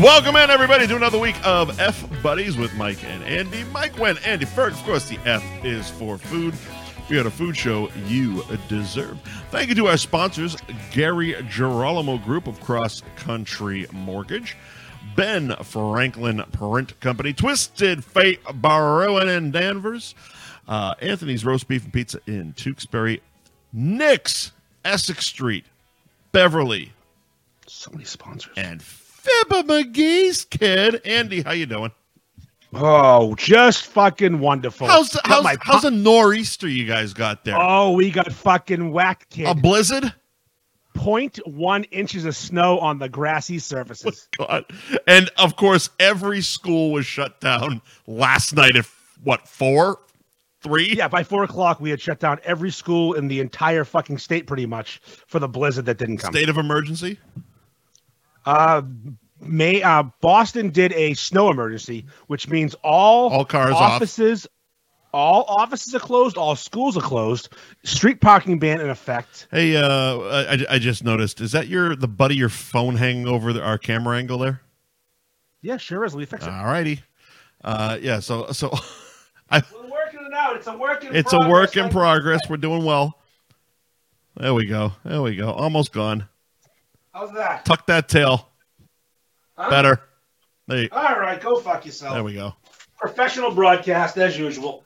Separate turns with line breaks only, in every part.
Welcome in, everybody, to another week of F Buddies with Mike and Andy. Mike went Andy Ferg. Of course, the F is for food. We had a food show you deserve. Thank you to our sponsors, Gary Girolamo Group of Cross Country Mortgage, Ben Franklin Parent Company, Twisted Fate Barrowan and Danvers, uh, Anthony's Roast Beef and Pizza in Tewksbury, Nick's Essex Street, Beverly,
So many sponsors.
and Fibba McGee's kid. Andy, how you doing?
Oh, just fucking wonderful.
How's
Oh, Got
how's,
my
how's a nor'easter you guys got there?
Oh, we got fucking whacked, kid.
a blizzard?
0.1 inches of snow on the grassy surfaces.
God. And of course, every school was shut down last night at what four, three?
Yeah, by four o'clock, we had shut down every school in the entire fucking state, pretty much, for the blizzard that didn't come.
State of emergency.
Uh, May uh, Boston did a snow emergency, which means all
All cars off.
offices, all offices are closed, all schools are closed, street parking ban in effect.
Hey, uh, I, I just noticed. Is that your the butt of your phone hanging over the, our camera angle there?
Yeah, sure is. Let me fix it.
All righty. Uh, yeah. So so, I
We're working it out. It's a work in
it's a work in progress. We're doing well. There we go. There we go. Almost gone.
How's that?
Tuck that tail. Better. There, you-
All right, go fuck
there
yourself.
we go.
Professional broadcast as usual.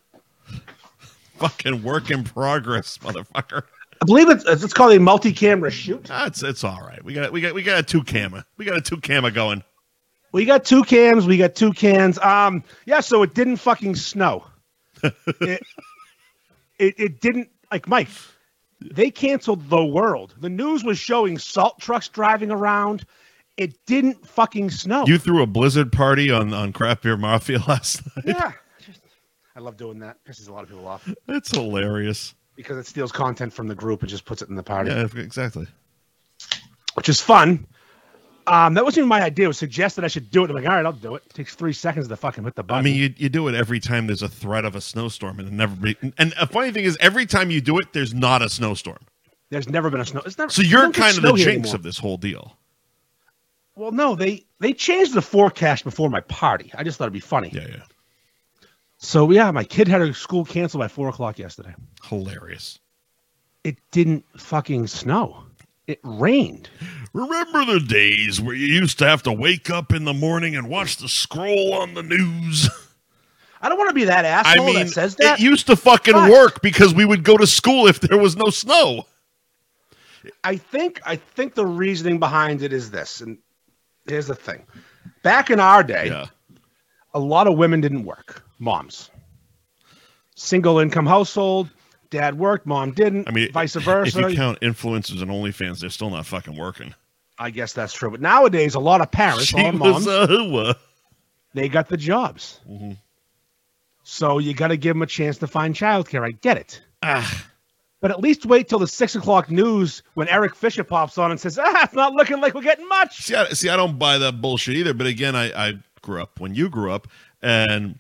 Fucking work in progress, motherfucker.
I believe it's it's called a multi-camera shoot.
Ah, It's it's all right. We got we got we got a two camera. We got a two camera going.
We got two cams. We got two cans. Um, yeah. So it didn't fucking snow. it, it it didn't like Mike. They canceled the world. The news was showing salt trucks driving around. It didn't fucking snow.
You threw a blizzard party on on Craft Beer Mafia last night.
yeah. I love doing that. Pisses a lot of people off
It's hilarious.
because it steals content from the group and just puts it in the party.
Yeah, exactly.
which is fun. Um, that wasn't even my idea. It was suggested I should do it. I'm like, all right, I'll do it. it takes three seconds to fucking hit the button.
I mean, you, you do it every time there's a threat of a snowstorm, and it never be. And a funny thing is, every time you do it, there's not a snowstorm.
there's never been a snow. It's never,
So
we
you're
don't get
kind of
snow
the
here
jinx
anymore.
of this whole deal.
Well, no, they they changed the forecast before my party. I just thought it'd be funny.
Yeah, yeah.
So yeah, my kid had her school canceled by four o'clock yesterday.
Hilarious.
It didn't fucking snow. It rained.
Remember the days where you used to have to wake up in the morning and watch the scroll on the news?
I don't want to be that asshole that says that.
it used to fucking
but-
work because we would go to school if there was no snow.
I think I think the reasoning behind it is this, and here's the thing. Back in our day, a lot of women didn't work. Moms, single income household, dad worked, mom didn't.
I mean,
vice
If
versa.
you count influencers and OnlyFans, they're still not fucking working.
I guess that's true. But nowadays, a lot of parents, a lot of moms,
a hooah.
they got the jobs.
Mhm.
So you got to give them a chance to find childcare. I get it.
Ah,
But at least wait till the six o'clock news when Eric Fisher pops on and says, "Ah, it's not looking like we're getting much."
see, I, see, I don't buy that bullshit either. But again, I, I grew up when you grew up, and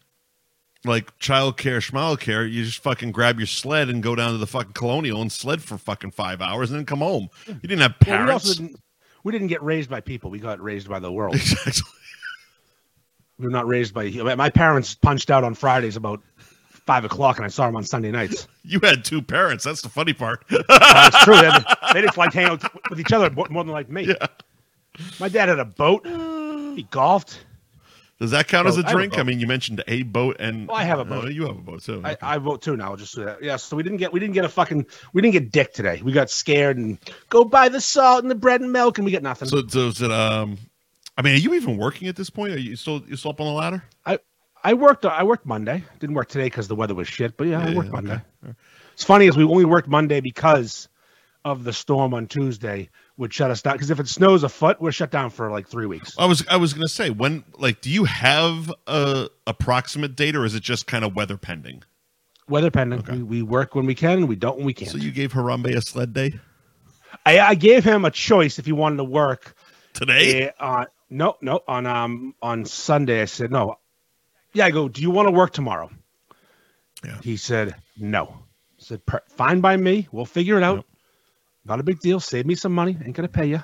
like childcare, schmalcare, you just fucking grab your sled and go down to the fucking colonial and sled for fucking five hours and then come home. You didn't have
Well, we also
parents.
didn't, we didn't get raised by people. We got raised by the world.
Exactly.
we were not raised by. My parents punched out on Fridays about five o'clock, and I saw them on Sunday nights.
You had two parents. That's the funny part.
That's true. They, they just like hang out with each other more more than like me. My dad had a boat. He golfed.
Does that count as
Well,
a
I have a
drink? I,
boat.
mean, you mentioned a boat and
Well, I have a
No,
boat.
you have a boat too.
I, I vote too now. Just so that. yeah. So we didn't get we didn't get a fucking we didn't get dick today. We got scared and go buy the salt and the bread and milk and we get nothing.
so, so is it? Um, I mean, are you even working at this point? Are you still you still up on the ladder?
I worked I worked Monday. Didn't work today because the weather was shit. But yeah,
Yeah,
I worked
yeah,
Monday.
okay.
It's funny is we only worked Monday because of the storm on Tuesday would shut us down. Because if it snows a foot, we're shut down for like three weeks.
I was I was gonna say when like do you have a approximate date or is it just kind of weather pending?
Weather pending.
Okay.
We, we work when we can. We don't when we can't.
So you gave Harambe a sled day
I, I gave him a choice if he wanted to work.
today?
eh, on- no, no. On um on Sunday, I said no. Yeah, I go. Do you want to work tomorrow?
Yeah.
He said no. I said "Per- fine by me. We'll figure it out.
Yep.
Not a big deal. Save me some money. Ain't gonna pay you.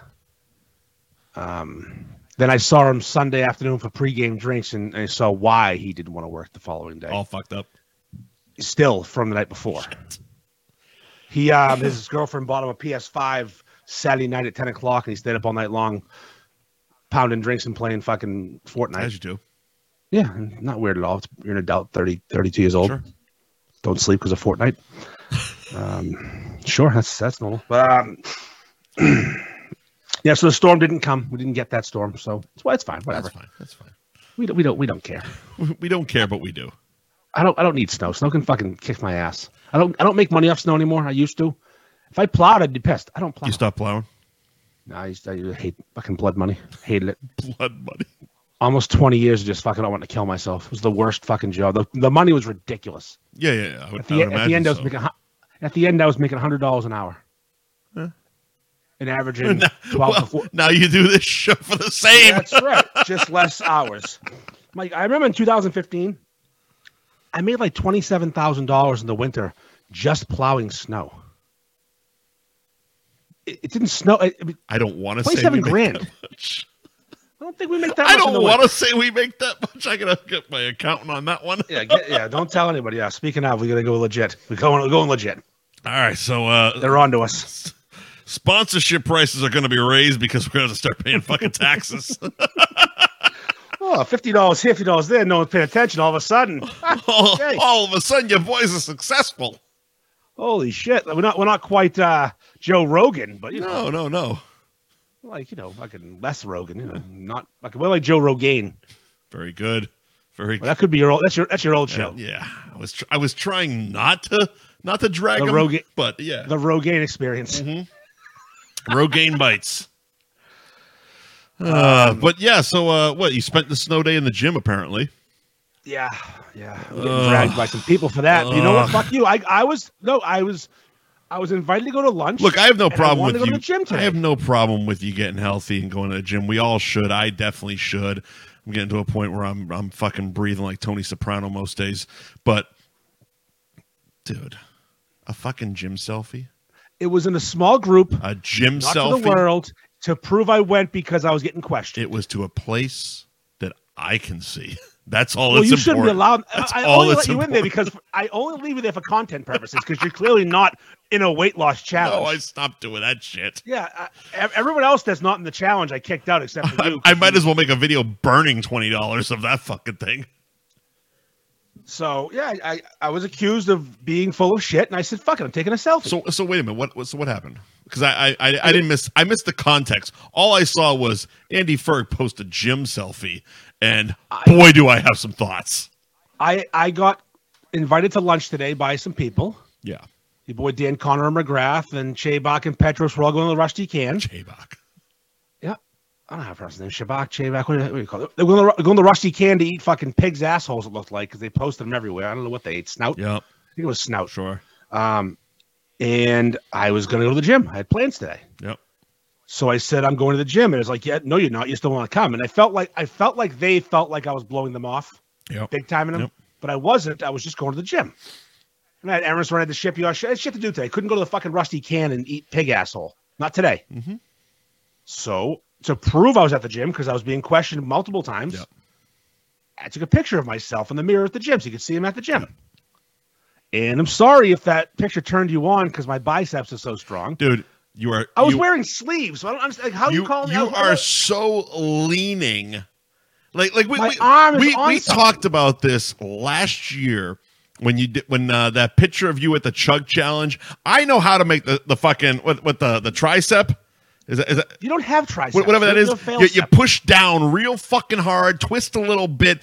Um, Then I saw him Sunday afternoon for pregame drinks, and I saw why he didn't want to work the following day.
All fucked up.
Still from the night before. He um, his girlfriend bought him a PS5 Saturday night at 10 o'clock, and he stayed up all night long, pounding drinks and playing fucking
As
Fortnite.
you do.
Yeah, not weird at all. It's, you're an adult, 30, 32 years old.
Sure.
Don't sleep because of Fortnite. Um, sure, that's that's normal. But, um, yeah, so the storm didn't come. We didn't get that storm, so it's, well, it's fine.
That's
Whatever.
fine. That's fine.
We don't, we don't we don't care.
We- We don't care, but we do.
I don't I don't need snow. Snow can fucking kick my ass. I don't I don't make money off snow anymore. I used to. If I plowed, I'd be pissed. I don't plow.
You stop plowing.
No, I used to, I used to hate fucking blood money. Hated it.
Blood money.
Almost twenty years of just fucking I want to kill myself. It was the worst fucking job. The, the money was ridiculous.
Yeah, yeah, yeah. I would,
At
I
the, e-
would
at
imagine
the end, I was
so.
making hu- at the end I was making hundred dollars an hour,
Huh.
and averaging twelve. to
Well,
14.
now you do this show for the same.
That's right. Just less hours. Like I remember in 2015, I made like twenty-seven thousand dollars in the winter just plowing snow. It, it didn't snow. I, I mean,
I don't want to say we
27
make
grand.
that much.
I don't think we make that.
I
much in
don't
the
want
winter.
to say we make that much. I gotta get my accountant on that one.
Yeah, get, yeah. Don't tell anybody. Yeah. Speaking of, we gotta go legit. We're going. We're going legit.
All right, so uh,
They're on to us.
sponsorship prices are going to be raised because we're going to start paying fucking taxes.
Oh, fifty dollars here, fifty dollars there. No one's paying attention. All of a sudden,
all,
Okay.
all of a sudden, your boys are successful.
holy shit! We're not. We're not quite uh, Joe Rogan, but you know,
No, no, no.
like you know, fucking less Rogan. You know, not like we're like Joe Rogan.
Very good. Very.
Well, that could be your old. That's your. That's your old show.
good. Yeah, I was. Tr- I was trying not to not to drag
The
'em,
Rogaine-
but yeah, Mm-hmm.
The Rogaine experience.
Rogaine bites. Uh, but yeah, so uh, what you spent the snow day in the gym apparently.
Yeah, yeah. I'm getting dragged by some people for that. but you know what?
Ugh.
Fuck you. I, I was no. I was, I was invited to go to lunch.
Look, I have no
And I
problem
wanted
with
to go
you.
to the gym today.
I have no problem with you getting healthy and going to the gym. We all should. I definitely should. I'm getting to a point where I'm I'm fucking breathing like Tony Soprano most days. But dude, a fucking gym selfie,
it was in a small group,
a gym
not to
selfie.
the world, to prove I went because I was getting questioned.
It was to a place that I can see. That's all.
well,
that's
you shouldn't be
important.
allowed. I-
That's
I,
all
only let
that's
you in there because I only leave you there for content purposes because you're clearly not in a weight loss challenge.
No, I stopped doing that shit.
yeah, I, ev- everyone else that's not in the challenge, I kicked out except for you.
I might as well make a video burning twenty dollars of that fucking thing.
So yeah, I, I, I was accused of being full of shit, and I said, "Fuck it, I'm taking a selfie."
So, so wait a minute. What, what so what happened? Because I, I, I, I didn't miss. I missed the context. All I saw was Andy Ferg post a gym selfie, and boy, do I have some thoughts.
I I got invited to lunch today by some people.
Yeah,
Your boy Dan Connor and McGrath and Chabak and Petros were all going to the Rusty Can.
J-Bach.
Yeah. I don't have a first name. Shabak, Chabak, what do you- what do you call it? They're going, to, they're going to Rusty Can to eat fucking pigs' assholes, it looked like, because they posted them everywhere. I don't know what they ate. Snout?
Yep,
I think it was snout.
sure.
Um, and I was going to go to the gym. I had plans today.
Yep.
So I said, I'm going to the gym. And it's like, yeah, no, you're not. You still want to come. And I felt like I felt like they felt like I was blowing them off.
Yep.
big time in them.
Yep.
But I wasn't. I was just going to the gym. And I had errands running to ship you. I had shit to do today. Couldn't go to the fucking rusty can and eat pig asshole. Not today.
Mhm.
So to prove I was at the gym because I was being questioned multiple times,
Yep.
I took a picture of myself in the mirror at the gym so you could see him at the gym. And I'm sorry if that picture turned you on because my biceps are so strong.
Dude, you are.
I was
you,
wearing sleeves. So I don't understand. Like, how you,
you,
you calling
you
out-
are so leaning. Like, like we,
My
we,
arm is
we,
on
we
something.
talked about this last year when you did when uh, that picture of you at the chug challenge. I know how to make the, the fucking what what the the tricep is that, is that
You don't have triceps.
Wh- whatever that
You're
is.
a fail
You, you
step.
push down real fucking hard, twist a little bit,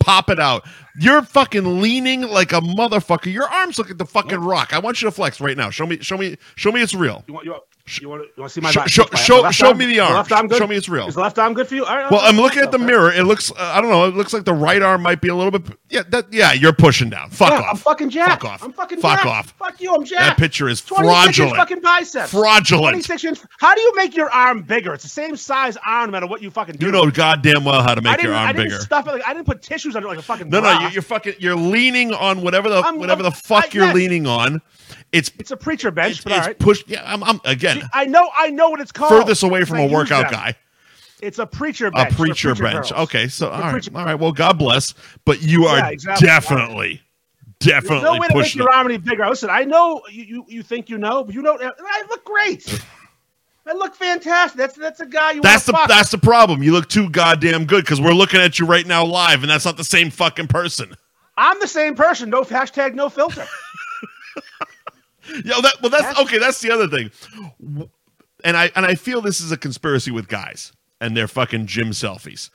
pop it out. You're fucking leaning like a motherfucker. Your arms look at the fucking rock. I want you to flex right now. Show me, show me, show me it's real.
You want you want, you want, to, you want to see my
Show-
back?
show-
My-
show-
my left
show me the arm.
Left arm good?
Show me it's real.
Is the left arm good for you? All right,
Well,
all right,
I'm
all
looking
right,
at the
okay.
mirror. It looks, uh, I don't know, it looks like the right arm might be a little bit. Yeah, that, yeah, you're pushing down. Fuck
Yeah,
off.
I'm fucking jacked.
Fuck off.
I'm fucking
Fuck
jacked.
off.
Fuck you. I'm
that
jacked.
picture is
26 inch
fraudulent.
fucking biceps.
Fraudulent.
26 inch. How do you make your arm bigger? It's the same size arm, no matter what you fucking do.
You know goddamn well how to
I
make
didn't,
your
I
arm
didn't
bigger.
stuff it. Like, I didn't put tissues under like a fucking.
No, no,
bra.
you, you're fucking. You're leaning on whatever the
I'm-
whatever
I'm-
the fuck
I-
you're
yes.
leaning on. It's
It's a preacher bench,
it's,
but all
it's
right.
pushed. Yeah, I'm, I'm again
I know. I know what it's called.
furthest away from
I
a
use
workout
them.
guy.
It's a preacher
a
bench. for
preacher bench.
girls.
Okay, so all right,
preacher
all right. Well, God bless, but you are
Yeah, exactly.
definitely,
There's
definitely
no way to make
pushing.
your omni bigger. Listen, I know you, you, you think you know, but you don't. I look great. I look fantastic. That's that's a guy you
That's the
want to fuck.
that's the problem. You look too goddamn good because we're looking at you right now live, and that's not the same fucking person.
I'm the same person. No hashtag, no filter.
Yo, that well, that's,
That's-
okay. That's the other thing, W- and I and I feel this is a conspiracy with guys and their fucking gym selfies.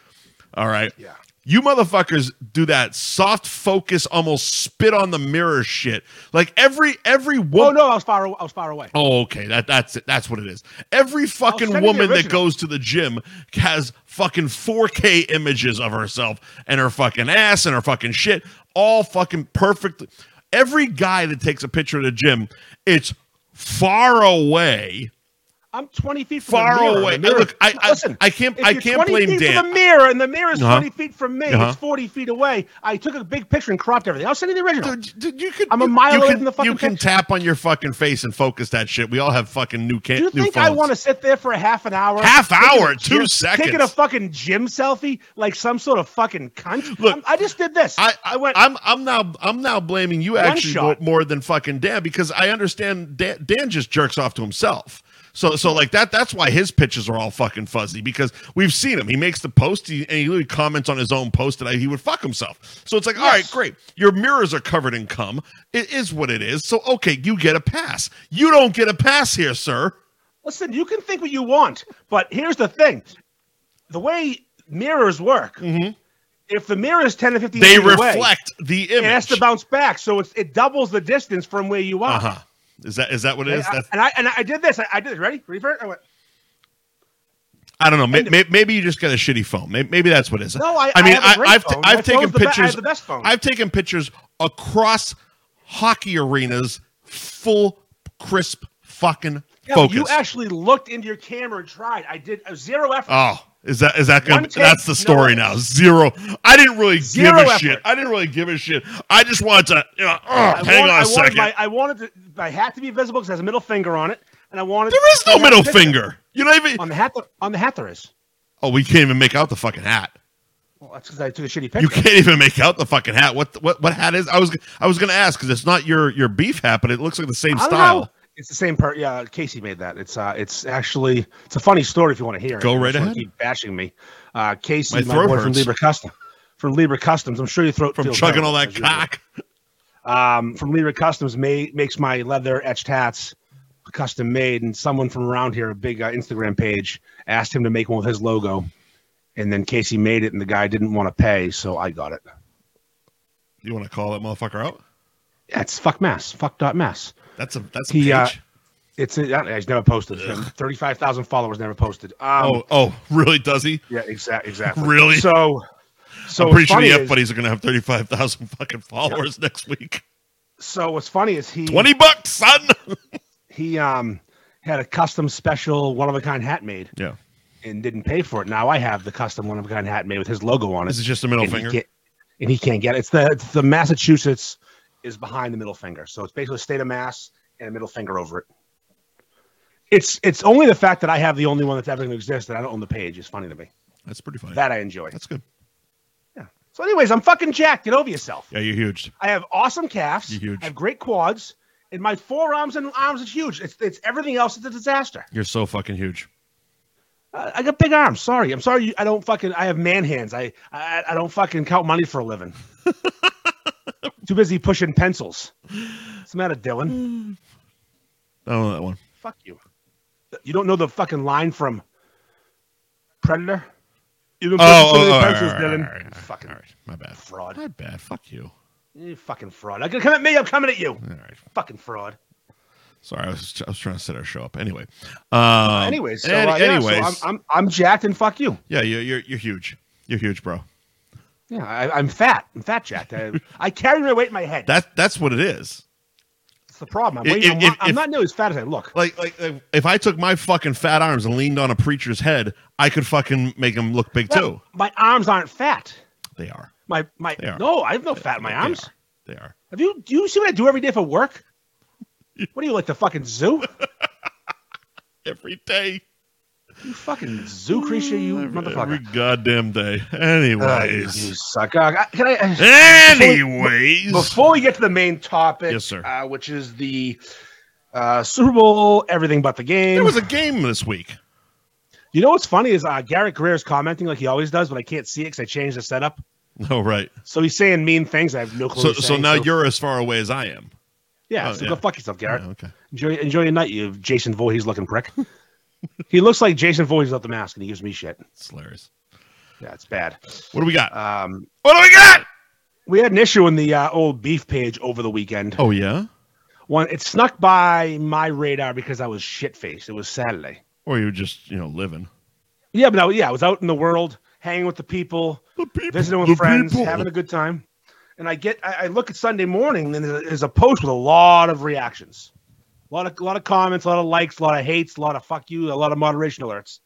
All right,
Yeah.
you motherfuckers do that soft focus, almost spit on the mirror shit. Like every every woman.
Oh no, I was far. aw- I was far away.
Oh, okay. That that's it. That's what it is. Every
send you
fucking
the
woman that
original.
goes to the gym has fucking 4K images of herself and her fucking ass and her fucking shit, all fucking perfect. Every guy that takes a picture of the gym, it's far away.
I'm 20 feet from
Far
the mirror.
away.
The mirror-
Look, I- I-
listen.
I can't-
if
I
you're
can't
20
blame
feet
Dan.
From the mirror, and the mirror is
Uh-huh.
20 feet from me.
Uh-huh.
It's 40 feet away. I took a big picture and cropped everything. I'll send you the original.
Dude, dude, you could,
I'm a
you-
mile
you
away
can-
from the fucking
You can
picture.
tap on your fucking face and focus that shit. We all have fucking new can
Do you
new
think I
phones.
want to sit there for a half an hour?
Half
taking a
hour, two
gym- Taking a
seconds.
fucking gym selfie like some sort of fucking cunt.
Look,
I'm- i just did this.
I, I
went.
I'm I'm now I'm now blaming you actually more,
shot.
more than fucking Dan because I understand Dan, Dan just jerks off to himself. So so like that that's why his pitches are all fucking fuzzy because we've seen him. He makes the post he, and he literally comments on his own post that I, he would fuck himself. So it's like all right,
Yes.
great. Your mirrors are covered in cum. It is what it is. So okay, you get a pass. You don't get a pass here, sir.
Listen, you can think what you want, but here's the thing: the way mirrors work, if the mirror is 10 to 15
Mm-hmm. They
feet away,
reflect the image.
it has to bounce back, so it's, it doubles the distance from where you are.
uh-huh. Is that is that what it
And
is?
I-
That's,
and I and I did this. I, I did it. Ready? Ready for it? I went.
I don't know. May, may, maybe you just got a shitty phone. May- Maybe, that's what it is.
No, I- I
mean,
have a great
have
phone. My
I've taken
phone's the be- I have
pictures.
the best phone.
I've taken pictures across hockey arenas, full crisp fucking
Yeah, but
focus.
you actually looked into your camera and tried. I did a zero effort.
oh, is that is that
One
gonna?
take,
that's the
no
story now.
others.
Zero. I didn't really
Zero
give a
effort.
shit. I didn't really give a shit. I just wanted to. You know, oh,
I
hang
want-
on a
I wanted
second.
My, I wanted to, my hat to be visible because it has a middle finger on it, and I wanted.
there is
I
no
wanted
middle
to-
finger. You're not even.
on the hat. On the hat, there is.
Oh, we can't even make out the fucking hat.
Well, that's because I took a shitty
You
picture.
can't even make out the fucking hat. What what what hat is? I was I was gonna ask because it's not your your beef hat, but it looks like the same
I don't
style.
know. It's the same part. Yeah, Casey made that. It's uh, it's actually it's a funny story if you want to hear it.
Go
I
right
just wanna
ahead.
Keep bashing me, uh, Casey,
My
my,
throat
boy from
hurts.
Libra Custom, from Libra Customs. I'm sure your throat
From
feels
chugging
terrible,
all that
as usual.
cock.
Um, from Libra Customs ma- makes my leather etched hats custom made, and someone from around here, a big uh, Instagram page, asked him to make one with his logo, and then Casey made it, and the guy didn't want to pay, so I got it.
You want to call that motherfucker out?
That's fuck mass, fuck dot mass.
That's a that's a
He, uh,
page.
It's uh, he's never posted. Thirty-five thousand followers never posted. Um,
oh oh really? Does he?
Yeah, exactly. Exactly.
Really?
So, so
I'm pretty
what's
sure
funny
the F
is,
buddies are gonna have thirty five thousand fucking followers next week.
so what's funny is he
Twenty bucks, son.
he um had a custom special one of a kind hat made
Yeah.
and didn't pay for it. Now I have the custom one of a kind hat made with his logo on it.
This is just a middle
and, he
finger.
can't, and he can't get it. It's the it's the Massachusetts is behind the middle finger, so it's basically a state of Mass and a middle finger over it. It's it's only the fact that I have the only one that's ever going to exist that I don't own the page is funny to me.
That's pretty funny.
That I enjoy.
that's good.
So, anyways, I'm fucking jacked. Get over yourself.
Yeah, you're huge.
I have awesome calves.
You're huge.
I have great quads, and my forearms and arms is huge. It's, it's everything else is a disaster.
You're so fucking huge.
Uh, I, I got big arms. Sorry, I'm sorry. You, I don't fucking. I have man hands. I I, I don't fucking count money for a living. Too busy pushing pencils. What's the matter,
Mm.
Dylan?
I don't know that one.
Fuck you. You don't know the fucking line from Predator. You've been pushing
Oh,
too
oh,
many
oh, all right,
pencils,
all right, all
Dylan.
right, all right, all right,
fucking
all right. My bad.
fraud.
My bad. Fuck you.
You fucking fraud. I gonna come at me. I'm coming at you.
All right.
Fucking fraud.
Sorry, I was, I was trying to set our show up. Anyway. Um,
anyways, so,
any-
uh, yeah, so
anyways,
I'm, I'm I'm jacked and fuck you.
yeah, you're, you're you're huge. You're huge, bro.
Yeah, I, I'm fat. I'm fat jacked. I, I carry my weight in my head.
That that's what it is.
That's the problem. I'm,
If-
weight, I'm,
if-
not, I'm
if-
not nearly as fat as I look.
Like, like like, if I took my fucking fat arms and leaned on a preacher's head, I could fucking make him look big too.
My arms aren't fat.
They are.
My my
They are.
no, I have no fat in my
They
arms.
are. They are.
Have you do you see what I do every day for work? What are you like the fucking zoo?
Every day.
You fucking zoocretia, you
Every
motherfucker.
goddamn day.
Ah,
Anyways.
you suck. Ah, can I?
Anyways.
Before we get to the main topic,
Yes, sir.
Uh, which is the uh, Super Bowl, everything but the game.
there was a game this week.
you know what's funny is uh, Garrett Greer is commenting like he always does, but I can't see it because I changed the setup.
Oh, right.
So he's saying mean things. I have no clue.
So,
what he's
so
saying,
now you're as far away as I am.
yeah.
oh,
so
yeah.
go fuck yourself, Garrett.
Yeah, okay.
Enjoy, enjoy your night, you Jason Voorhees looking prick. he looks like Jason Voorhees without the mask, and he gives me shit.
It's hilarious.
Yeah, it's bad.
What do we got?
Um,
What do we got?
we had an issue in the uh, old beef page over the weekend.
Oh, yeah?
One, it snuck by my radar because I was shit faced. It was Saturday.
Or you're just, you know, living.
Yeah, but I, yeah, I was out in the world, hanging with the people,
The people.
visiting with
the
friends,
people.
having a good time. And I get, I, I look at Sunday morning, and there's a, there's a post with a lot of reactions, a lot of, a lot of comments, a lot of likes, a lot of hates, a lot of fuck you, a lot of moderation alerts.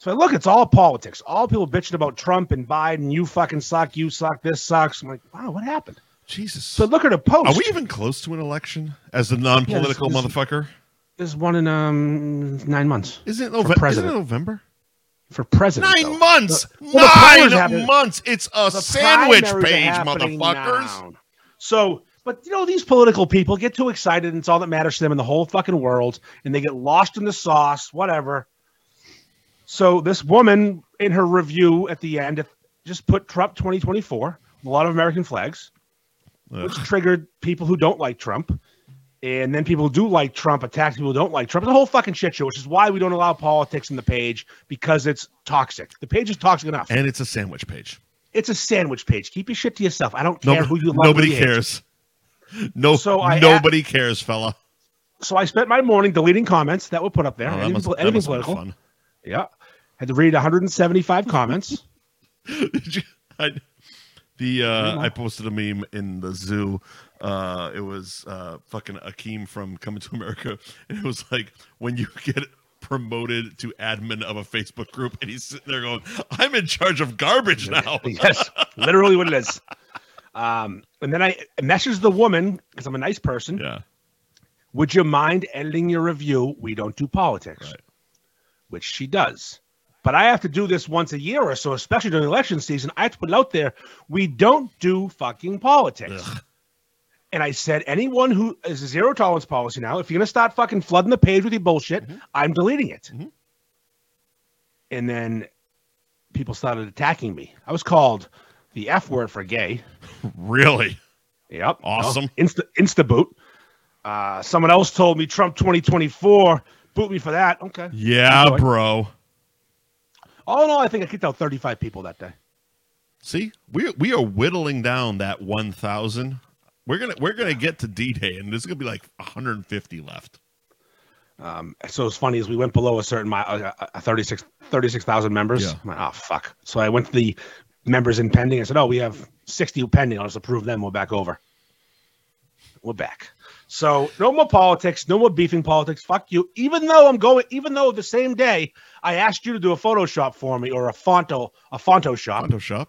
So I look, it's all politics, all people bitching about Trump and Biden. You fucking suck. You suck. This sucks. I'm like, wow, what happened?
Jesus.
So I look at a post.
Are we even close to an election as a non political
Yeah, this-
motherfucker?
There's one in um nine months
Isn't it, Nove- isn't it
president.
November?
for president.
Nine
though.
months!
well, the primaries
Nine
happen-
months! It's a
The
sandwich
primaries are
page,
happening
motherfuckers.
now. So, but you know, these political people get too excited, and it's all that matters to them in the whole fucking world, and they get lost in the sauce, whatever. So, this woman in her review at the end just put Trump 2024, a lot of American flags,
Ugh.
which triggered people who don't like Trump. And then people who do like Trump attack people who don't like Trump. It's a whole fucking shit show, which is why we don't allow politics in the page because it's toxic. The page is toxic enough.
And it's a sandwich page.
It's a sandwich page. Keep your shit to yourself. I don't care
Nobody,
who you love. who
nobody
you hate.
cares. No,
So I-
nobody cares, fella.
So I spent my morning deleting comments that were put up there.
Oh, that
anything
must-
pol-
that
anything
must have been
political.
fun.
Yeah. Had to read 175 comments.
Did you- I, the uh,
know.
I posted a meme in the zoo. Uh, it was uh, fucking Akeem from Coming to America, and it was like when you get promoted to admin of a Facebook group, and he's sitting there going, "I'm in charge of garbage now."
yes, literally what it is. Um, and then I messaged the woman because I'm a nice person.
yeah,
Would you mind editing your review? We don't do politics,
Right.
which she does. But I have to do this once a year or so, especially during election season. I have to put it out there. We don't do fucking politics.
Ugh.
And I said, anyone who is a zero tolerance policy now, if you're going to start fucking flooding the page with your bullshit,
Mm-hmm.
I'm deleting it.
Mhm.
And then people started attacking me. I was called the F word for gay.
really.
Yep. Oh,
Awesome.
Insta Insta boot. Uh, someone else told me Trump 2024 boot me for that. Okay.
Yeah,
Enjoy.
bro.
All in all, I think I kicked out 35 people that day.
See, we we are whittling down that one thousand. We're gonna we're gonna get to D Day, and there's gonna be like 150 left.
Um, so it's funny as we went below a certain mile, uh, uh, 36 36,000 members.
Yeah.
I'm like, oh fuck! So I went to the members in pending. I said, oh, we have 60 pending. I'll just approve them. We're back over. We're back. So no more politics, no more beefing politics. Fuck you. Even though I'm going, even though the same day I asked you to do a Photoshop for me or a Fonto, a Fonto shop.
Auto shop.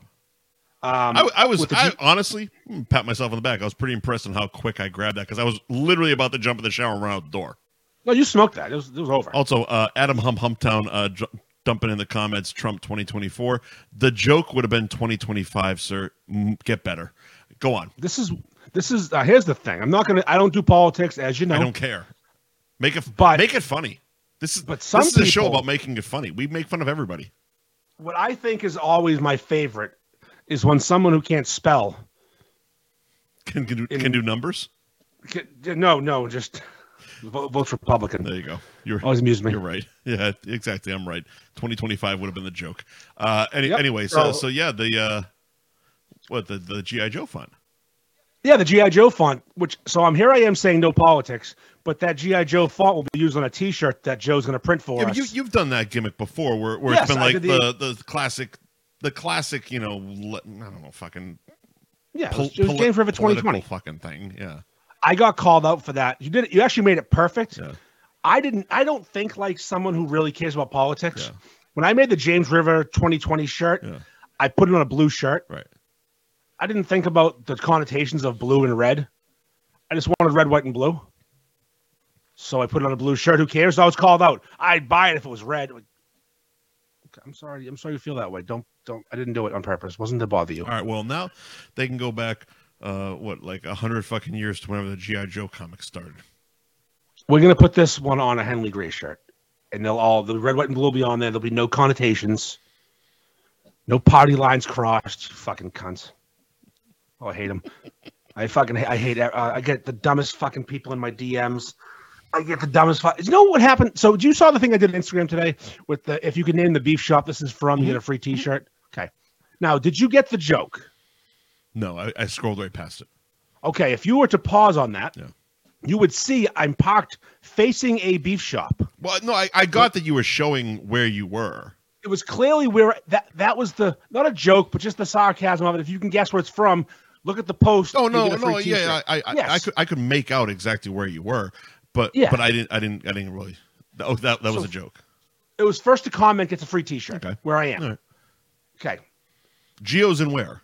Um,
I, I was
with the
I,
G-
honestly hmm, pat myself on the back. I was pretty impressed on how quick I grabbed that because I was literally about to jump in the shower and run out the door.
no, you smoked that. It was, it was over.
Also, uh, Adam Hum Humptown uh, ju- dumping in the comments Trump 2024. The joke would have been 2025, sir. Mm, Get better. Go on.
This is this is uh, here's the thing. I'm not gonna. I don't do politics, as you know.
I don't care. Make it
But-
make it funny. This is
but some
this is a show
people-
about making it funny. We make fun of everybody.
what I think is always my favorite is when someone who can't spell.
Can can do,
In-
can do numbers.
can- No, no, just vote, vote Republican.
There you go. You're
Always amused me.
You're right. Yeah, exactly. I'm right. 2025 would have been the joke. Uh, any,
Yep.
Anyway, so,
So-
so yeah, the uh, what the the GI Joe fund.
Yeah, the GI Joe font. Which so I'm here. I am saying no politics, but that GI Joe font will be used on a T-shirt that Joe's going to print for
Yeah, but
us.
you you've done that gimmick before, where, where
Yes,
it's been
I
like
did
the, the classic, the classic, you know, le- I don't know, fucking
yeah, it
pol-
was, it was
polit-
Game Forever
political
2020.
fucking thing. Yeah,
I got called out for that. You did. it. You actually made it perfect.
Yeah.
I didn't. I don't think like someone who really cares about politics.
Yeah.
When I made the James River 2020 shirt,
Yeah.
I put it on a blue shirt.
right.
I didn't think about the connotations of blue and red. I just wanted red, white, and blue. So I put on a blue shirt. Who cares? I was called out. I'd buy it if it was red. Like, I'm sorry. I'm sorry you feel that way. Don't don't. I didn't do it on purpose. Wasn't to bother you.
All right. Well, now they can go back, uh, what, like a hundred fucking years to whenever the GI Joe comics started.
We're gonna put this one on a Henley Gray shirt, and they'll all the red, white, and blue will be on there. There'll be no connotations, no party lines crossed. Fucking cunts. Oh, I hate them. I fucking ha- I hate. Uh, I get the dumbest fucking people in my DMs. I get the dumbest. Fu- you know what happened? So you saw the thing I did on Instagram today with the if you can name the beef shop this is from, you get a free T-shirt. Okay. Now, did you get the joke?
No, I, I scrolled right past it.
Okay, if you were to pause on that,
Yeah.
you would see I'm parked facing a beef shop.
Well, no, I, I got that you were showing where you were.
It was clearly where that that was the not a joke, but just the sarcasm of it. If you can guess where it's from, look at the post.
Oh
you
no,
get a free
no, yeah,
t-shirt.
I, I, I
Yes.
could, I could make out exactly where you were, but,
Yeah.
but I didn't, I didn't, I didn't really. Oh, that, that was
So-
a joke.
It was first to comment gets a free T-shirt.
Okay.
Where I am.
All right.
Okay,
Geo's in where?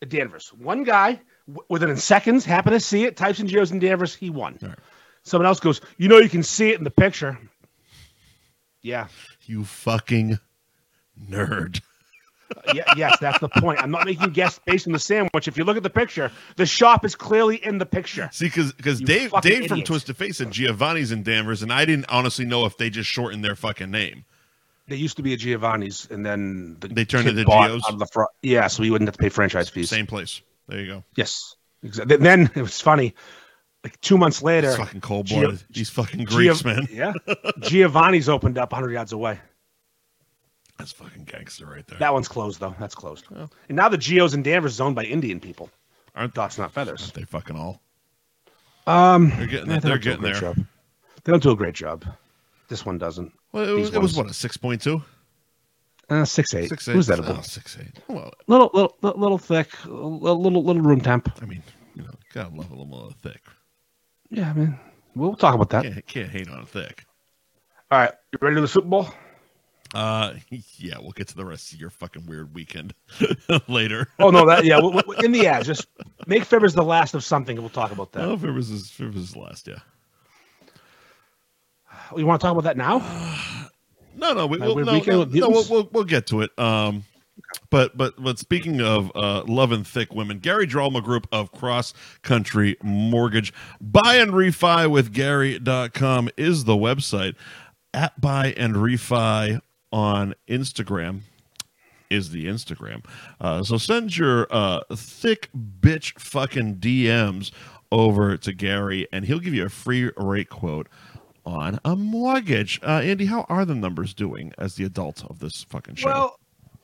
at Danvers. One guy w- within seconds happened to see it. Types in Joe's and Danvers. He won.
All right.
Someone else goes, you know, you can see it in the picture. Yeah.
You fucking nerd.
yeah, yes, that's the point. I'm not making guess based on the sandwich. If you look at the picture, the shop is clearly in the picture.
See, because
You
Dave
fucking
Dave from
idiot.
Twisted Face and Giovanni's in Danvers, and I didn't honestly know if they just shortened their fucking name.
There used to be a Giovanni's, and then the
They turned
kid
it to
bought
Gio's?
out of the front. Yeah, so we wouldn't have to pay franchise fees.
Same place. There you go.
Yes, exactly. Then it was funny. Like two months
It's
later,
fucking cold blooded.
Gio-
These fucking
Gio-
Greeks, man.
Yeah, Giovanni's opened up 100 yards away.
That's fucking gangster right there.
That one's closed though. That's closed. And now the Geo's in Danvers is owned by Indian people.
Oh. Aren't-
dots not feathers?
Aren't they fucking all?
Um,
They're getting
eh,
that.
they
They're
don't do a
getting
great
there.
Job. They don't do a great job. This one doesn't.
Well, it
These
was, it was
ones.
what a six point two,
Uh, six eight.
six
Six
eight.
eight. Who's that
Oh,
about?
six eight. Well,
Little, little, little, little thick. a Little, little room temp.
I mean, you know, gotta love a little more thick.
Yeah, I mean, we'll talk about that.
Can't, can't hate on a thick.
All right, you ready to the Super Bowl?
Uh, yeah, we'll get to the rest of your fucking weird weekend later.
Oh no, that yeah. w- w- in the ad, just make Fibbers the last of something, and we'll talk about that.
Oh, if it was his, if it was his last, yeah.
You want to talk about that now?
No, no, we,
Uh,
we'll,
we're
no,
weekend
no,
with
no, we'll,
mutants?
we'll, we'll get to it. Um, but but but speaking of uh, love and thick women, Gary Drama Group of Cross Country Mortgage, buy and refi with Gary.com is the website. At buy and refi on Instagram is the Instagram. Uh, so send your uh, thick bitch fucking DMs over to Gary, and he'll give you a free rate quote on a mortgage. Uh, Andy, how are the numbers doing as the adult of this fucking show?
Well,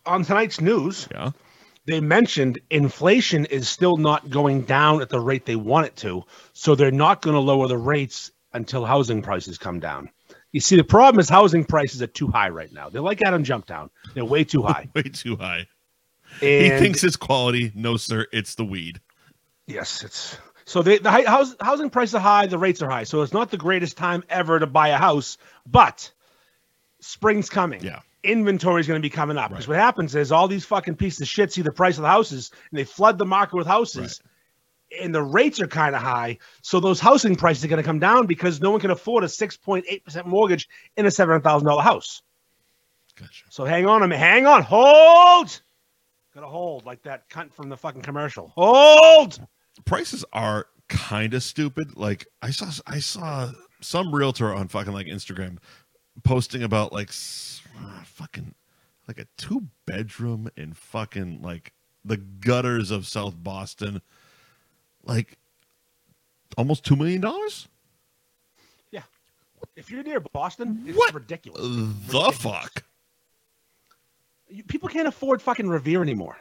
on tonight's news,
yeah.
they mentioned inflation is still not going down at the rate they want it to, so they're not going to lower the rates until housing prices come down. You see, the problem is housing prices are too high right now. They're like Adam Jump Down; they're way too high.
Way too high.
And
he thinks it's quality. No, sir. It's the weed.
Yes, it's so they, the hi- house, housing prices are high, the rates are high, so it's not the greatest time ever to buy a house. But spring's coming.
Yeah.
inventory is going to be coming up because
Right.
what happens is all these fucking pieces of shit see the price of the houses and they flood the market with houses, and the rates are kind of high, so those housing prices are going to come down because no one can afford a six point eight percent mortgage in a seven hundred thousand dollar house.
Gotcha.
So hang on a minute, hang on, hold. Gotta hold like that cunt from the fucking commercial. Hold.
Prices are kind of stupid. Like I saw, I saw some realtor on fucking like Instagram posting about like s- uh, fucking like a two bedroom in fucking like the gutters of South Boston, like almost two million dollars.
If you're near Boston, it's
What?
ridiculous.
The fuck.
You, people can't afford fucking Revere anymore.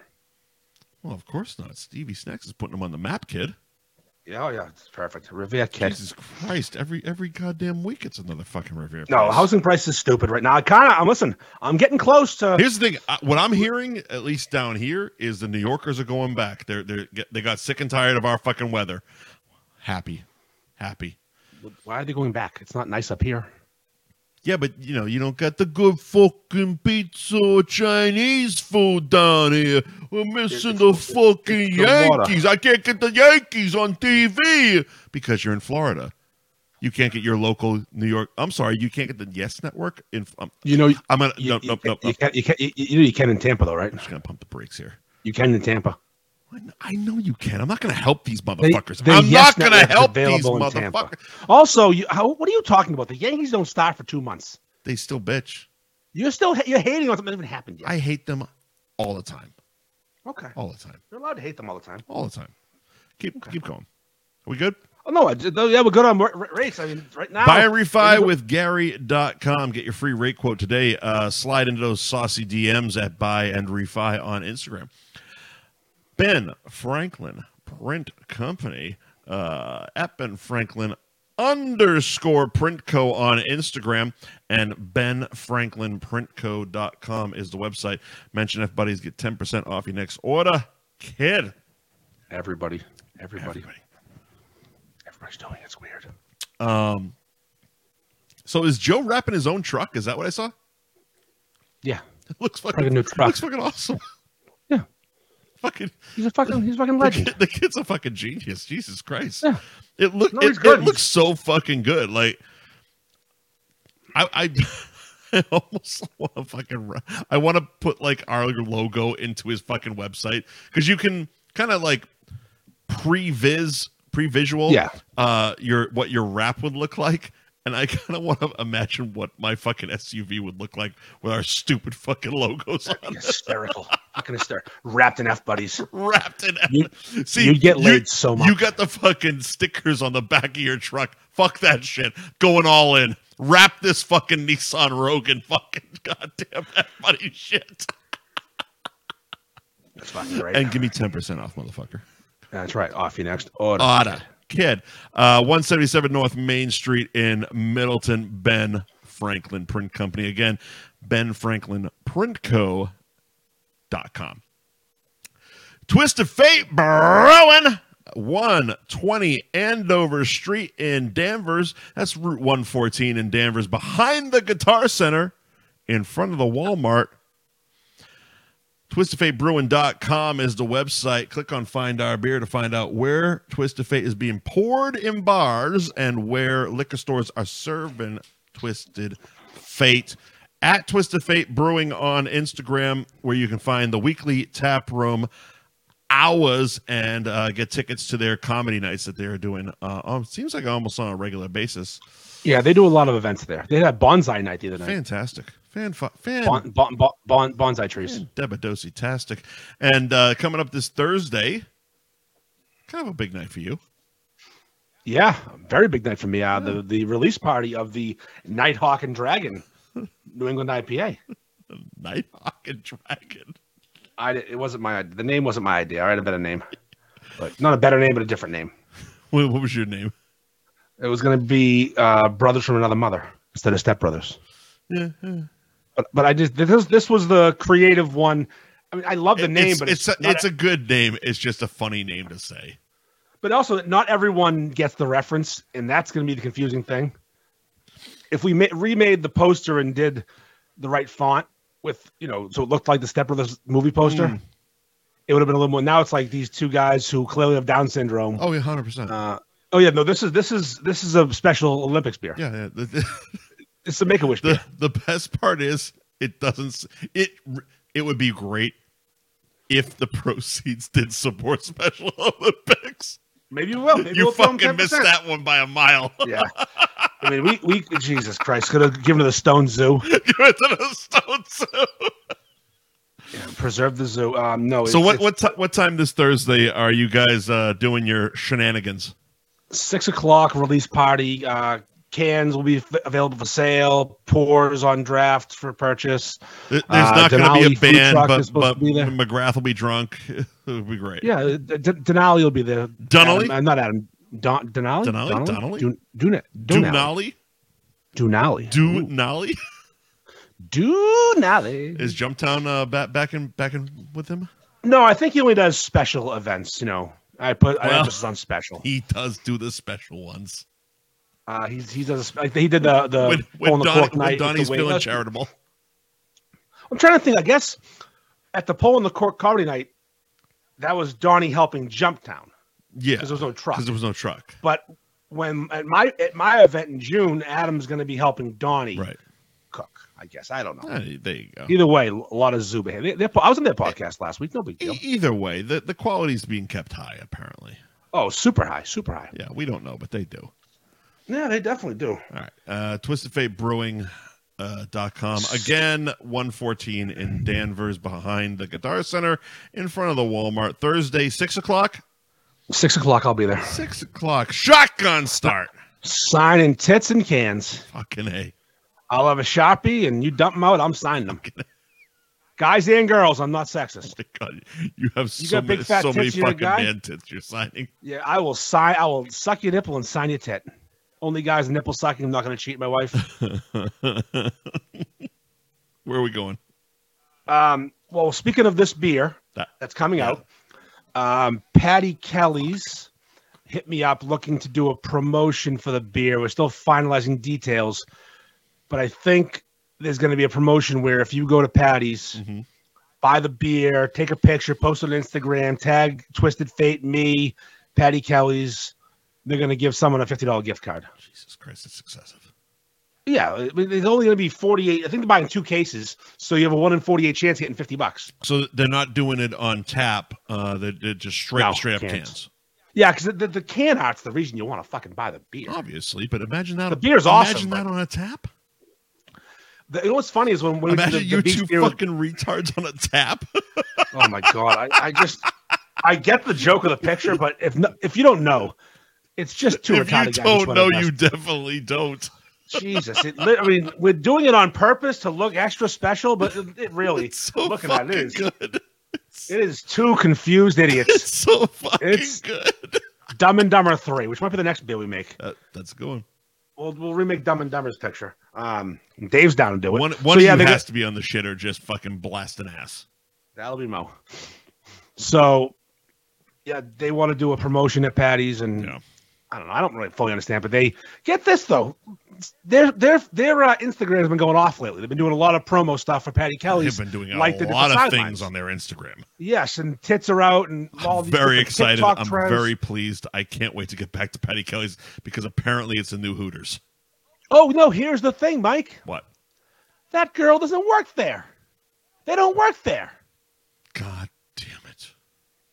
Well, of course not. Stevie Snacks is putting them on the map, kid.
Yeah, oh yeah, it's perfect. Revere kid.
Jesus Christ! Every every goddamn week, it's another fucking Revere.
No,
price.
housing price is stupid right now. I kind of, I'm listen. I'm getting close to.
Here's the thing. I- What I'm hearing, at least down here, is the New Yorkers are going back. They're they are they got sick and tired of our fucking weather. Happy, happy.
Why are they going back? It's not nice up here.
Yeah, but you know you don't got the good fucking pizza or Chinese food down here. We're missing the fucking
the water.
Yankees. I can't get the Yankees on TV because you're in Florida. You can't get your local New York. I'm sorry, you can't get the Yes Network. In, I'm,
You know, you,
I'm gonna
you,
no no no. no.
you can, you, can, you, you know you can in Tampa though, right?
I'm just gonna pump the brakes here.
You can in Tampa.
I kn- I know you can. I'm not gonna help these motherfuckers.
the
I'm
Yes
not gonna
Network's
help these
available in Tampa.
motherfuckers.
Also, you, how, what are you talking about? The Yankees don't start for two months.
They still bitch.
You're still you're hating on something that hasn't happened yet.
I hate them all the time.
okay,
All the time.
you're allowed to hate them all the time.
All the time. Keep
Okay.
keep going. Are we good?
Oh no, I, yeah, we're good on ra- ra- race. I mean, right now,
Buy and refi
Anybody-
with Gary.com. Get your free rate quote today. Uh, slide into those saucy DMs at buy and refi on Instagram. Ben Franklin Print Company, uh, at Ben Franklin underscore Print Co on Instagram, and Ben Franklin BenFranklinPrintCo.com is the website. Mention F Buddies, get 10% off your next order. Kid.
everybody, everybody, everybody's doing it. it's weird.
Um, so is Joe wrapping his own truck? Is that what I saw?
Yeah,
It looks fucking
like a new truck.
Looks fucking awesome.
Yeah.
Fucking
he's a fucking he's a fucking
the,
legend.
kid, the kid's a fucking genius. Jesus Christ.
Yeah.
It look
No,
it,
he's good.
it looks so fucking good. Like I I, I almost want to fucking ru- I want to put like our logo into his fucking website cuz you can kind of like pre-vis pre-visual
Yeah.
uh your what your wrap would look like and I kind of want to imagine what my fucking SUV would look like with our stupid fucking logos on it.
hysterical, fucking hysterical. Wrapped in F buddies.
wrapped in
You-
effort. See,
you'd get
you-
laid so much.
You got the fucking stickers on the back of your truck. Fuck that shit. Going all in. Wrap this fucking Nissan Rogue in fucking goddamn that funny shit.
That's fucking great.
And give me ten percent off, motherfucker.
That's right. Off you next. Order.
Otta kid, uh, one seventy seven North Main Street in Middleton. Ben Franklin Print Company again. Ben Franklin Print Co. dot com. Twist of Fate Brewing. 120 Andover Street in Danvers. That's Route 114 in Danvers, behind the Guitar Center, in front of the Walmart. TwistedFateBrewing.com is the website. Click on Find Our Beer to find out where Twist of Fate is being poured in bars and where liquor stores are serving Twisted Fate. At Twisted Fate Brewing on Instagram, where you can find the weekly tap room hours and uh, get tickets to their comedy nights that they're doing. Uh, um, seems like almost on a regular basis.
Yeah, they do a lot of events there. They had bonsai night the other night.
Fantastic. Fan, fu- fan,
Bon, bon, bon, bon, bonsai trees.
Debadosi Tastic. And uh, coming up this Thursday, kind of a big night for you.
Yeah, very big night for me. Uh, the the release party of the Nighthawk and Dragon New England IPA.
Nighthawk and Dragon.
I di- it wasn't my the name wasn't my idea. I had a better name, but not a better name, but a different name.
What, what was your name?
It was going to be uh, brothers from another mother instead of stepbrothers.
Yeah, yeah.
But but I just this this was the creative one. I mean, I love the name,
it's,
but
it's,
it's,
a,
not
it's a good name. It's just a funny name to say.
But also, not everyone gets the reference, and that's going to be the confusing thing. If we ma- remade the poster and did the right font with, you know, so it looked like the Step Brothers movie poster,
Mm.
it would have been a little more. Now it's like these two guys who clearly have Down syndrome. Oh,
Oh, yeah, 100%.
uh, oh yeah, no, this is this is this is a Special Olympics beer.
yeah, yeah. The, the,
It's a Make a Wish beer.
the, the best part is it doesn't, s- it, r- it would be great if the proceeds did support Special Olympics.
Maybe we will. Oh, Maybe
you
we'll throw 'em
fucking missed
10%.
that one by a mile.
Yeah. I mean, we, we Jesus Christ could have given it the Stone Zoo,
Give it to the Stone Soup.
preserve the zoo. Um, no.
So
it's-
what
it's
what ti what time this Thursday are you guys uh, doing your shenanigans?
six o'clock release party. Uh, cans will be f- available for sale. Pours on draft for purchase.
Th- There's
Uh,
not going to be
Denali
a
food
band,
truck is
but,
supposed
but
to be there.
McGrath will be drunk. It'll be great.
Yeah, uh, D- D- Denali will be there.
Donnelly?
Adam, uh, not Adam. Don- Denali.
Denali? Donnelly?
Dun- Duna- Dunali.
Dunally,
Dunali.
Dunally
Dunali.
is Jumptown uh, back back in back in with him.
No, I think he only does special events. You know, I put I
Well.
emphasis on special.
He does do the special ones
Uh, he's he does like he did the the
when when,
hole in Uh, the
Don,
cork
when
night with the
Donnie's
wing-
feeling
that's-
charitable.
I'm trying to think. I guess at the pole in the court comedy night, that was Donnie helping Jump Town
Yeah,
because there was no truck.
because there was no truck.
but when at my at my event in June, Adam's going to be helping Donnie
Right.
cook. I guess I don't know.
Ah, there you go.
Either way, a lot of Zuba. They, they, I was on their podcast last week. No big deal.
E- either way, the the quality's being kept high. Apparently,
Oh, super high, super high.
yeah. We don't know, but they do.
Yeah, they definitely do.
All right. Uh, Twisted Fate Brewing. Uh, dot com again 114 in danvers behind the guitar center in front of the walmart thursday six o'clock
Six o'clock, I'll be there.
six o'clock shotgun start
Signing tits and cans.
fucking a
I'll have a sharpie, and you dump them out. I'm signing them. Guys and girls, I'm not sexist.
God, you have so
got big
many,
fat
so many
tits, you're a
fucking
guy?
man tits you're signing
Yeah, I will sign. I will suck your nipple and sign your tit. Only guys nipple sucking. I'm not going to cheat my wife.
where are we going
Um, well, speaking of this beer
That-
that's coming
yeah.
out, um, Patty Kelly's hit me up looking to do a promotion for the beer. We're still finalizing details, but I think there's going to be a promotion where if you go to Patty's,
Mhm.
buy the beer, take a picture, post it on Instagram, tag Twisted Fate, me, Patty Kelly's. They're going to give someone a $50 gift card.
jesus christ it's excessive
Yeah, I mean, it's only going to be 48. I think they're buying two cases, so you have a 1 in 48 chance of getting 50 bucks.
so they're not doing it on tap uh they're, they're just straight
No,
straight up
can't.
cans
Yeah, because the, the can art's the reason you want to fucking buy the beer.
obviously but imagine that
The
on-
beer's
imagine
awesome,
that on a tap
The, you know what's funny is when, when we did
imagine
the,
you
the beach
two
beer with-
fucking retards on a tap
oh my god, I, I just I get the joke of the picture, but if no, if you don't know, it's just two
if
retarded
you
guys
don't
with
know
sweater
you definitely don't
vests. Jesus, it, li- I mean, we're doing it on purpose to look extra special, but it, it really
it's so
looking at
fucking
it, it is
good it's,
it is two confused
it's
idiots.
so fucking
it's-
good
Dumb and Dumber Three, which might be the next beer we make.
that, that's going
We'll we'll remake Dumb and Dumber's picture. Um, Dave's down to do it.
one one
so
of
yeah,
you
they got-
has to be on the shit or just fucking blasting ass
That'll be Mo. So, yeah, they want to do a promotion at Patty's, and
Yeah.
I don't know. I don't really fully understand, but they get this though. Their their their uh, Instagram has been going off lately. They've been doing a lot of promo stuff for Patty
They've
Kelly's.
been doing a
like the
lot of things
different sidelines.
on their Instagram.
Yes, and tits are out, and all these
very
different
excited.
TikTok
I'm
trends.
very pleased. I can't wait to get back to Patty Kelly's because apparently it's a new Hooters.
Oh no! Here's the thing, Mike.
What?
That girl doesn't work there. They don't work there.
God damn it.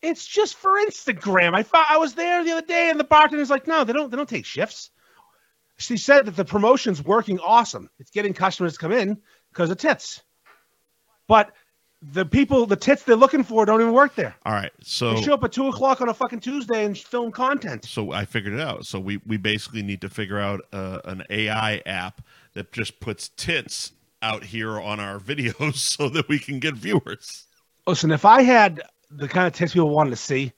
It's just for Instagram. I thought I was there the other day, and the bartender's like, "No, they don't. They don't take shifts." She said that the promotion's working awesome. It's getting customers to come in because of tits, but the people, the tits they're looking for, don't even work there.
All right.
They show
So
up at two o'clock on a fucking Tuesday and film content.
so I figured it out. So we we basically need to figure out uh, an AI app that just puts tits out here on our videos so that we can get viewers.
Listen, if I had the kind of tits people wanted to see,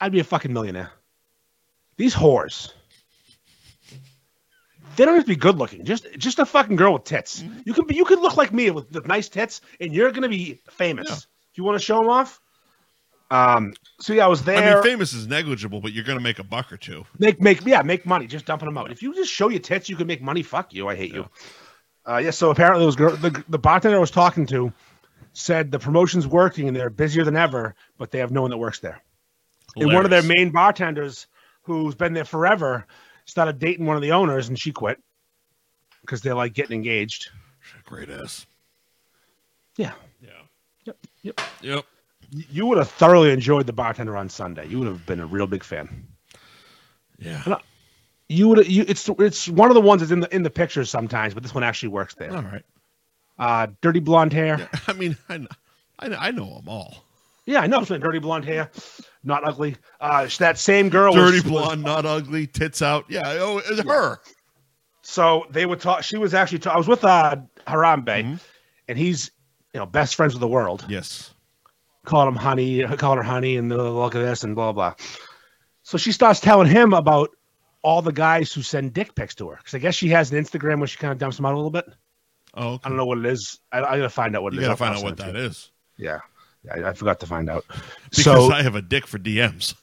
I'd be a fucking millionaire. These whores. They don't have to be good looking. Just just a fucking girl with tits.
Mm-hmm.
You can be you can look like me with, with nice tits and you're gonna be famous.
Yeah.
If you want to show them off. Um so yeah, I was
I
there.
mean, famous is negligible, but you're going to make a buck or two.
make make yeah, make money just dumping them out. If you just show your tits, you can make money. Fuck you. I hate you. Uh yeah, so apparently those girl the, the bartender I was talking to said the promotion's working and they're busier than ever, but they have no one that works there. And one of their
Hilarious.
main bartenders, who's been there forever, started dating one of the owners, and she quit because they're like getting engaged.
great ass.
Yeah,
Yeah.
Yep,
Yep. Yep.
Y- you would have thoroughly enjoyed the bartender on Sunday. You would have been a real big fan.
Yeah.
You would. You, it's it's one of the ones that's in the in the pictures sometimes, but this one actually works there.
All right.
Uh, dirty blonde hair. Yeah,
I mean, I, kn- I, kn- I know them all.
I know. It's dirty blonde hair, not ugly. Uh, that same girl. was-
Dirty
was-
blonde, not ugly, tits out. Yeah, oh, it's her.
So they were talk. She was actually. Ta- I was with uh, Harambe,
Mhm.
and he's you know best friends with the world.
Yes.
called him honey, called her honey, and the look at this and blah blah. So she starts telling him about all the guys who send dick pics to her because I guess she has an Instagram where she kind of dumps them out a little bit.
Oh, okay.
I don't know what it is. I, I gotta find out what it
You
is.
gotta
I'll
find out
send
what
it to
that
you.
is
Yeah, yeah I, I forgot to find out.
because
so
I have a dick for DMs.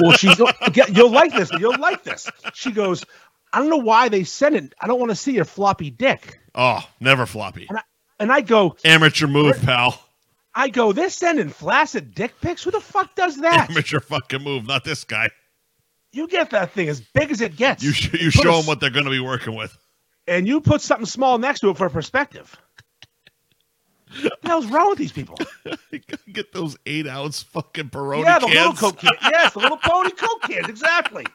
well, she's yeah, you'll like this. You'll like this. She goes, I don't know why they sent it. I don't want to see your floppy dick.
Oh, never floppy.
And I, and I go,
Amateur move, pal.
I go. They're sending flaccid dick pics. Who the fuck does that?
Amateur fucking move. Not this guy.
you get that thing as big as it gets.
You sh- you
Put a
show
s-
them what they're going to be working with.
and you put something small next to it for perspective. what the hell's wrong with these people?
Get those eight ounce fucking Peroni
yeah, the
cans.
little coke can. Yes, the little pony coke cans. Exactly.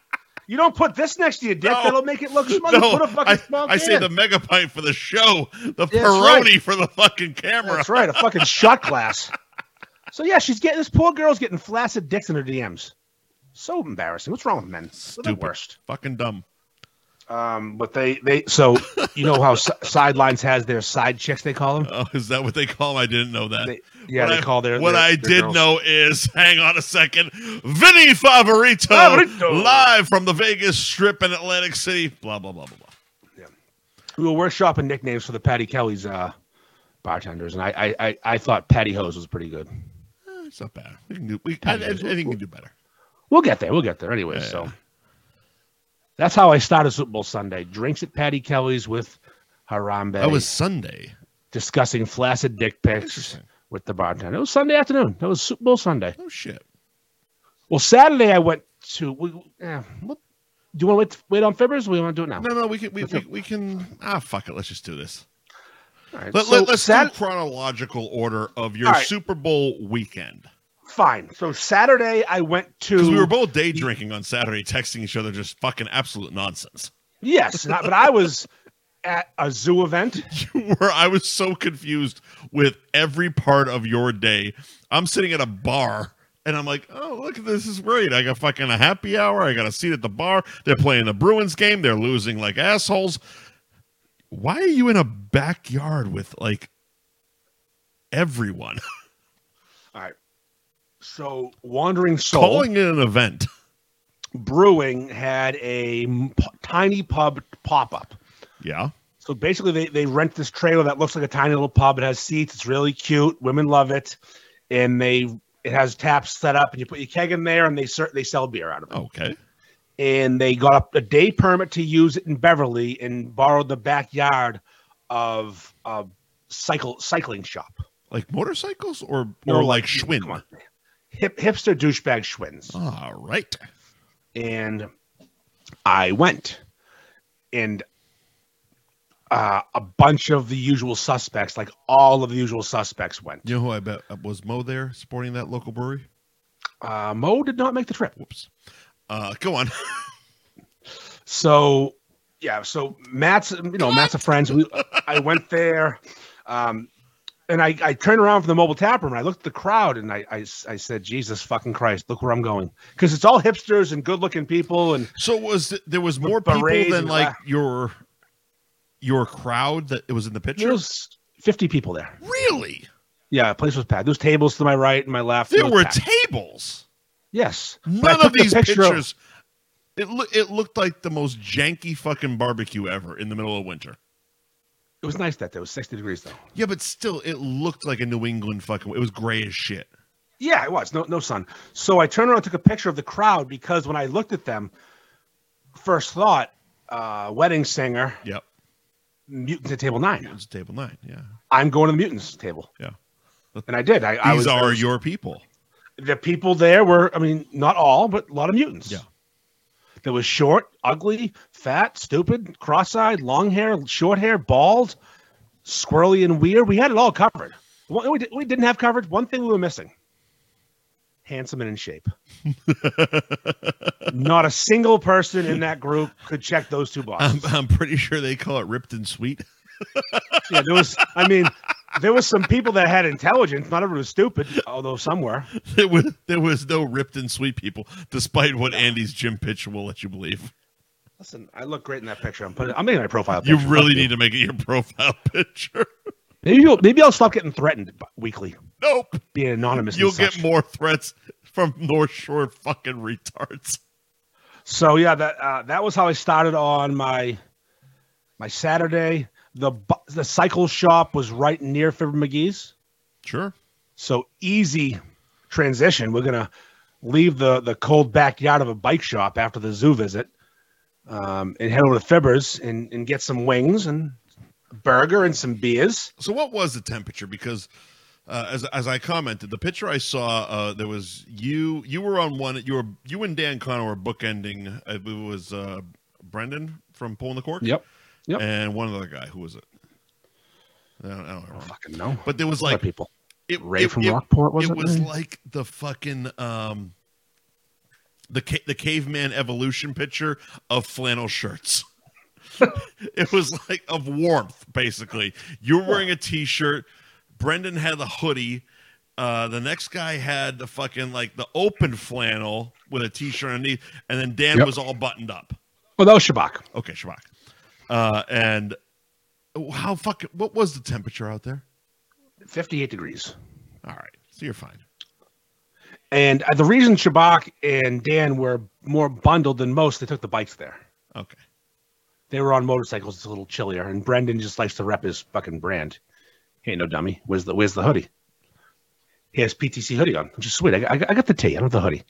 You don't put this next to your dick.
No.
That'll make it look small. you
No,
put a fucking
I,
small
I
can.
say the mega pint for the show, the
That's
Peroni
right.
for the fucking camera.
That's right, a fucking shot glass. So yeah, she's getting this poor girl's getting flaccid dicks in her DMs. So embarrassing. What's wrong with men? They're the
Stupid.
worst.
Fucking dumb.
Um, but they they so you know how si- sidelines has their side chicks they call them.
Oh, is that what they call 'em? I didn't know that.
They, yeah,
Uh, What
they
I-
call their
What
their-
I
their
did
girls.
know is, hang on a second, Vinny Favorito,
Favorito.
live from the Vegas Strip in Atlantic City. Blah blah blah blah blah.
We were workshopping nicknames for the Patty Kelly's uh, bartenders, and I I I, I thought Patty Hose was pretty good.
Eh, It's not bad. We can do. We, I, I, I think we can do better.
We'll get there. We'll get there. Anyway,
Yeah.
so that's how I started Super Bowl Sunday. Drinks at Patty Kelly's with Harambe.
That was Sunday.
discussing flaccid dick pics
Interesting.
with the bartender. It was Sunday afternoon. That was Super Bowl Sunday.
Oh shit.
Well, Saturday I went to. We, eh, what, do you want to wait, wait on Fibbers? We want to do it now.
No, no, we can. We,
Let's
we,
go.
we can. Ah, fuck it. Let's just do this.
All right,
Let,
so
let, let's
Sat-
do chronological order of your
All right.
Super Bowl weekend.
fine. So Saturday I went to.
Because we were both day drinking on Saturday, texting each other just fucking absolute nonsense.
yes, not, but I was at a zoo event.
You were, I was so confused with every part of your day. I'm sitting at a bar and I'm like, oh, look at this. this is great. I got fucking a happy hour. I got a seat at the bar. They're playing the Bruins game. They're losing like assholes. Why are you in a backyard with like everyone
All right. So Wandering Soul
calling it an event?
Brewing had a m- p- tiny pub pop up.
Yeah.
So basically, they, they rent this trailer that looks like a tiny little pub. It has seats. It's really cute. Women love it, and they it has taps set up, and you put your keg in there, and they ser- they sell beer out of it.
Okay.
And they got up a day permit to use it in Beverly, and borrowed the backyard of a cycle cycling shop
Like motorcycles or or like Schwinn?
Come on. hip hipster douchebag Schwinn's.
All right.
and I went, and uh, a bunch of the usual suspects, like all of the usual suspects, went.
You know who I bet uh, was Mo there supporting that local brewery?
Uh, Mo did not make the trip,
Whoops. Uh, go on.
so yeah. So Matt's, you know, Matt's a friend. So we, I went there, um, and I, I turned around from the mobile tap room. And I looked at the crowd, and I, I, I said, "Jesus fucking Christ, look where I'm going," because it's all hipsters and good-looking people, and
So was it- there was more people
berets
than
and
like
la-
your your crowd that it was in the picture?
there was 50 people there.
really?
Yeah, the place was packed. There was tables to my right and my left. It
There
was
were
packed.
tables.
Yes. I
None of
took the
these
picture of-
pictures. It loo- it looked like the most janky fucking barbecue ever in the middle of winter.
It was nice that day. It was 60 degrees, though.
Yeah, but still, it looked like a New England fucking. It was gray as shit.
Yeah, it was. No, no sun. So I turned around and took a picture of the crowd because when I looked at them, first thought, uh, wedding singer,
Yep,
mutants at table nine.
it was table nine. Yeah,
I'm going to the mutants table.
Yeah.
And I did. I, I
these
was,
are your people.
the people there were, I mean, not all, but a lot of mutants.
Yeah.
There was short, ugly, fat, stupid, cross-eyed, long hair, short hair, bald, squirrely, and weird. We had it all covered. One- We, did, we didn't have coverage. One thing we were missing: handsome and in shape. Not a single person in that group could check those two
I'm,
boxes.
I'm pretty sure they call it ripped and sweet.
yeah, there was. I mean, there was some people that had intelligence. Not everyone was stupid, although some were.
There was there was no ripped and sweet people, despite what Andy's gym pitch will let you believe.
Listen, I look great in that picture. I'm putting. I'm making my profile.
You
picture.
really need to make it your profile picture.
Maybe you'll, maybe I'll stop getting threatened b- weekly,
Nope,
being anonymous. and
you'll
such.
get more threats from North Shore fucking retards.
So yeah, that uh, that was how I started on my my Saturday. The bu- the cycle shop was right near Fibber McGee's,
Sure.
so easy transition. We're gonna leave the the cold backyard of a bike shop after the zoo visit, um, and head over to Fibber's and and get some wings and a burger and some beers.
So what was the temperature? Because uh, as as I commented, the picture I saw uh, there was you. You were on one. You were you and Dan Connor were bookending. I believe It was uh, Brendan from pulling the cork.
Yep. Yep.
And one other guy. Who was it? I don't, I don't remember.
Fucking no.
But there was
Other
like
people.
it,
Ray
it-
from
it-
Rockport was
it
it?
was like the fucking um the ca- the caveman evolution picture of flannel shirts. it was like of warmth, basically. You were wearing a t-shirt. Brendan had a hoodie. Uh, the next guy had the fucking like the open flannel with a t-shirt underneath, and then Dan
Yep.
was all buttoned up.
oh, that was Shabak.
Okay, Shabak. Uh, and how fucking what was the temperature out there?
58 degrees.
All right, so you're fine.
And uh, the reason Shabak and Dan were more bundled than most, they took the bikes there.
Okay.
They were on motorcycles. It's a little chillier. And Brendan just likes to rep his fucking brand. Hey, no dummy. Where's the Where's the hoodie? He has PTC hoodie on, which is sweet. I, got- I, got- I got the tee. I don't have the hoodie.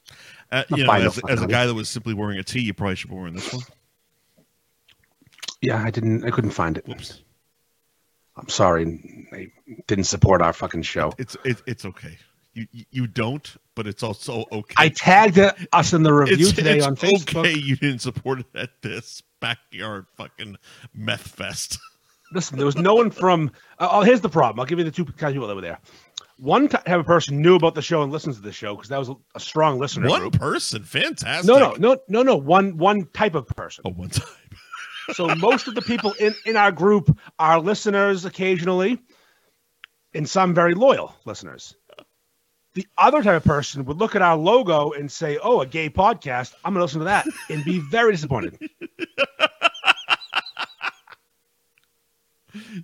Uh,
Not
you know,
buying no
as,
fucking
as a
hoodie.
guy that was simply wearing a tee, you probably should be wearing this one.
Yeah, I didn't. I couldn't find it.
Whoops.
I'm sorry. I didn't support our fucking show.
It's it, it's okay. You you- you don't, but it's also okay.
I tagged it- us in the review
it's,
today
it's
on Facebook.
okay. You didn't support it at this backyard fucking meth fest.
Listen, there was no one from. Uh, oh, here's the problem. I'll give you the two kinds of people that were there. One type of person knew about the show and listens to the show because that was a, a strong listener
One
group.
person, fantastic.
No, no, no, no, no. One one type of person.
Oh, one time.
So most of the people in in our group are listeners occasionally, and some very loyal listeners. The other type of person would look at our logo and say, "Oh, a gay podcast. I'm going to listen to that," and be very disappointed.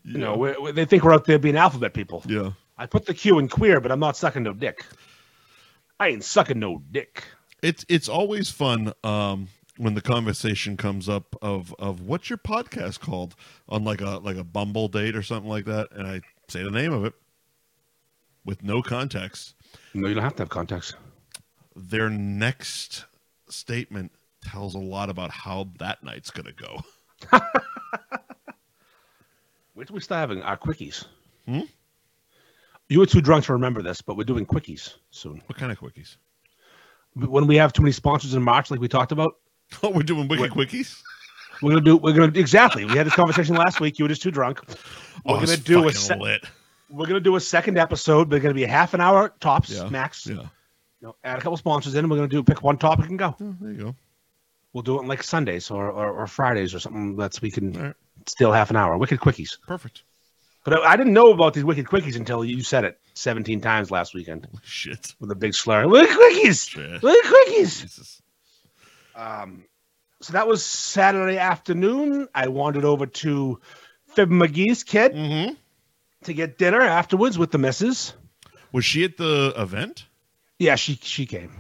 You know, we we- they think we're out there being alphabet people.
Yeah.
I put the Q in queer, but I'm not sucking no dick. I ain't sucking no dick.
It's it's always fun um, when the conversation comes up of of what's your podcast called on like a like a Bumble date or something like that, and I say the name of it with no context.
No, you don't have to have contacts.
their next statement tells a lot about how that night's going to go.
Where do we start having our quickies?
Hmm?
You were too drunk to remember this, but we're doing quickies soon.
What kind of quickies?
When we have too many sponsors in March, like we talked about,
Oh, we're doing wiki quickies.
we're gonna do. We're gonna exactly. We had this conversation last week. You were just too drunk. We're
oh,
gonna
it's
do a
fucking
se-
lit.
We're gonna do a second episode. They're gonna be a half an hour tops
Yeah,
max.
Yeah,
You know, add a couple sponsors in. and We're gonna do pick one topic and go.
Oh, there you go.
We'll do it on like Sundays or, or, or Fridays or something. That's we can
All right.
steal half an hour. Wicked quickies.
Perfect.
But I, I didn't know about these wicked quickies until you said it 17 times last weekend
Holy shit.
with a big slur. Wicked quickies!
Shit.
Wicked quickies!
Jesus.
Um, so that was Saturday afternoon. I wandered over to Fib McGee's kid
Mm-hmm.
to get dinner afterwards with the missus.
Was she at the event?
Yeah, she she came.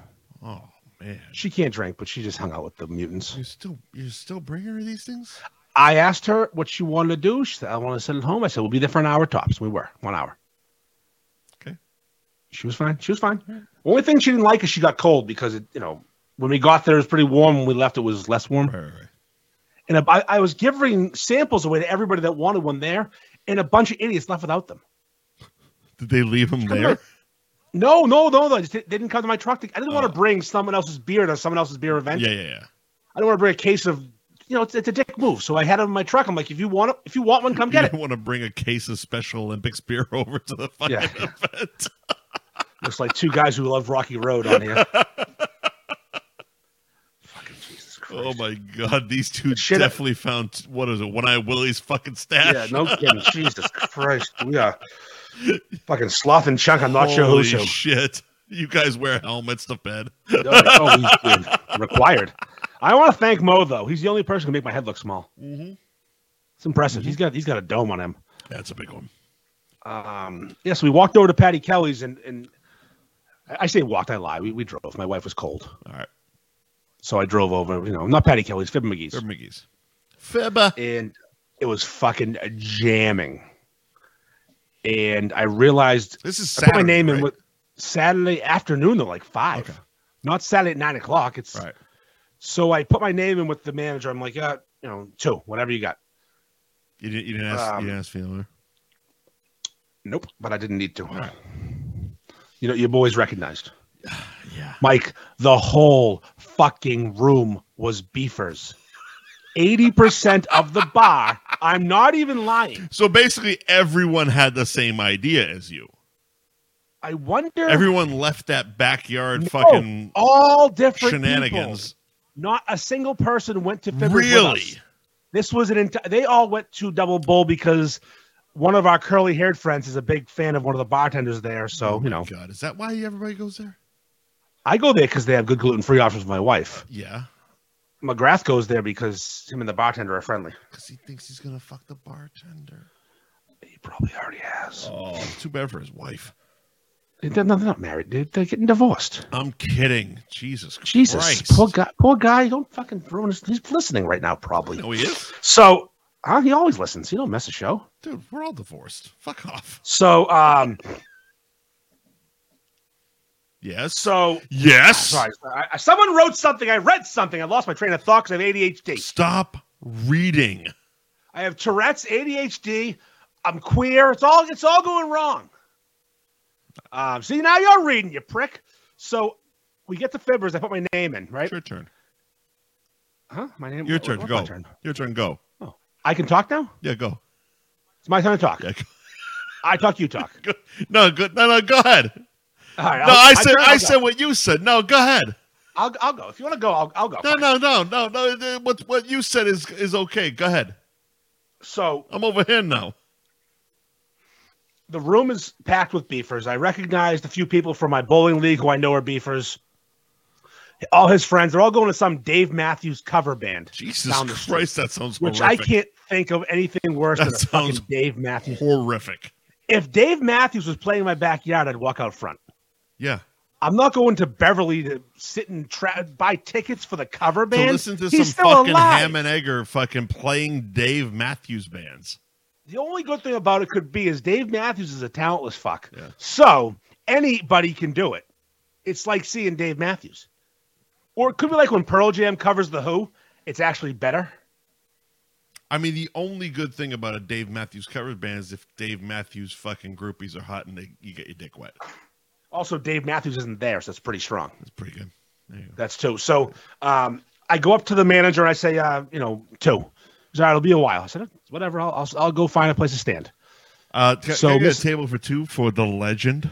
Oh man,
She can't drink, but she just hung out with the mutants.
you still you still bring her these things?
I asked her what she wanted to do. She said, I want to sit at home. I said, We'll be there for an hour tops. We were one hour.
Okay.
She was fine. She was fine. Only thing she didn't like is she got cold because it, you know, when we got there it was pretty warm. When we left it was less warm.
Right, right, right.
And I, I was giving samples away to everybody that wanted one there, and a bunch of idiots left without them.
Did they leave them there?
No, no, no, no. They just didn't- they didn't come to my truck. To, I didn't want
Oh.
to bring someone else's beer to someone else's beer event.
Yeah, yeah, yeah.
I don't want to bring a case of, you know, it's, it's a dick move. So I had it in my truck. I'm like, if you want it, if you want one, come
You
get it.
didn't want to bring a case of Special Olympics beer over to the fucking
Yeah.
event.
Looks like two guys who love Rocky Road on here. Fucking Jesus Christ.
Oh my god, these two
Shit, I-
definitely found what is it? One Eye Willie's fucking stash.
Yeah, no kidding. Jesus Christ. We are fucking sloth and chunk. I'm not sure
Holy
who's who.
shit. You guys wear helmets to bed.
No, no, he's- he's required. I want to thank Mo though. He's the only person who can make my head look small. It's impressive. He's got he's got a dome on him.
Mm-hmm. That's a big one.
Um, yes, we walked over to Patty Kelly's and and I I say walked. I lie. We, we drove. My wife was cold,
All right.
so I drove over. You know, not Patty Kelly's, Fib McGee's.
They're Miggies. Fibba.
and it was fucking jamming. And I realized
This is
I put
Saturday,
my name in
right?
with Saturday afternoon though, like five,
Okay.
not Saturday at nine o'clock. It's
Right.
so I put my name in with the manager. I'm like, uh, you know, two, whatever you got.
You didn't, you didn't ask.
Um,
you didn't ask Fiona.
Nope, but I didn't need to.
right.
You know, your boys recognized.
Yeah.
Mike, the whole fucking room was beefers. 80% of the bar. I'm not even lying.
So basically, everyone had the same idea as you.
I wonder
Everyone left that backyard
No,
fucking
all different
shenanigans.
people. Not a single person went to Fibbers
Really?
With us. This was an entire. They all went to Double Bull because one of our curly-haired friends is a big fan of one of the bartenders there. So you know,
Oh God, is that why everybody goes there?
I go there because they have good gluten-free options. with My wife
Yeah,
McGrath goes there because him and the bartender are friendly.
because he thinks he's gonna fuck the bartender.
He probably already has.
Oh, too bad for his wife.
They're, no, they're not married. They're, they're getting divorced.
I'm kidding. Jesus,
Jesus,
Christ.
poor guy. Poor guy. Don't fucking ruin his. He's listening right now, probably.
No, he is,
So huh, he always listens. He don't miss a show.
dude. We're all divorced. Fuck off.
So um,
Yes.
so
Yes.
Sorry, I, I- someone wrote something. I read something. I lost my train of thought because I have ADHD.
Stop reading.
I have Tourette's, ADHD. I'm queer. It's all it's all going wrong. Um, see now you're reading, you prick. So we get to Fibbers. I put my name in, right?
It's your turn.
Huh? My name.
Your
what-
turn.
what's
Go.
my turn?
Your turn. Go.
I can talk now.
Yeah. Go.
It's my turn to talk.
Yeah. go.
I talk. You talk.
Go. No. Good. No. No. Go ahead.
All right.
No.
I'll-
I
my
said.
turn, I'll
I
go.
said what you said. No. Go ahead.
I'll, I'll go. If you want to go, I'll, I'll go.
No. No. No. No. No. What What you said is is okay. Go ahead.
So
I'm over here now.
the room is packed with beefers. I recognized a few people from my bowling league who I know are beefers. All his friends, they're all going to some Dave Matthews cover band,
Jesus
Down the street.
Christ. That sounds
which I
horrific.
can't think of anything worse than
That
a fucking
sounds-
Dave Matthews.
Horrific.
If Dave Matthews was playing in my backyard, I'd walk out front.
Yeah.
I'm not going to Beverly to sit and tra- buy tickets for the cover band.
to listen to
He's
some
still
fucking
alive.
ham and egger fucking playing Dave Matthews bands.
The only good thing about it could be is Dave Matthews is a talentless fuck.
Yeah.
So anybody can do it. It's like seeing Dave Matthews. Or it could be like when Pearl Jam covers The Who, it's actually better.
I mean, the only good thing about a Dave Matthews cover band is if Dave Matthews fucking groupies are hot and they, you get your dick wet.
Also, Dave Matthews isn't there, so it's pretty strong.
That's pretty good. There you go.
That's two. So um, I go up to the manager and I say, uh, you know, two. He's all right, it'll be a while. I said, whatever, I'll, I'll, I'll go find a place to stand.
Uh, can,
So
can I get
this-
a table for two for the legend.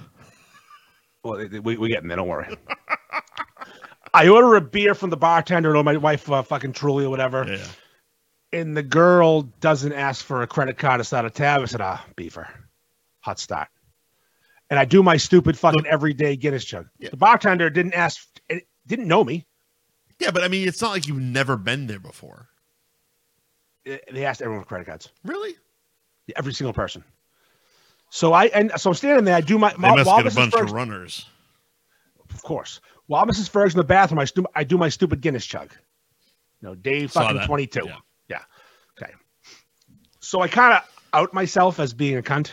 Well, they- they- we, we get in there. Don't worry. I order a beer from the bartender and my wife uh, fucking Truly or whatever.
Yeah.
and the girl doesn't ask for a credit card to start a tab. I said, ah, beaver, hot start. And I do my stupid fucking everyday Guinness chug.
Yeah.
The bartender didn't ask, it didn't know me.
Yeah, but I mean, it's not like you've never been there before.
Eh, They asked everyone for credit cards,
Really?
every single person. So I and so I'm standing there. I do my
They must
while
get
Mrs.
a bunch
Ferguson-
of runners.
of course. While Mrs. Ferg's in the bathroom, I, stu- I do my stupid Guinness chug. You know, day
Saw
fucking
that.
22.
Yeah.
Yeah. Okay. So I kind of out myself as being a cunt.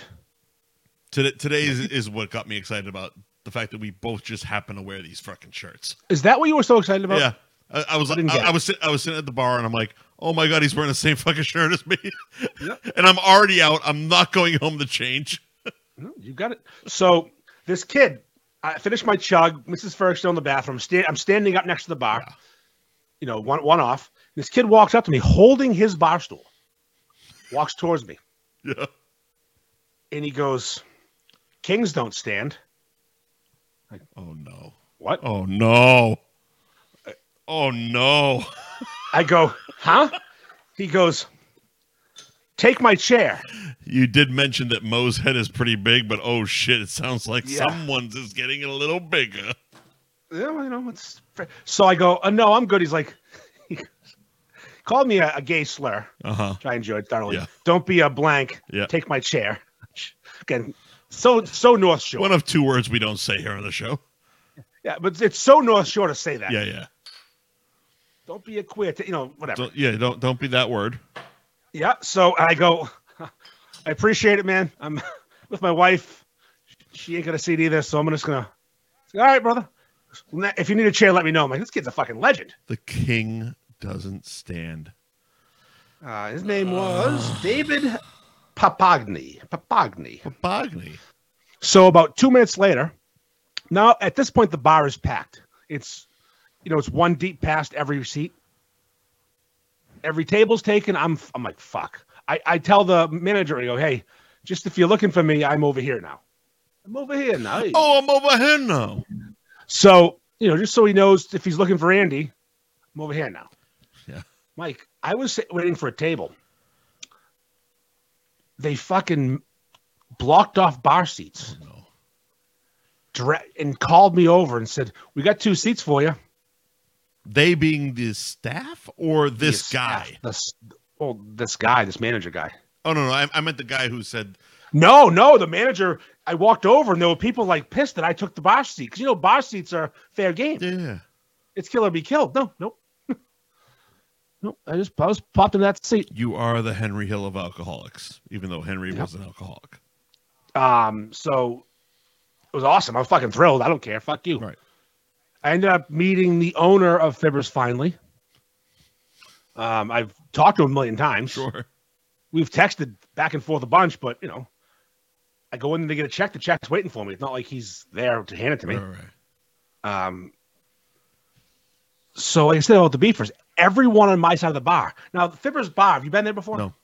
Today, today is, is what got me excited about the fact that we both just happen to wear these fucking shirts.
Is that what you were so excited about?
Yeah. I, I was
I didn't
I,
get
I
it.
was sit, I was sitting at the bar and I'm like, oh my god, he's wearing the same fucking shirt as me,
Yep.
and I'm already out. I'm not going home to change.
No, you got it. So this kid, I finished my chug. Mrs. Ferguson still in the bathroom. Sta- I'm standing up next to the bar. You know, one one off. This kid walks up to me holding his bar stool. Walks towards me
Yeah.
and he goes, "Kings don't stand."
Oh no.
What?
Oh no. Oh no.
I go, "Huh?" He goes, "Take my chair."
You did mention that Moe's head is pretty big, but oh shit, it sounds like
Yeah.
someone's is getting a little bigger.
Yeah, well, you know, it's fair. so I go, uh, "No, I'm good." He's like, he called me a, a gay slur.
Uh huh.
which I enjoyed thoroughly.
Yeah.
Don't be a blank.
Yeah.
Take my chair. Again, so so North Shore.
One of two words we don't say here on the show.
yeah, but it's so North Shore to say that.
Yeah, yeah.
Don't be a queer. T- you know, whatever.
Don't, yeah, don't don't be that word.
yeah. So I go. I appreciate it, man. I'm with my wife. She ain't gonna see it either, so I'm just gonna. All right, brother. If you need a chair, let me know. I'm like, this kid's a fucking legend.
The king doesn't stand.
Uh, his name was David Papagni. Papagni.
Bogny.
So about two minutes later, Now at this point, the bar is packed. It's you know it's one deep past every seat. Every table's taken. I'm I'm like fuck. I, I tell the manager, I go, hey, just if you're looking for me, I'm over here now. I'm over here now.
Oh, I'm over here now.
So, you know, just so he knows if he's looking for Andy, I'm over here now.
Yeah.
Mike, I was sit- waiting for a table. They fucking blocked off bar seats
No.
dire- and called me over and said, we got two seats for you.
They being the staff or this
The
guy?
staff- This, well, this guy, this manager guy.
Oh no, no, I, I meant the guy who said
No, no, the manager. I walked over and there were people like pissed that I took the bar seat because you know bar seats are fair game.
yeah.
It's kill or be killed. No, nope, nope. I just I was popped in that seat.
You are the Henry Hill of alcoholics, even though Henry
Yep.
was an alcoholic.
Um, so it was awesome. I'm fucking thrilled. I don't care. Fuck you.
Right.
I ended up meeting the owner of Fibbers finally. Um, I've talked to him a million times.
Sure.
We've texted back and forth a bunch, but you know, I go in to get a check. The check's waiting for me. It's not like he's there to hand it to me.
All right.
Um, so like I said about the beefers, everyone on my side of the bar. Now, the Fibbers Bar, have you been there before?
No.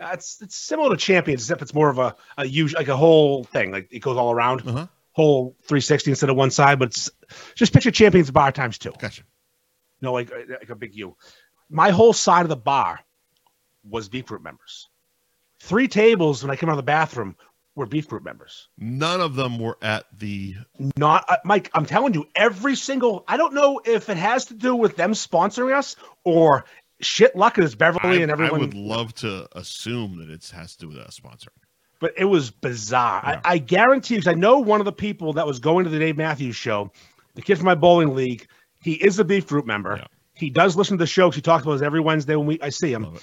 Uh, it's it's similar to Champions, except it's more of a a huge like a whole thing. Like it goes all around,
Uh huh.
whole 360 instead of one side. But it's just picture Champions Bar times two.
Gotcha.
No, like uh, like a big U. My whole side of the bar was beef group members. Three tables when I came out of the bathroom were beef group members.
None of them were at the
Not uh, Mike. I'm telling you, every single. I don't know if it has to do with them sponsoring us or shit luck is Beverly
I,
Oh, and
I
everyone.
would love to assume that it has to do with us sponsoring.
But it was bizarre.
Yeah.
I, I guarantee you, 'cause I know one of the people that was going to the Dave Matthews show, the kid from my bowling league. He is a beef group member.
Yeah.
He does listen to the show. 'cause He talks about us every Wednesday when we I see him.
Love it.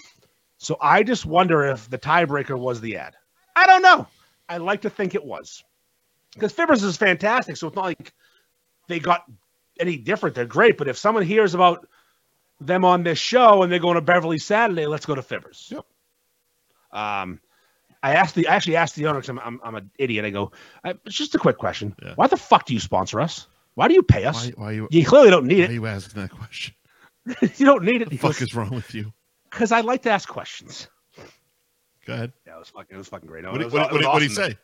So I just wonder if the tiebreaker was the ad. I don't know. I like to think it was. Because Fibbers is fantastic, so it's not like they got any different. They're great, but if someone hears about them on this show and they're going to Beverly Saturday, let's go to Fibbers.
Yep.
Um, I asked the I actually asked the owner because I'm, I'm I'm an idiot. I go, I, it's just a quick question.
Yeah.
Why the fuck do you sponsor us? Why do you pay us?
Why, why you
You clearly don't
why
need
are you asking that question?
it. you don't need it.
The fuck is wrong with you?
Because I like to ask questions.
Go ahead.
Yeah, it was fucking it was fucking great. No,
What
it
did
was-
what,
it
what,
was
what he
awesome.
say?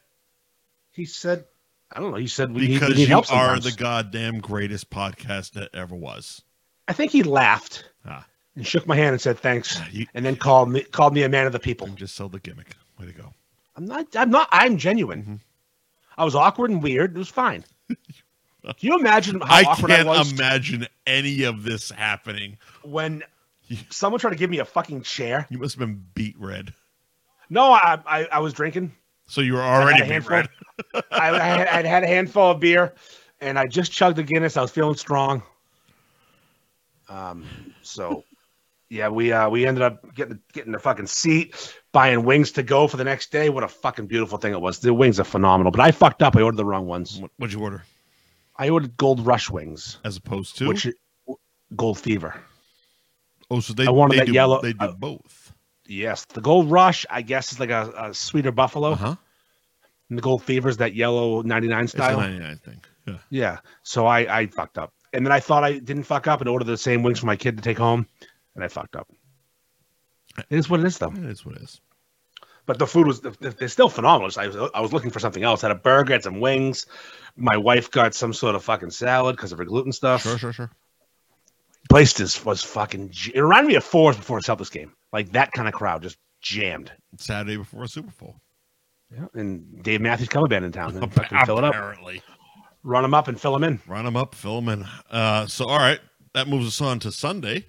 He said, I don't know. He said, we need- we
Because
need
you
help
are
sometimes.
the goddamn greatest podcast that ever was.
I think he laughed
Ah.
and shook my hand and said, thanks.
You,
And then called me, called me a man of the people.
you just sold the gimmick. Way to go.
I'm not, I'm not, I'm genuine.
Mhm.
I was awkward and weird. It was fine. Can you imagine how
I
awkward I
can't
was
imagine any of this happening.
when someone tried to give me a fucking chair?
You must have been beat red.
No, I, I, I was drinking.
So you were already
I had a
beat
handful.
red.
I, I had, I'd had a handful of beer, and I just chugged a Guinness. I was feeling strong. Um, so yeah, we uh, we ended up getting getting a fucking seat, buying wings to go for the next day. What a fucking beautiful thing it was. The wings are phenomenal, but I fucked up. I ordered the wrong ones.
What, what'd you order?
I ordered Gold Rush wings,
As opposed to
which Gold Fever.
oh, so they
I wanted
they
that
do,
yellow-
They do
uh,
both.
Yes, the Gold Rush, I guess, is like a, a sweeter buffalo,
Uh huh.
and the Gold Fever is that yellow ninety nine
It's a
style.
ninety nine thing. Yeah.
Yeah. So I, I fucked up. And then I thought I didn't fuck up and ordered the same wings for my kid to take home. And I fucked up. It is what it is, though.
That is what it is.
But the food was, the- the- they're still phenomenal. So I was, I was looking for something else. I had a burger, had some wings. My wife got some sort of fucking salad because of her gluten stuff.
Sure, sure, sure.
Place just was fucking, j- it reminded me of Fours before the Celtics game. Like that kind of crowd, just jammed.
Saturday before Super Bowl.
Yeah. And Dave Matthews cover band in town. And fucking fill it up,
Apparently.
run them up and fill them in.
Run them up, fill 'em in. Uh, so, all right, that moves us on to Sunday.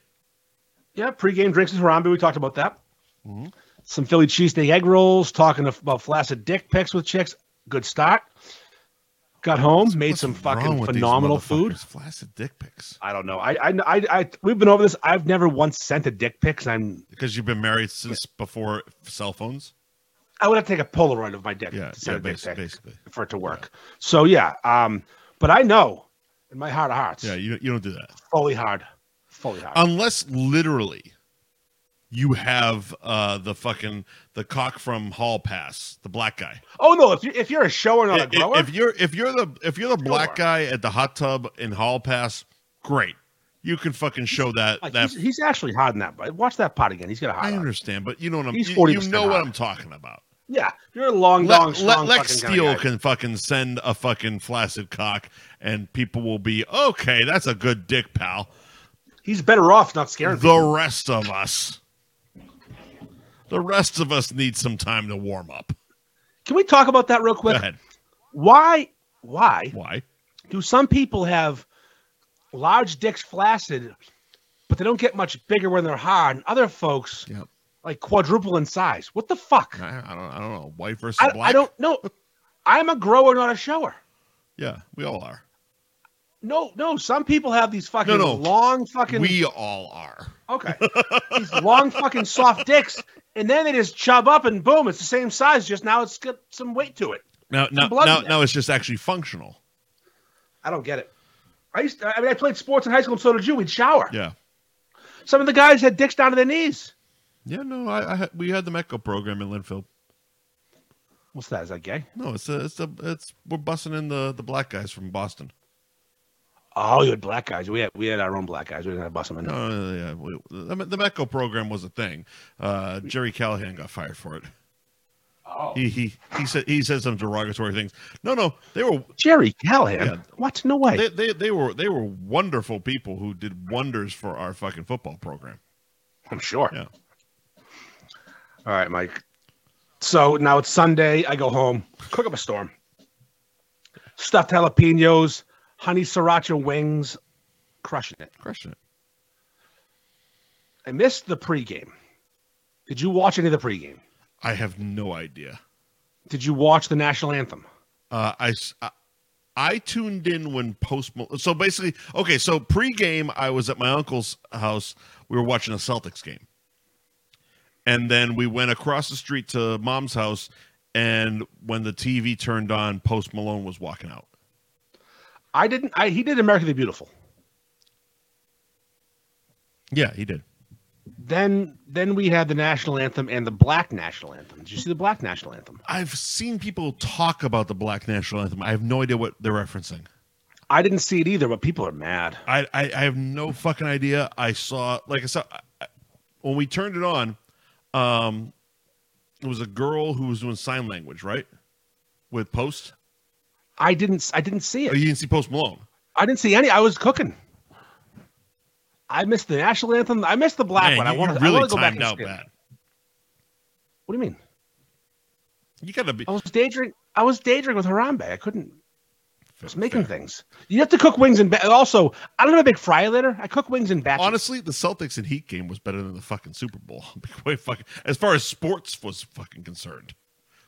Yeah, pregame drinks with Harambe. We talked about that.
Mhm.
Some Philly cheesesteak egg rolls. Talking about flaccid dick pics with chicks. Good start. Got home, made
What's
some
wrong
fucking
with these
phenomenal food.
motherfuckers? Flaccid dick pics.
I don't know. I, I, I, I, we've been over this. I've never once sent a dick pic. 'cause I'm,
Because you've been married since before cell phones.
I would have to take a Polaroid of my dick
Yeah,
to
yeah
send a dick
basically,
pic
basically.
for it to work. So yeah, um, but I know in my heart of hearts,
Yeah, you, you don't do that
fully hard, fully hard.
unless literally you have uh, the fucking the cock from Hall Pass, the black guy.
Oh no, if you if you're a shower not a
If-
grower,
If you're if you're the if you're the black guy at the hot tub in Hall Pass, great. You can fucking show that
like,
that
he's, he's actually hot in that. But watch that pot again. He's got a hot.
I
on.
understand, but you know what I'm
He's
you, you
40%
know what
hot.
I'm talking about.
Yeah, you're a long
Le-
dong.
Le-
strong
Lex
fucking kinda
Steele
guy.
can fucking send a fucking flaccid cock, and people will be okay. That's a good dick, pal.
He's better off not scaring. people.
The rest of us, the rest of us need some time to warm up.
Can we talk about that real
Go
quick?
ahead.
Why? Why
Why?
do some people have large dicks flaccid, but they don't get much bigger when they're hard, and other folks
Yep.
like quadruple in size? What the fuck?
I, I don't. I don't know. White versus
I,
black.
I don't know. I'm a grower, not a shower.
Yeah, we all are.
No, no. Some people have these fucking
no.
long fucking
We all are.
okay, these long fucking soft dicks, and then they just chub up and boom, it's the same size. Just now, it's got some weight to it.
Now, now,
blood
now,
in there.
now it's just actually functional.
I don't get it. I used to, I mean, I played sports in high school, and so did you. We'd shower.
Yeah.
Some of the guys had dicks down to their knees.
Yeah. No, I, I had- we had the Metco program in Linfield.
What's that? Is that gay?
No, it's a, it's a, it's we're busting in the the black guys from Boston.
Oh, you had black guys. We had we had our own black guys. We didn't have bust them in.
No, no, no, yeah, we, the, the Metco program was a thing. Uh, Jerry Callahan got fired for it.
Oh.
He he he said he said some derogatory things. No, no, they were
Jerry Callahan.
Yeah.
What? No way.
they, they they were they were wonderful people who did wonders for our fucking football program.
I'm sure.
Yeah.
All right, Mike. So now it's Sunday. I go home, cook up a storm. Stuffed jalapenos, honey sriracha wings, crushing it.
Crushing it.
I missed the pregame. Did you watch any of the pregame?
I have no idea.
Did you watch the national anthem?
Uh, I, s- I- I tuned in when post. Mal- So basically, okay. So pregame, I was at my uncle's house. We were watching a Celtics game, and then we went across the street to mom's house. And when the TV turned on, Post Malone was walking out.
I didn't. I, he did America the Beautiful.
Yeah, he did.
Then, then we had the national anthem and the black national anthem. Did you see the black national anthem?
I've seen people talk about the Black National Anthem. I have no idea what they're referencing.
I didn't see it either, but people are mad.
I, I, I have no fucking idea. I saw, like I saw, I, I- when we turned it on, um, it was a girl who was doing sign language, right? With Post.
I didn't. I didn't see it.
Oh, you didn't see Post Malone.
I didn't see any. I was cooking. I missed the national anthem. I missed the black
Man,
one.
you,
I want
you
to
really
really go back
timed
and
out
see it.
bad.
What do you mean?
You gotta be.
I was daydreaming. I was daydreaming with Harambe. I couldn't. I was making
Fair.
things. You have to cook wings in. Ba- also, I don't have a big fryer later. I cook wings in batches.
Honestly, the Celtics and Heat game was better than the fucking Super Bowl. I'll be quite fucking, as far as sports was fucking concerned,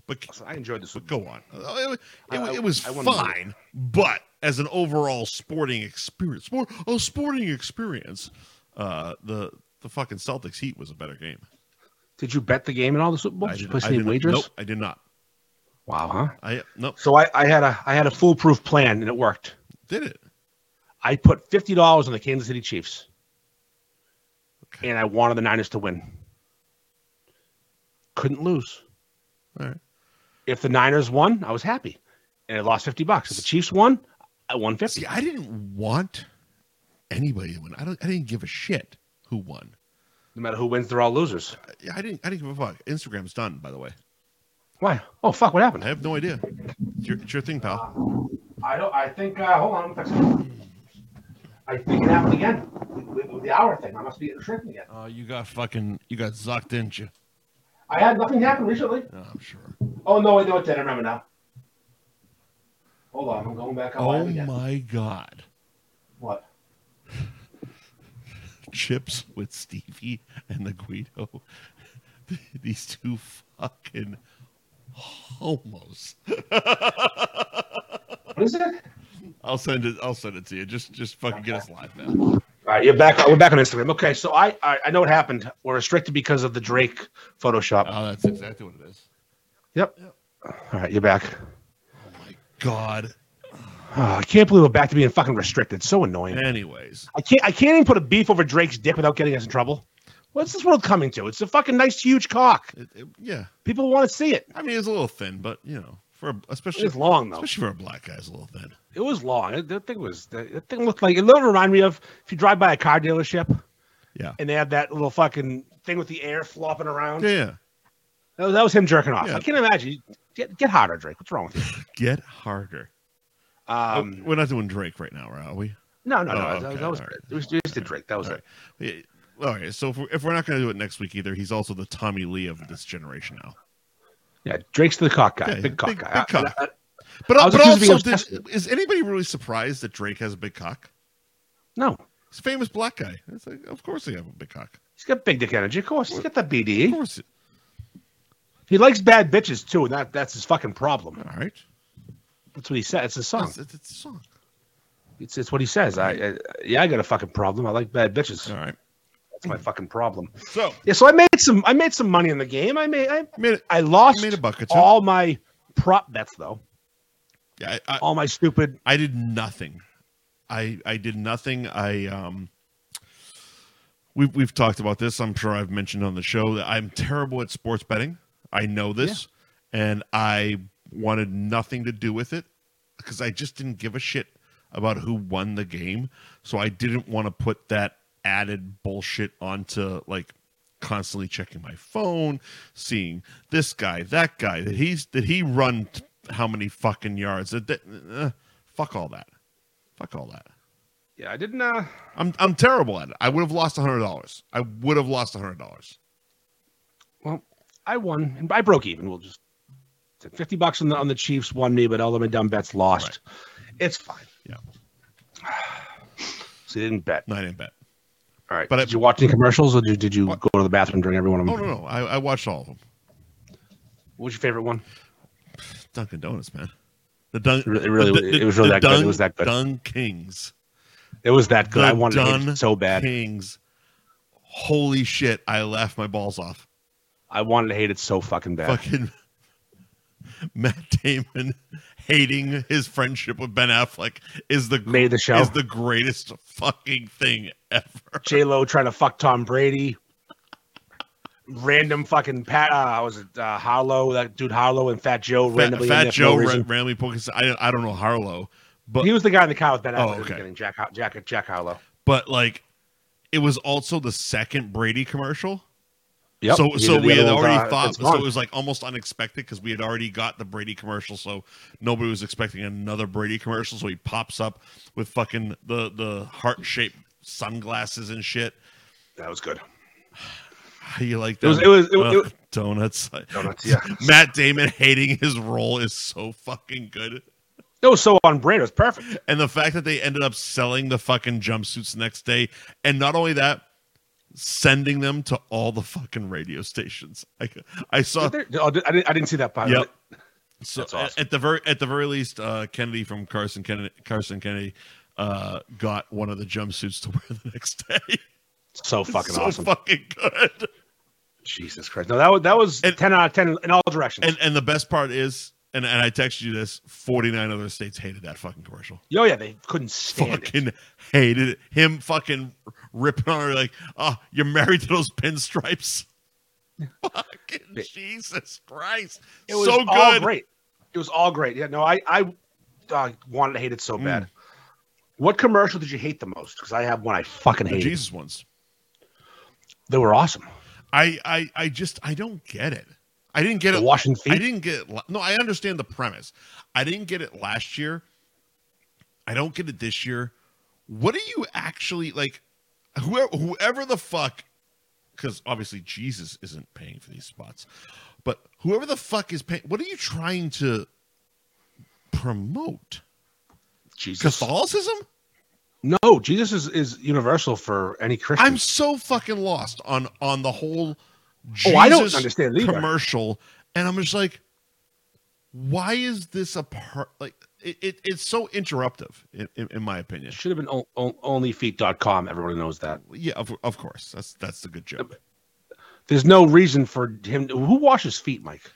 but
I enjoyed this.
but go on. Uh, It, it,
I-
it was
I wouldn't believe
fine, but as an overall sporting experience, sport, a sporting experience, uh, the the fucking Celtics Heat was a better game.
Did you bet the game and all the Super Bowl? Did you place any
not-
wagers?
Nope, I did not.
Wow, huh?
I nope,
So I, I had a I had a foolproof plan and it worked.
did it.
I put fifty dollars on the Kansas City Chiefs,
Okay.
and I wanted the Niners to win. Couldn't lose.
All right.
If the Niners won, I was happy, and I lost fifty bucks. If the Chiefs won, I won fifty.
See, I didn't want anybody to win. I don't. I didn't give a shit who won.
No matter who wins, they're all losers.
I, I didn't. I didn't give a fuck. Instagram's done, by the way.
Why? Oh fuck! What
I
happened?
have no idea. It's your, it's your thing, pal.
I don't. I think. Uh, hold on. I think it happened again with, the hour thing. I must be tripping again.
Uh, you got fucking. You got zucked, didn't you?
I had nothing happen recently.
No, I'm sure.
Oh no! I know it did. I remember now. Hold on. I'm going back
Oh my god.
What?
chips with Stevie and the Guido. These two fucking homos.
What is it? All
I'll send it. I'll send it to you. Just, just fucking get us live now.
right, you're back. We're back on Instagram. Okay, so I I, I know what happened. We're restricted because of the Drake Photoshop.
Oh, that's exactly what it is.
yep. All right, you're back.
Oh my god.
Oh, I can't believe we're back to being fucking restricted. So annoying.
Anyways,
I can't I can't even put a beef over Drake's dick without getting us in trouble. What's this world coming to? It's a fucking nice huge cock.
It- it- yeah.
People want to see it.
I mean, it's a little thin, but you know, for a,
It
especially
was long though.
especially for a black guy, it's a little thin.
It was long. It- That thing was. That that thing looked like. It little remind me of if you drive by a car dealership.
Yeah.
And they had that little fucking thing with the air flopping around.
Yeah, yeah.
That, was, that was him jerking off.
Yeah.
I can't imagine. Get get harder, Drake. What's wrong with you?
Get harder. Oh,
Um,
We're not doing Drake right now, are we?
no, no, no.
Oh,
that,
okay,
that was
all right.
it. was just a Drake. That was
All
it.
right. Yeah, All right. So if we're, if we're not going to do it next week either, he's also the Tommy Lee of this generation now.
Yeah, Drake's the cock guy.
Yeah,
big cock
big-
guy.
big
I-
cock.
I-
But,
I was
but
accused of being
also, did-
obsessed with
is anybody really surprised that Drake has a big cock?
no,
He's a famous black guy. It's like, of course they have a big cock.
he's got big dick energy. Of course, he's got the
Of
BDE.
course.
E. He likes bad bitches too, and that that's his fucking problem.
All right.
That's what he said. It's his song.
It's, it's, it's a song.
It's, it's what he says. I, I yeah, I got a fucking problem. I like bad bitches.
All right.
That's my fucking problem.
So
Yeah, so I made some. I made some money in the game. I made. I,
made it.
I lost
made a buck or two.
all my prop bets though.
Yeah, I, I,
All my stupid.
I did nothing. I I did nothing. I um we've we've talked about this. I'm sure I've mentioned on the show that I'm terrible at sports betting. I know this and I wanted nothing to do with it because I just didn't give a shit about who won the game. So I didn't want to put that added bullshit onto like constantly checking my phone, seeing this guy, that guy, that he's did he run t- how many fucking yards? That, that, uh, fuck all that. Fuck all that.
Yeah, I didn't. Uh,
I'm I'm terrible at it. I would have lost hundred dollars. I would have lost hundred dollars.
well, I won. and I broke even. We'll just fifty bucks on the on the Chiefs won me, but all of my dumb bets lost. It's fine.
Yeah.
So you didn't bet.
No, I didn't bet.
All right.
But
But
I-
did you watch any commercials, or did, did you
What?
go to the bathroom during every one of
Oh
them?
no no. I, I watched all of them.
What was your favorite one?
Dunkin' Donuts, man. The Dun.
It really- it really-
the- the-
it was really
the
that good. It
Dun-
was that good.
Dun Kings.
It was that good.
The
I wanted to hate
Dun
it so bad.
Kings. Holy shit! I laughed my balls off.
I wanted to hate it so fucking bad.
Fucking Matt Damon hating his friendship with Ben Affleck is the
Made the show.
is the greatest fucking thing ever.
J Lo trying to fuck Tom Brady. Random fucking Pat. Uh, was it uh, Harlow? That dude Harlow and Fat Joe
Fat,
randomly. in
Fat
there for no
Joe
reason.
Ra- randomly poking. I I don't know Harlow, but
he was the guy in the car with Ben
Oh,
Affleck at the
okay.
beginning. Jack Har- Jack Jack Harlow.
but like it was also the second Brady commercial.
Yep.
So
He
so
did the
we had
other ones,
already
uh,
thought
it's
so
fun.
it was like almost unexpected because we had already got the Brady commercial, so nobody was expecting another Brady commercial. So he pops up with fucking the the heart shaped sunglasses and shit.
that was good.
How you like
It
that?
was- it was- it was- it was-
donuts.
Donuts, yeah.
Matt Damon hating his role is so fucking good.
It was so on brand. It was perfect.
And the fact that they ended up selling the fucking jumpsuits the next day, and not only that, sending them to all the fucking radio stations. I, I saw.
Did they- oh, did- I, didn't, I didn't see that part.
Yep. So
That's awesome.
at, at the very at the very least, uh, Kennedy from Carson Kennedy Carson Kennedy uh, got one of the jumpsuits to wear the next day.
So fucking
so
awesome.
fucking good.
Jesus Christ. No, that was that was
And-
ten out of ten in all directions.
And and the best part is, and, and I texted you this, 49 other states hated that fucking commercial.
oh yeah, they couldn't stand it.
Fucking hated it. Him fucking ripping on her like, oh, you're married to those pinstripes. fucking
It-
Jesus Christ.
It was
so
all
good.
great. It was all great. Yeah, no, I I uh, wanted to hate it so
Mm.
bad. What commercial did you hate the most? Because I have one I fucking
The
hate.
Jesus ones.
They were awesome.
I, I I just I don't get it. I didn't get
The
it.
washing feet.
I didn't get it. la- No, I understand the premise. I didn't get it last year. I don't get it this year. What are you actually like? Whoever, whoever the fuck, because obviously Jesus isn't paying for these spots, but whoever the fuck is paying, what are you trying to promote?
Jesus.
Catholicism?
No, Jesus is, is universal for any Christian.
I'm so fucking lost on on the whole Jesus
Oh, I don't understand either.
commercial, and I'm just like, why is this a part? Like, it, it it's so interruptive, in, in, in my opinion.
It should have been o- o- onlyfeet.com. Everybody knows that.
Yeah, of, of course, that's that's the good joke.
There's no reason for him. Who washes feet, Mike?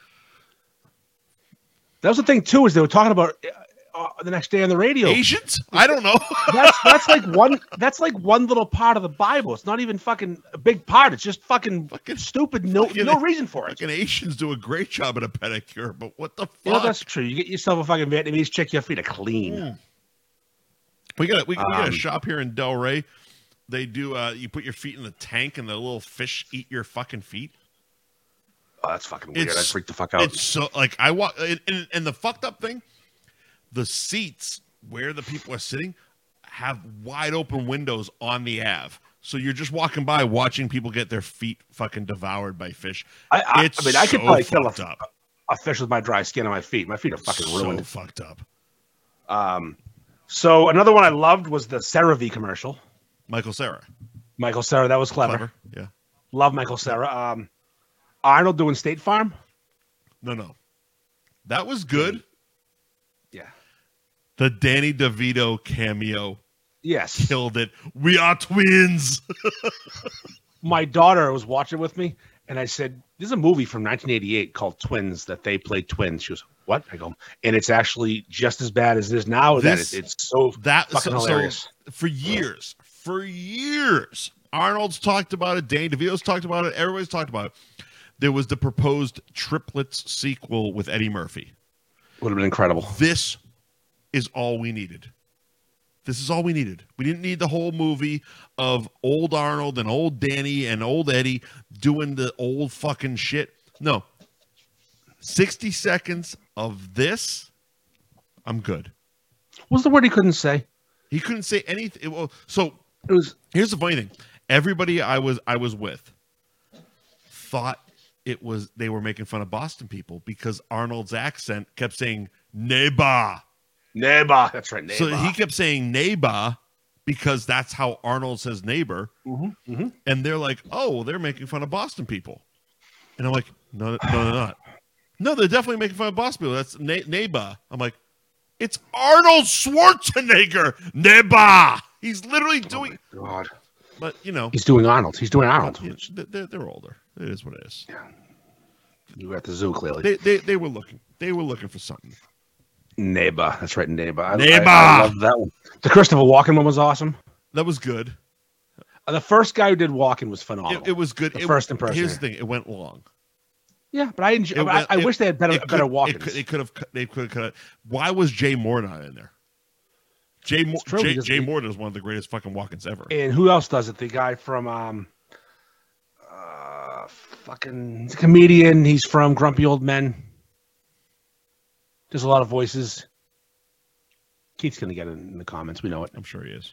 That was the thing too. Is they were talking about uh, uh, the next day on the radio.
Asians? I don't know.
That's that's like one that's like one little part of the Bible. It's not even fucking a big part. It's just fucking,
Fucking-
stupid. No
fucking-
no reason for it.
Fucking Asians do a great job at a pedicure, but what the
You know,
fuck?
that's true. You get yourself a fucking Vietnamese chick, your feet are clean.
we got a, we, we got a
Um,
shop here in Delray. They do. uh You put your feet in the tank, and the little fish eat your fucking feet.
Oh, that's fucking weird.
It's-
I freaked the fuck out.
It's so like I walk and, and, and the fucked up thing, the seats where the people are sitting have wide open windows on the Ave. So you're just walking by watching people get their feet fucking devoured by fish.
I, I, I mean, I could
so
probably kill a,
fucked up.
a fish with my dry skin on my feet. My feet are fucking
so
ruined.
fucked up.
Um, so another one I loved was the CeraVe commercial.
Michael Sarah.
Michael Cera, that was clever.
Clever. Yeah.
Love Michael Cera. Um, Arnold doing State Farm.
No, no. That was good.
Yeah.
The Danny DeVito cameo
Yes.
killed it. We are twins.
My daughter was watching with me, and I said, "There's a movie from 1988 called Twins that they play twins." She was, "What?" I go, "And it's actually just as bad as it is now.
This-
that it, it's so
That
fucking
so, so
hilarious."
for years, for years, Arnold's talked about it. Danny DeVito's talked about it. Everybody's talked about it. There was the proposed triplets sequel with Eddie Murphy.
Would have been incredible.
This is all we needed. This is all we needed. We didn't need the whole movie of old Arnold and old Danny and old Eddie doing the old fucking shit. No. 60 seconds of this, I'm good.
What was the word he couldn't say?
He couldn't say anything. Well, so
It was
here's the funny thing everybody i was i was with thought it was they were making fun of boston people because arnold's accent kept saying neba
neighbor. That's right, neighbor.
so he kept saying neba because that's how arnold says neighbor
Mhm, mhm.
and they're like oh well, they're making fun of boston people and i'm like no no they're not no they're definitely making fun of boston people that's ne- neba i'm like it's arnold schwarzenegger neba he's literally doing
Oh my God.
but you know
He's doing Arnold. He's doing Arnold.
Yeah, th- they're, they're older. It is what it is.
You were at the zoo clearly.
They, they they were looking. They were looking for something.
Neighbor. That's right, neighbor. I, I-
Neighbor.
I love that one. The Christopher Walken one was awesome.
That was good.
Uh, The first guy who did Walken was
It,
phenomenal.
it was good.
The
It-
first impression.
Here's the thing. It went long.
yeah, but I enjoy,
it
I,
went-
I
it-
wish they had better
it
better
could,
Walkens.
It could, it could have. cut- They could have cut. it. Why was Jay Moore not in there? Jay Moore.
true,
Jay,
because
Jay
he-
Moore is one of the greatest fucking walk-ins ever.
and who else does it? The guy from um, uh, fucking he's a comedian. He's from Grumpy Old Men. There's a lot of voices. Keith's gonna get it in the comments. We know it.
I'm sure he is.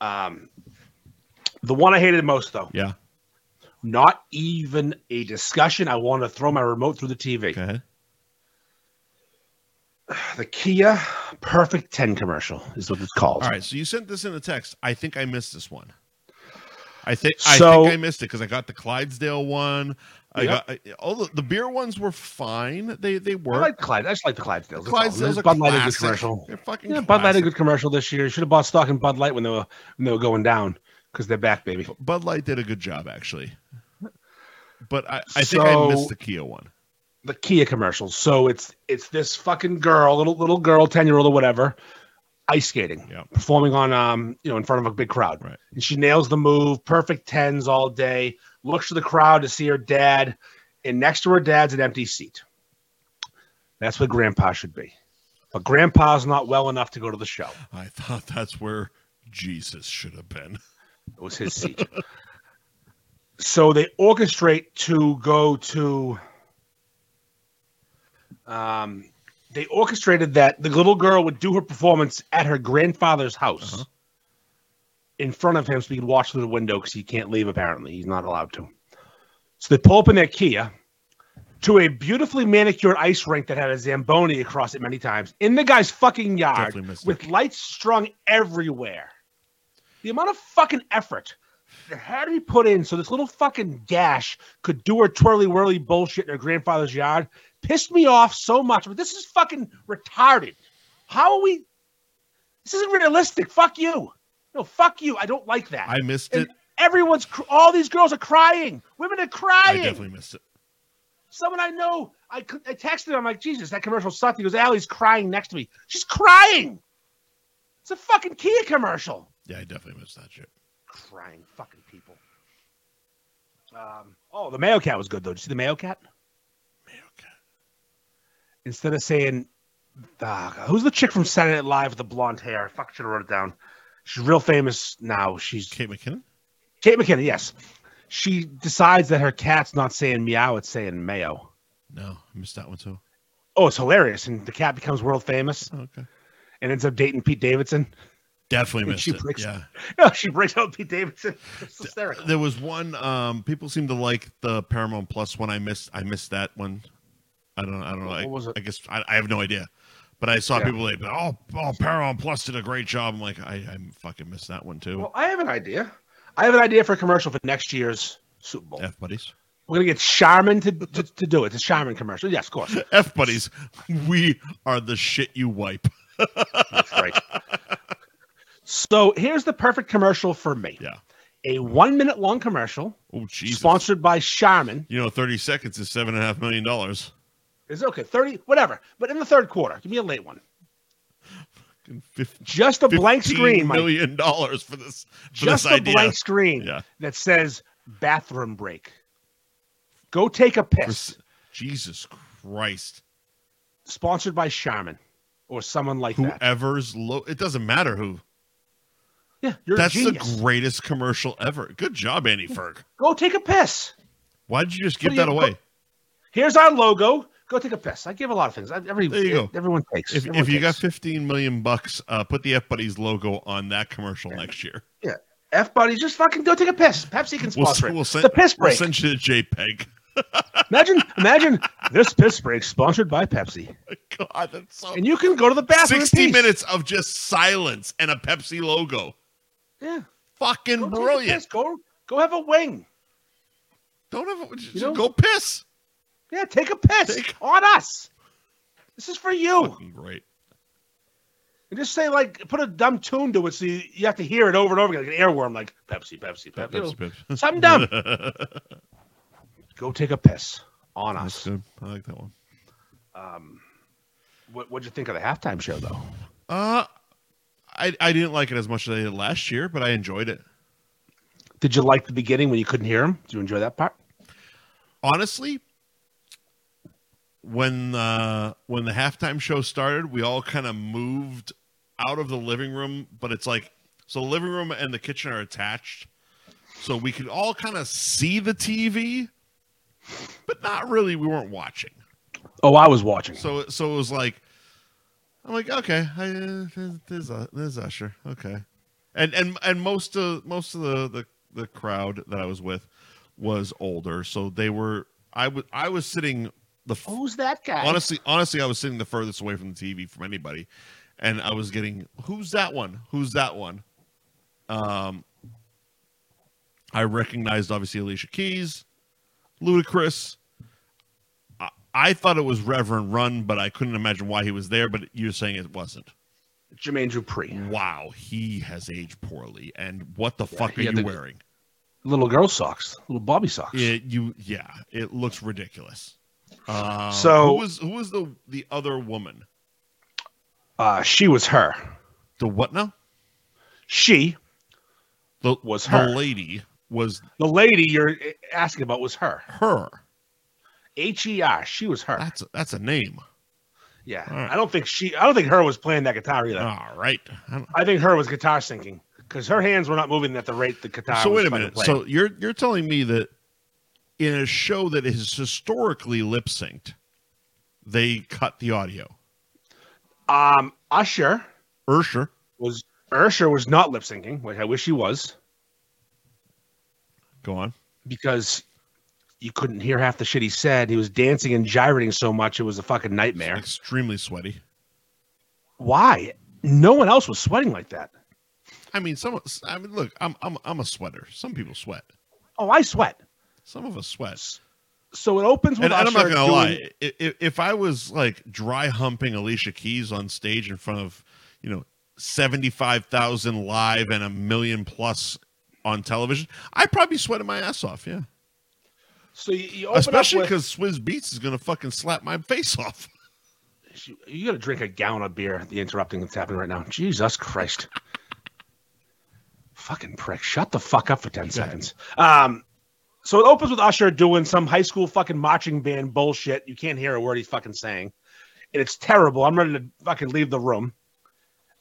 Um, the one I hated most though,
Yeah.
not even a discussion. I want to throw my remote through the TV.
Go ahead.
The Kia Perfect 10 commercial is what it's called.
All right. So you sent this in the text. I think I missed this one. I think I
So-
think I missed it because I got the Clydesdale one. I
Yep.
got I, all the, the beer ones were fine. They they
I
were.
like Clyde. I just like the Clydesdales.
Clydesdale's
Clydesdales
a
Bud Light a good
classic.
commercial.
They're fucking
Yeah, Bud Light a
classic.
good commercial this year. Should have bought stock in Bud Light when they were when they were going down because they're back, baby.
Bud Light did a good job actually. But I, I think I
So-
missed the Kia one.
The Kia commercials. So it's it's this fucking girl, little little girl, ten year old or whatever, ice skating,
Yeah.
performing on um you know in front of a big crowd.
Right.
And she nails the move, perfect tens all day. Looks to the crowd to see her dad, and next to her dad's an empty seat. That's what Grandpa should be. But Grandpa's not well enough to go to the show.
I thought that's where Jesus should have been.
It was his seat. so they orchestrate to go to. Um, they orchestrated that the little girl would do her performance at her grandfather's house
Uh-huh.
in front of him so he could watch through the window because he can't leave, apparently. He's not allowed to. So they pull up in their Kia to a beautifully manicured ice rink that had a Zamboni across it many times in the guy's fucking yard
Definitely missed
Ah, with
it.
lights strung everywhere. The amount of fucking effort that had to be put in so this little fucking gash could do her twirly whirly bullshit in her grandfather's yard pissed me off so much. But this is fucking retarded. How are we? This isn't realistic. Fuck you. No, fuck you. I don't like that.
I missed
And
it.
Everyone's, cr- all these girls are crying. Women are
I
crying.
definitely missed it.
Someone I know, I, c- I texted him. I'm like, Jesus, that commercial sucked. He goes, Allie's crying next to me. She's crying. It's a fucking Kia commercial.
Yeah, I definitely missed that shit.
Crying fucking people. Um, oh, the Mayo Cat was good, though. Did you see the Mayo Cat?
Man, okay.
Instead of saying, ah, God, who's the chick from Saturday Night Live with the blonde hair? Fuck, should have wrote it down. She's real famous now. She's
Kate McKinnon?
Kate McKinnon, yes. She decides that her cat's not saying meow, it's saying mayo.
No, I missed that one too.
Oh, it's hilarious. And the cat becomes world famous
Oh, okay.
and ends up dating Pete Davidson.
Definitely missed
She
it.
breaks-
Yeah.
No, she breaks out with Pete Davidson. It's hysterical.
There was one um people seem to like the Paramount Plus one I missed I missed that one. I don't I don't know. I,
What was it?
I guess I, I have no idea. But I saw
Yeah.
people like oh, oh Paramount Plus did a great job. I'm like I, I fucking missed that one too.
Well, I have an idea. I have an idea for a commercial for next year's Super Bowl.
F buddies.
We're gonna get Charmin to, to, to do it. The Charmin commercial. Yes, of course.
F buddies. We are the shit you wipe.
That's right. So here's the perfect commercial for me.
Yeah.
A one minute long commercial
Oh Jesus.
sponsored by Charmin.
You know, thirty seconds is seven and a half million dollars.
Is okay, 30, whatever. But in the third quarter, give me a late one.
Fucking fif-
Just a blank
$15
screen, Mike.
million dollars for this for
just
this
a
idea.
blank screen
Yeah.
that says bathroom break. Go take a piss.
For- Jesus Christ.
Sponsored by Charmin or someone like that.
Whoever's low it doesn't matter who.
Yeah, you're
That's
a genius.
the greatest commercial ever. Good job, Andy Ferg.
Go take a piss.
Why did you just give
Well,
that
you-
away?
Here's our logo. Go take a piss. I give a lot of things. I, every
There you go.
everyone takes.
If,
everyone
if you got
takes.
15 million bucks, uh, put the F Buddies logo on that commercial next year.
F buddies, just fucking go take a piss. Pepsi can
We'll,
sponsor it.
we'll send,
the piss
we'll
break.
send you a JPEG.
imagine, imagine this piss break sponsored by Pepsi,
God, that's so.
and you can go to the bathroom. in
60
peace.
Oh. minutes of just silence and a Pepsi logo.
Yeah,
Fucking
go take a piss.
brilliant.
Go, go have a wing.
Don't have a, just
You know-
go piss.
Yeah, take a piss
Take-
on us. This is for you.
Fucking great.
And just say like, put a dumb tune to it, so you, you have to hear it over and over again, like an earworm, like Pepsi, Pepsi, Pepsi, you know,
Pepsi, Pepsi.
something dumb. go take a piss on
That's
us.
good. I like that one.
Um, what what'd you think of the halftime show though?
Uh, I, I didn't like it as much as I did last year, but I enjoyed it.
Did you like the beginning when you couldn't hear him? Did you enjoy that part?
honestly when uh when the halftime show started we all kind of moved out of the living room but it's like so the living room and the kitchen are attached so we could all kind of see the tv but not really we weren't watching
Oh, I was watching.
so so it was like i'm like okay I, uh, there's- there's a there's usher okay and and and most of most of the the, the crowd that i was with was older so they were i was i was sitting the f-
Who's that guy?
honestly honestly i was sitting the furthest away from the tv from anybody and i was getting who's that one who's that one um i recognized obviously alicia keys ludacris I, I thought it was reverend run but i couldn't imagine why he was there but you're saying it wasn't
Jermaine Dupri.
wow he has aged poorly and what the fuck are
he had
you
the-
wearing
Little girl socks. Little Bobby socks.
it, you yeah it looks ridiculous um,
So-
who was who was the the other woman
Uh, she was her.
the what now
She,
the,
Was
the
her.
lady was
the lady you're asking about, was her.
her.
H E R. She was her.
That's a, that's a name.
Yeah.
all right.
I don't think she. I don't think her was playing that guitar either.
All right. I don't-
I think her was guitar syncing because her hands were not moving at the rate the guitar.
So
was
wait a
fucking
minute.
playing.
So you're you're telling me that in a show that is historically lip synced, they cut the audio.
um, Usher
Ursher.
was Usher was not lip syncing. Which I wish he was
Go on.
because you couldn't hear half the shit he said. He was dancing and gyrating so much it was a fucking nightmare.
Extremely sweaty.
Why? No one else was sweating like that.
I mean, some. I mean, look. I'm I'm I'm a sweater. Some people sweat.
Oh, I sweat.
Some of us sweat.
So it opens with
and, and I'm not
Usher
gonna
doing-
lie, i- i- if I was like dry humping Alicia Keys on stage in front of you know seventy five thousand live and a million plus on television, I'd probably be sweating my ass off. Yeah,
So you, you open
Especially
up with,
because Swizz Beats is gonna fucking slap my face off.
you, you got to drink a gallon of beer. The interrupting that's happening right now. Jesus Christ. Fucking prick. Shut the fuck up for 10 seconds. Um, so it opens with Usher doing some high school fucking marching band bullshit. You can't hear a word he's fucking saying. And it's terrible. I'm ready to fucking leave the room.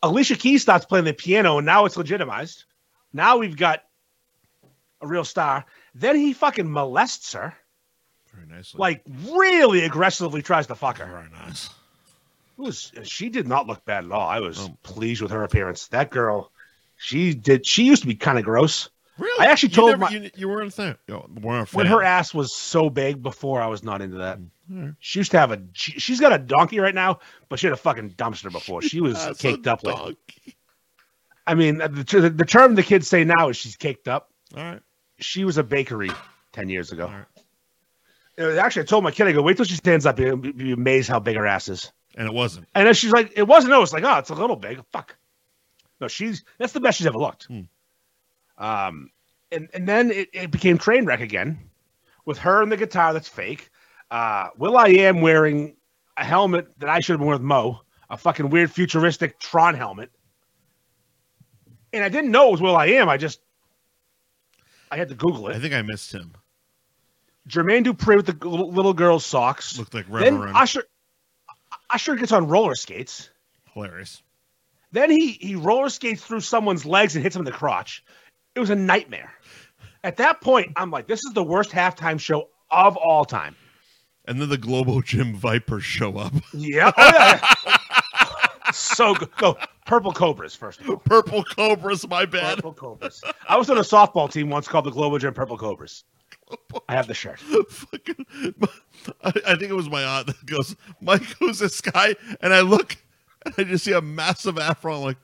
Alicia Keys starts playing the piano, and now it's legitimized. Now we've got a real star. Then he fucking molests her,
Very nicely.
like really aggressively tries to fuck her.
very nice.
It was she did not look bad at all. I was
Um,
pleased with her appearance. That girl, she did. She used to be kind of gross.
Really?
I actually
You
told
never-
my-
you, you weren't a fan. Yo, weren't a fan.
When her ass was so big before, I was not into that.
Mm. Alright.
She used to have a. She, she's got a donkey right now, but she had a fucking dumpster before. She was
That's a
caked up. Like,
dog.
I mean, the, the, the term the kids say now is she's caked up.
All right.
She was a bakery ten years ago.
Alright.
It was- Actually, I told my kid, I go, wait till she stands up. You'll be- be amazed how big her ass is.
And it wasn't.
And then she's like, it wasn't. No, it's like, oh, it's a little big. Fuck. No, she's that's the best she's ever looked.
Hmm.
Um, and and then it, it became train wreck again, with her and the guitar that's fake. Uh, Will I am wearing a helmet that I should have been with Mo, a fucking weird futuristic Tron helmet. And I didn't know it was Will I am. I just I had to Google
I
it.
think I missed him.
Jermaine Dupri with the g- little girl's socks.
Looked like
then
Reverend.
Usher Usher gets on roller skates.
Hilarious.
Then he he roller skates through someone's legs and hits him in the crotch. It was a nightmare. At that point, I'm like, this is the worst halftime show of all time.
And then the Globo Gym Vipers show up.
Yeah. Oh, yeah, yeah. so good. No, Purple Cobras, first of all.
Purple Cobras, my bad.
Purple Cobras. I was on a softball team once called the Global Gym Purple Cobras. I have the shirt.
Fucking, I, I think it was my aunt that goes, Mike, who's this guy? And I look and I just see a massive afro. I'm like,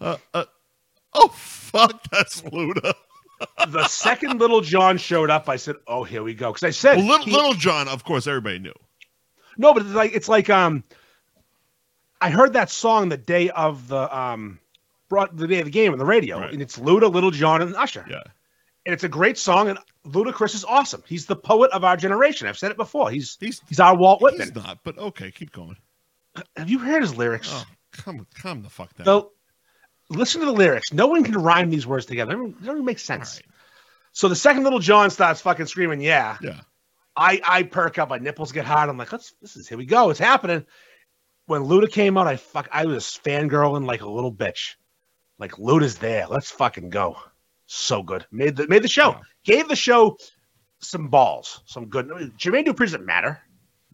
uh, uh, oh, fuck, that's Luda.
The second Little John showed up, I said, oh, here we go. Because I said,
Well, little,
he-
little John, of course, everybody knew.
No, but it's like it's like um, I heard that song the day of the um, brought the day of the game on the radio,
Right.
and it's Luda, Little John, and Usher,
Yeah.
and it's a great song. And Ludacris is awesome. He's the poet of our generation. I've said it before. He's
He's,
he's our Walt Whitman.
he's not, but okay, keep going.
Have you heard his lyrics?
Oh, calm, calm the fuck down.
Though, listen to the lyrics. No one can rhyme these words together. It doesn't even make
All
sense.
right.
So the second Little John starts fucking screaming, "Yeah!"
Yeah.
I I perk up, my nipples get hot. I'm like, let's this is here we go, it's happening. When Luda came out, I fuck I was fangirling like a little bitch. Like Luda's there. Let's fucking go. So good. Made the made the show.
Yeah.
Gave the show some balls. Some good Jermaine Dupri doesn't matter.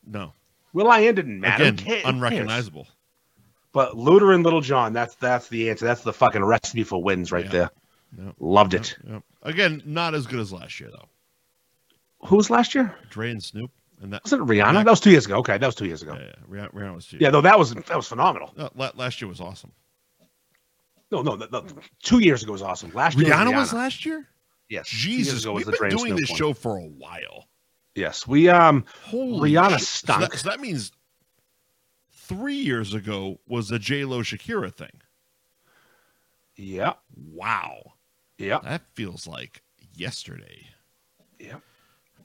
No.
Will I end didn't matter.
Again,
Who cares?
unrecognizable.
But Luda and Little John, that's that's the answer. That's the fucking recipe for wins right
Yeah.
there.
Yep.
Loved
Yep,
it.
yep. Again, not as good as last year, though.
Who was last year?
Dre and Snoop. And that,
Was it Rihanna? That was two years ago. Okay, that was two years ago.
yeah,
Yeah,
yeah, Rihanna Rihanna was,
though that was that was phenomenal.
No, la- last year was awesome.
No, no, no, no. Two years ago was awesome. Last year,
Rihanna,
Rihanna.
was last year.
Yes, two years
Jesus,
ago
we've
the
been
Dre and
doing
Snoop
this
one.
show for a while.
Yes, we um,
Holy
Rihanna
shit. So that,
stunk.
so that means three years ago was the J Lo Shakira thing.
yeah,
Wow,
yeah,
that feels like yesterday.
yeah.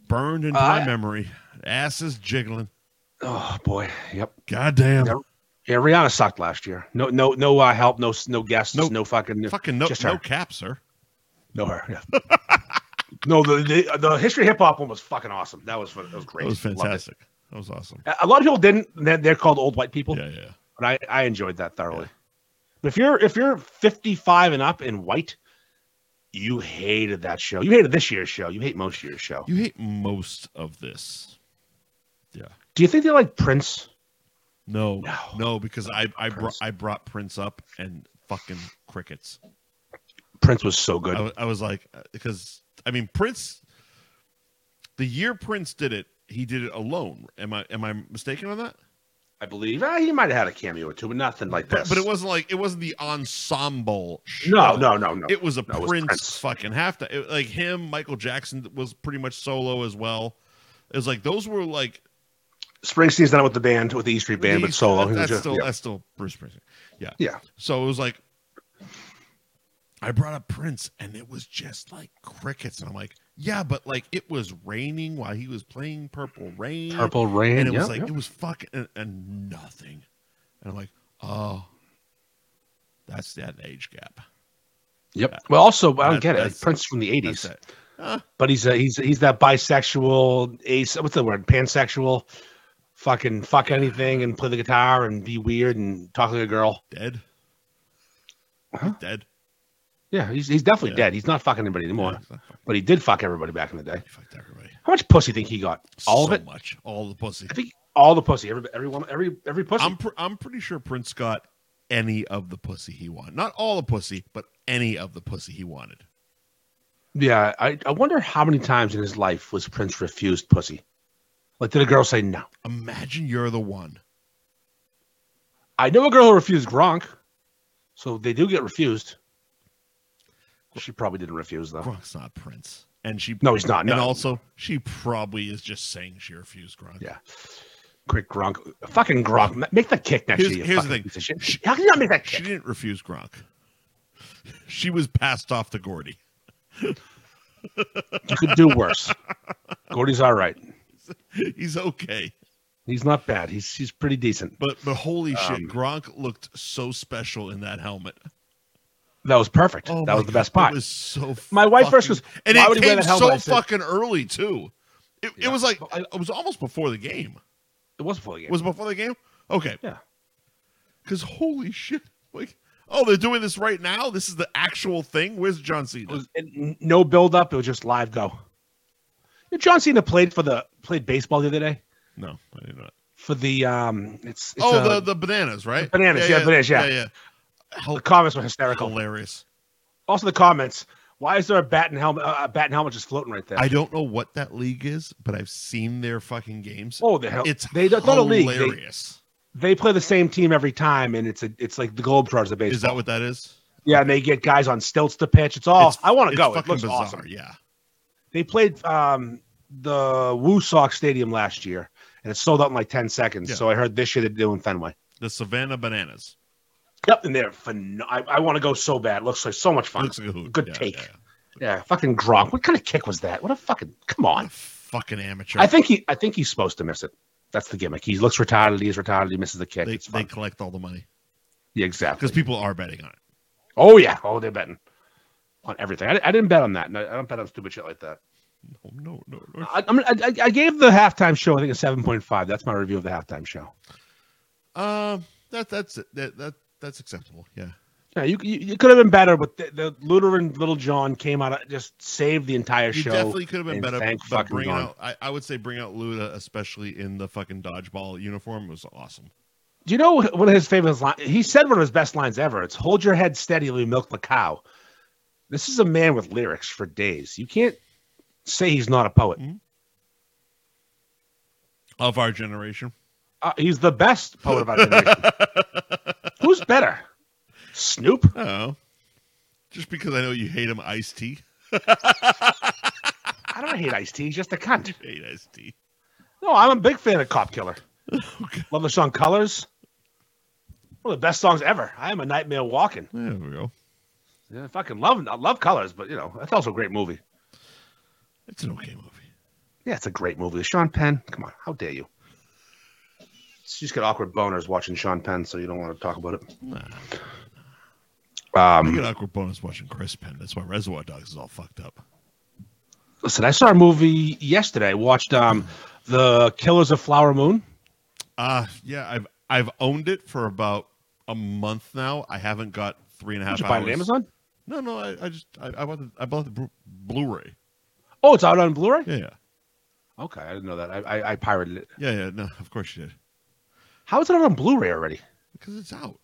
Burned into
Uh,
my
I-
memory. Asses jiggling.
Oh boy, yep.
Goddamn.
Yep. Yeah, Rihanna sucked last year. No, no, no uh, help. No, s- no guests.
Nope.
No fucking.
Fucking no,
Just her.
no cap, sir.
No her. Yeah. no, the, the the history of hip hop one was fucking awesome. That was fun. that was great.
That was
Loved it.
fantastic. That was awesome.
A- A lot of people didn't. They're, they're called old white people,
Yeah, yeah.
but I I enjoyed that thoroughly. But if you're if you're 55 and up and white, you hated that show. You hated this year's show. You hate most year's show.
You hate most of this.
Do you think they like Prince?
No, no,
No.
because I I brought
Prince.
I brought Prince up and fucking crickets.
Prince was so
I,
good.
wa- I was like, because I mean Prince, the year Prince did it, he did it alone. Am I am I mistaken on that?
I believe uh, he might have had a cameo or two, but nothing like
But,
this.
but it wasn't like it wasn't the ensemble. Show.
no, no, no, no.
It was a
No, it was
Prince,
Prince.
fucking halftime. It, like him, Michael Jackson was pretty much solo as well. It was like those were like
Springsteen's done it with the band, with the E Street band, but
He's-
solo. He was
That's
just-
still
yeah.
that's still Bruce Springsteen. Yeah.
Yeah.
So it was like I brought up Prince and it was just like crickets. And I'm like, Yeah, but like it was raining while he was playing Purple Rain.
Purple Rain.
and it was
yeah,
like
yeah.
it was fucking and, and nothing. And I'm like, oh, that's that age gap.
Yep. Well, also I don't
That-
get it.
that's-
Like Prince from the
That's
eighties,
that. Huh?
but he's a, he's he's that bisexual ace. What's the word? Pansexual. Fucking fuck anything and play the guitar and be weird and talk like a girl.
Dead.
Huh?
Dead.
Yeah, he's, he's definitely
Yeah.
dead. He's not fucking anybody anymore.
Yeah, it's not fucking-
But he did fuck everybody back in the day.
he fucked everybody.
How much pussy do you think he got? All
So
of it.
Much. All the pussy.
I think all the pussy. Every every woman. Every every pussy.
I'm pr- I'm pretty sure Prince got any of the pussy he wanted. Not all the pussy, but any of the pussy he wanted.
Yeah, I, I wonder how many times in his life was Prince refused pussy. Like, did a girl say no?
Imagine you're the one.
I know a girl who refused Gronk, so they do get refused. She probably didn't refuse though.
Gronk's not Prince, and she
No, he's not.
and
No,
also she probably is just saying she refused Gronk.
yeah. Quick Gronk, fucking Gronk, Ma- make the kick next
Here's-
year.
here's the
fucking
thing.
piece of shit.
She-
How can you not make that
She
kick?
didn't refuse Gronk. She was passed off to Gordy.
You could do worse. Gordy's all right.
He's okay,
He's not bad. He's he's pretty decent.
but but holy shit,
Um,
Gronk looked so special in that helmet.
That was perfect. that
Oh my
was the best
God,
part.
It was so.
My wife first
fucking-
goes,
and
"Why
it
would he wear
came
that helmet?"
so
I said-
fucking early too. It,
Yeah.
it was like
Well, I-
it was almost before the game.
it was before the game.
Was it before the game? Okay.
Yeah.
Because holy shit, like oh they're doing this right now. This is the actual thing. Where's John Cena?
It was it, no build up. It was just live go. You know, John Cena played for the played baseball the other day
no, I didn't know. That.
for the um. It's, it's
Oh,
uh,
the the bananas, right?
the bananas, yeah, bananas, yeah.
yeah,
the comments were hysterical.
Oh. Hilarious.
Also, the comments. Why is there a bat and helmet? Uh, a bat and helmet just floating right there.
I don't know what that league is, but I've seen their fucking games.
oh, the hell!
it's
they don't not a league. They,
hilarious.
they play the same team every time, and it's a it's like the Globetrotters of baseball.
Is that what that is?
yeah, and they get guys on stilts to pitch. It's all.
It's-
I want to
it's
go. It
fucking
looks
bizarre.
awesome.
Yeah.
They played um the Woo Sox Stadium last year, and it sold out in like ten seconds.
Yeah.
So I heard this year they're doing Fenway.
The Savannah Bananas.
Yep, and they're phen- I, I want to go so bad. Looks like so much fun.
Looks like a hoot.
Good
Yeah,
take.
yeah,
yeah, fucking Gronk. What kind of kick was that? What a fucking come
yeah.
on.
Fucking amateur.
I think he I think he's supposed to miss it. That's the gimmick. He looks retarded. He's retarded. He misses the kick.
they,
it's fun.
they collect all the money because
yeah, exactly.
people are betting on it.
Oh yeah. Oh, they're betting on everything. I, I didn't bet on that. No, I don't bet on stupid shit like that.
No, no, no. no.
I, I'm, I, I gave the halftime show I think a seven point five. That's my review of the halftime show.
Um, that that's it. That, that that's acceptable. Yeah.
Yeah, you, you, you could have been better, but the, the Luder and Little John came out of, just saved the entire
You
show.
definitely could have been
and
better,
thank
but
fucking
bring
God.
out. I, I would say bring out Luda, especially in the fucking dodgeball uniform, was awesome.
Do you know what- one of his famous lines? He said one of his best lines ever. It's "Hold your head steady, while you milk the cow." This is a man with lyrics for days. You can't say he's not a poet.
Of our generation,
Uh, he's the best poet of our generation. Who's better, Snoop?
oh, just because I know you hate him, Ice T.
I don't hate Ice T. He's just a cunt.
Hate Ice T.
No, I'm a big fan of Cop Killer. Love the song "Colors." One of the best songs ever. I am a nightmare walking.
There we go.
Yeah, I fucking love. I love "Colors," but you know that's also a great movie.
It's an okay movie.
Yeah, it's a great movie. Sean Penn, come on, how dare you? It's just got awkward boners watching Sean Penn, so you don't want to talk about it.
Nah, I
Um,
get awkward bonus watching Chris Penn. That's why Reservoir Dogs is all fucked up.
listen, I saw a movie yesterday. I watched um, the Killers of Flower Moon.
Uh yeah, I've I've owned it for about a month now. I haven't got three and a half
Did you
hours.
buy it on Amazon?
No, no, I, I just I, I bought the, I bought the Blu- Blu-ray.
Oh, it's out on Blu-ray.
Yeah, yeah,
Okay, I didn't know that. I, I, I pirated it.
yeah, yeah. No, of course you did
How is it out on Blu-ray already?
because it's out.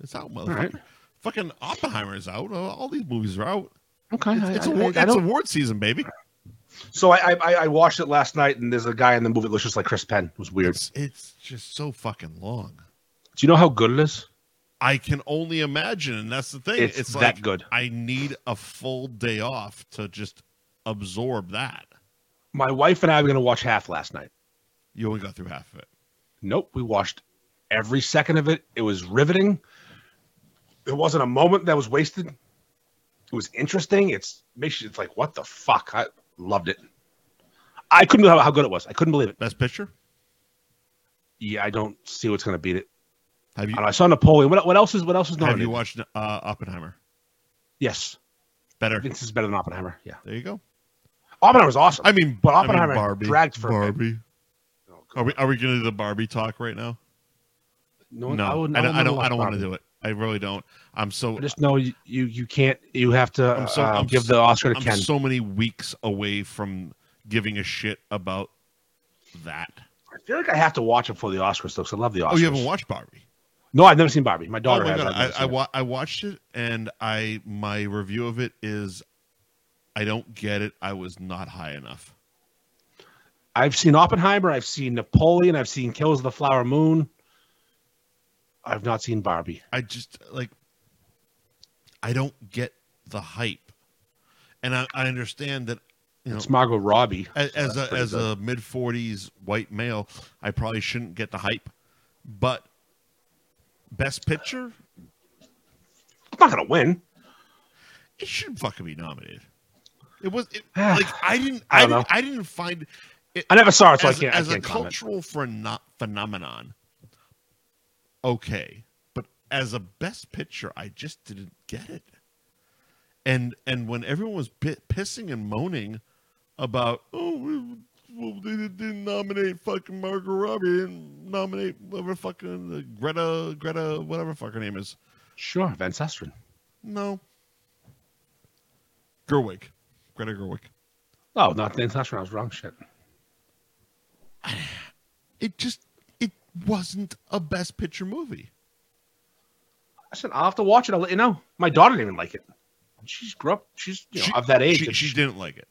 It's out, motherfucker.
right.
Fucking Oppenheimer's out. All- All these movies are out.
Okay, I-
It's
I- I-
award,
I
it's
don't-
award season, baby.
so I, I I watched it last night, and there's a guy in the movie that looks just like Chris Penn. It was weird.
It's it's just so fucking long.
Do you know how good it is?
I can only imagine, and that's the thing. It's,
It's that
like
good.
I need a full day off to just absorb that.
My wife and I were going to watch half last night.
You only got through half of it.
Nope, we watched every second of it. It was riveting. There wasn't a moment that was wasted. It was interesting. It's makes you, it's like what the fuck. I loved it. I couldn't believe how, how good it was. I couldn't believe it.
Best picture?
Yeah, I don't see what's going to beat it.
Have you
I, don't know, I saw Napoleon. What, what else is what else is
have
nominated?
you watched uh, Oppenheimer?
yes, I
Better.
think this is better than Oppenheimer. Yeah,
There you go.
Oppenheimer was awesome.
I mean,
But
I mean,
Oppenheimer
Barbie.
dragged for a bit.
Barbie.
Oh, God.
Are we are we going to do the Barbie talk right now?
no,
no, I,
wouldn't-
don't. I
wouldn't
don't, I
watch
don't want to
Barbie.
do it. I really don't. I'm so
I just know you you, you can't. You have to
I'm so-
uh,
I'm
give
so-
the Oscar to
I'm
Ken.
so many weeks away from giving a shit about that.
I feel like I have to watch it for the Oscars though, because I love the Oscars.
Oh, you haven't watched Barbie?
No, I've never seen Barbie. My daughter
oh my
has.
god,
I've never
I, I,
seen it.
wa- I watched it and I my review of it is, I don't get it. I was not high enough.
I've seen Oppenheimer. I've seen Napoleon. I've seen Kills of the Flower Moon. I've not seen Barbie.
I just like, I don't get the hype, and I, I understand that you know
It's Margot Robbie.
as, as
that's
a
pretty
as a mid forties white male, I probably shouldn't get the hype, but best picture,
I'm not gonna win.
it should fucking be nominated. It was it, like I didn't I,
I don't
didn't,
know.
I didn't find it
I never saw it, so
as,
I can't.
as
I can't
a
comment.
cultural pheno- phenomenon. Okay, but as a best picture, I just didn't get it. And and when everyone was pi pissing and moaning about oh we- well, they didn't, didn't nominate fucking Margot Robbie, they didn't nominate whatever fucking uh, Greta Greta whatever fuck her name is.
Sure, Van Sestrin.
No. Gerwig. Greta Gerwig.
Oh, not Van Sestrin. I was wrong. Shit.
It just it wasn't a best picture movie.
I said I'll have to watch it. I'll let you know. My daughter didn't even like it. She's grew up. She's you know,
She-
of that age.
She, she didn't like it.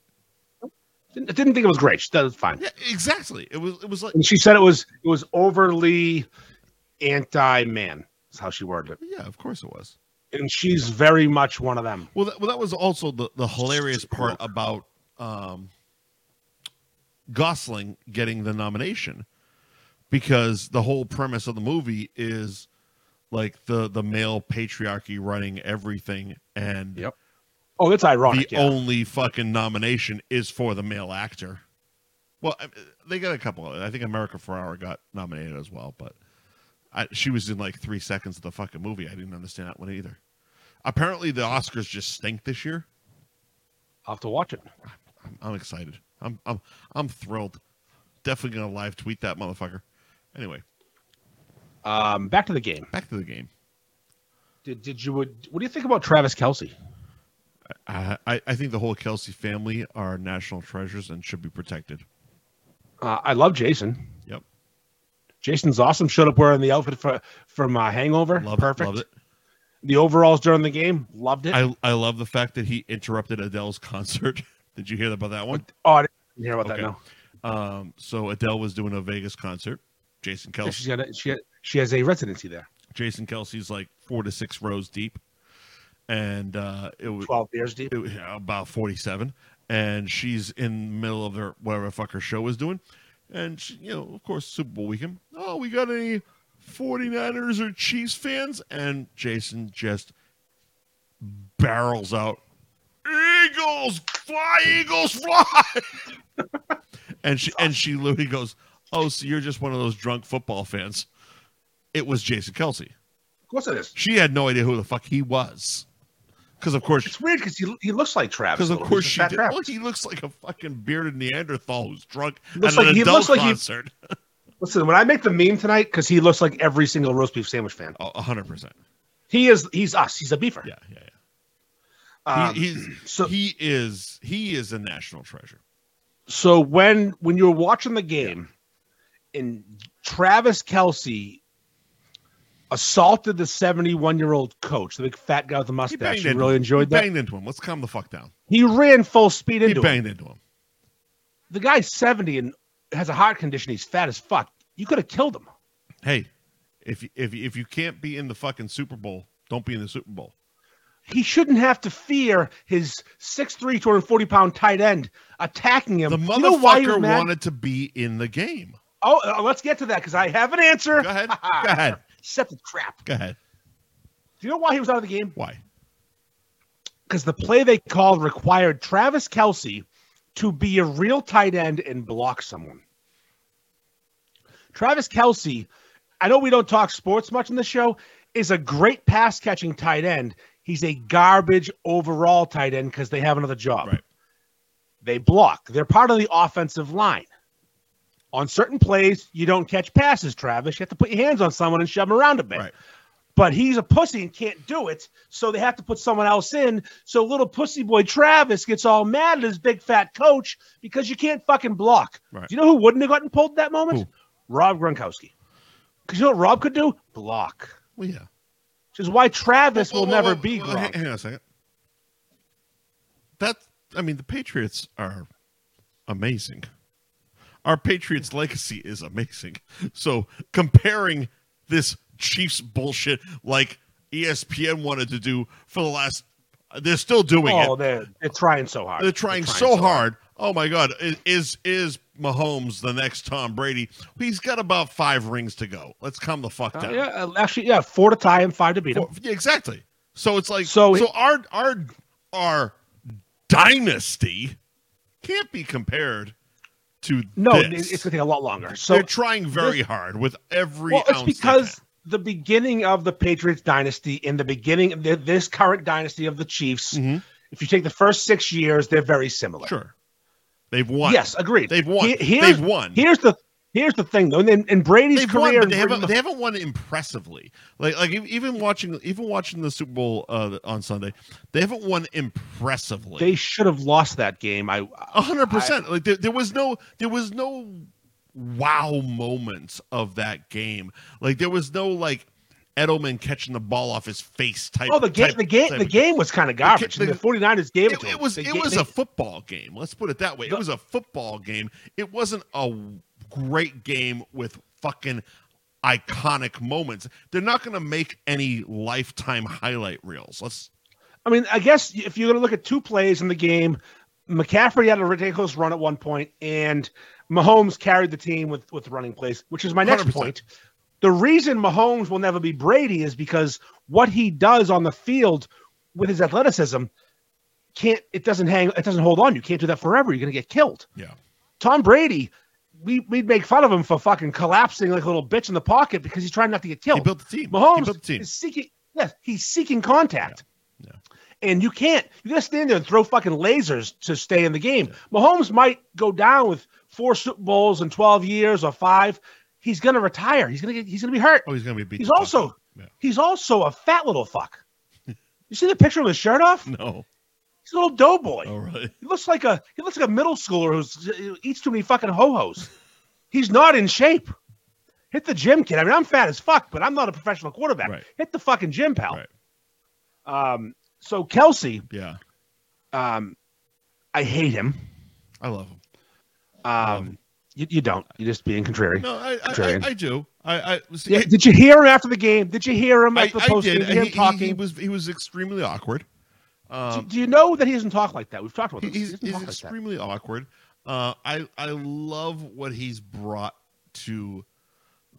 didn't, didn't think it was great. She thought it was fine.
Yeah, exactly. It was it was like
And she said it was it was overly anti-man. That's how she worded
yeah, of course it was.
it. And she's very much one of them.
Well, that, well, that was also the the hilarious part about um, Gosling getting the nomination, because the whole premise of the movie is like the the male patriarchy running everything, and
Yep. Oh, that's
the
ironic. yeah.
only fucking nomination is for the male actor. Well, I- they got a couple. Of I think America Ferrara got nominated as well, but I, she was in like three seconds of the fucking movie. I didn't understand that one either. Apparently, the Oscars just stink this year.
I'll have to watch it.
I'm, I'm excited. I'm I'm I'm thrilled. Definitely gonna live tweet that motherfucker. Anyway,
Um, back to the game.
back to the game.
Did, did you what do you think about Travis Kelsey?
I, Uh, I I think the whole Kelsey family are national treasures and should be protected.
Uh, I love Jason.
Yep,
Jason's awesome. Showed up wearing the outfit for, from uh, Hangover.
love
Perfect.
It, love it.
The overalls during the game. Loved it.
I, I love the fact that he interrupted Adele's concert. Did you hear about that one?
oh, I didn't hear about
Okay.
that. No.
Um, so Adele was doing a Vegas concert. Jason
Yeah,
Kelsey.
She's got a, she, ha- she has a residency there.
Jason Kelsey's like four to six rows deep, and uh, it was
Twelve years deep.
it was yeah, about 47 and she's in the middle of her whatever the fuck her show is doing and she, you know of course super bowl weekend oh we got any 49ers or chiefs fans and jason just barrels out eagles fly eagles fly and she and she literally goes oh so you're just one of those drunk football fans it was jason kelsey
Of course it is.
she had no idea who the fuck he was because of course
It's weird because he, he looks like Travis.
because
a
of
little.
course
He's a
she
fat
did.
Travis.
Look, he looks like a fucking bearded Neanderthal who's drunk
Looks
at an
like- he
adult
looks like he-
concert.
Listen, when I make the meme tonight, because he looks like every single roast beef sandwich fan.
Oh, A hundred percent.
He is. He's us. He's a beaver.
Yeah, yeah, yeah.
Um,
he, he's
so-
he is he is a national treasure.
so when when you were watching the game and Travis Kelsey assaulted the 71 year old coach, the big fat guy with the
He
mustache,
banged
you
into
really
him.
enjoyed
he
that.
Banged into him. Let's calm the fuck down.
He ran full speed
He
into him.
banged into him.
The guy's 70 and has a heart condition. He's fat as fuck. You could have killed him.
Hey, if you- if you- if you can't be in the fucking Super Bowl, don't be in the Super Bowl.
He shouldn't have to fear his 6'3, 240 pound tight end attacking him.
The
You know why he was
motherfucker
mad?
wanted to be in the game.
Oh, uh, let's get to that because I have an answer.
Go ahead. Go ahead.
Set the trap.
Go ahead.
Do you know why he was out of the game?
Why?
because the play they called required Travis Kelsey to be a real tight end and block someone. Travis Kelsey, I know we don't talk sports much in the show, is a great pass catching tight end. He's a garbage overall tight end because they have another job.
Right.
They block. They're part of the offensive line. On certain plays, you don't catch passes, Travis. You have to put your hands on someone and shove them around a bit
Right.
but he's a pussy and can't do it, so they have to put someone else in. So little pussy boy Travis gets all mad at his big fat coach because you can't fucking block.
Right.
Do you know who wouldn't have gotten pulled at that moment?
Who?
Rob Gronkowski. Because you know what Rob could do? Block.
Well, yeah.
Which is why Travis
Whoa,
will
whoa,
never
whoa,
be
whoa,
Gronk.
Hang, hang on a second. That I mean, the Patriots are amazing. Our Patriots legacy is amazing. So comparing this Chiefs bullshit, like E ESPN wanted to do for the last, they're still doing
Oh,
it.
they're, they're trying so hard.
They're trying, so, hard. Oh my God, I- is is Mahomes the next Tom Brady? He's got about five rings to go. Let's calm the fuck
Uh,
down.
yeah, uh, actually, yeah, four to tie and five to beat him.
Well, yeah, exactly. So it's like so,
So-
our our our dynasty can't be compared to
No, it-
this.
it's going to take a lot longer. So
they're trying very hard with every
Well, it's
ounce they
because
can.
the beginning of the Patriots dynasty and the beginning of th- this current dynasty of the Chiefs,
Mhm.
if you take the first six years, they're very similar.
sure they've won.
Yes, agreed.
They've won.
He- here's-
They've won.
Here's the here's the thing though. And then in Brady's
They've won,
career,
but they
and Brady's-
haven't, they haven't won impressively. Like like e- even watching even watching the Super Bowl uh, on Sunday, they haven't won impressively.
they should have lost that game. I
A hundred percent. Like there, there was no, there was no wow moments of that game. Like there was no like Edelman catching the ball off his face type.
oh the game
type-
the game
type
the
of-
game was kind of garbage.
the-
and the 49ers gave it,
It,
to
it
them.
was
They
it
ga-
was
they-
a football game. Let's put it that way. It
The-
was a football game. It wasn't a great game with fucking iconic moments. They're not going to make any lifetime highlight reels. Let's
I mean, I guess if you're going to look at two plays in the game, McCaffrey had a ridiculous run at one point, and Mahomes carried the team with with running plays, which is my next
100%.
point. The reason Mahomes will never be Brady is because what he does on the field with his athleticism can't it doesn't hang it doesn't hold on. You can't do that forever. You're going to get killed.
yeah.
Tom Brady, we we'd make fun of him for fucking collapsing like a little bitch in the pocket because he's trying not to get killed.
He built the team. he
Mahomes
built the team.
is seeking. Yes, he's seeking contact.
Yeah.
And you can't. You gotta stand there and throw fucking lasers to stay in the game. Mahomes might go down with four Super Bowls in twelve years or five. He's gonna retire. He's gonna get, he's gonna be hurt.
Oh, he's going to be beat.
he's
the fuck
also
up. Yeah.
he's also a fat little fuck. you see the picture of his shirt off?
no.
He's a little doughboy.
All right.
He looks like a he looks like a middle schooler who's who eats too many fucking ho hos. He's not in shape. Hit the gym, kid. I mean, I'm fat as fuck, but I'm not a professional quarterback.
Right.
Hit the fucking gym, pal.
Right.
Um, so Kelsey,
Yeah.
um, I hate him.
I love him.
Um, you, you don't. You're just being contrary.
No, I I, I,
Contrarian.
I do. I I see,
Yeah, did you hear him after the game? Did you hear him
I,
after the
I
post game?
did.
Did you hear
He,
him
he-
talking?
he was he was extremely awkward.
Do-
Um,
do, you know that he doesn't talk like that? We've talked about
he-
this. He
he's
doesn't
he's
talk like that.
extremely awkward. Uh, I I love what he's brought to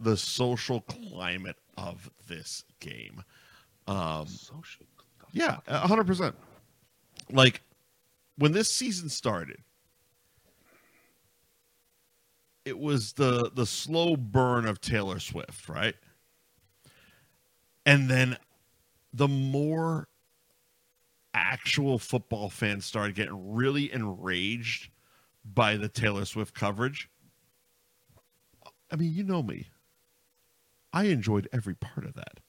the social climate of this game. Um,
Social-
yeah, a hundred percent. Like when this season started, it was the the slow burn of Taylor Swift, right? And then the more actual football fans started getting really enraged by the Taylor Swift coverage. I mean, you know me. I enjoyed every part of that.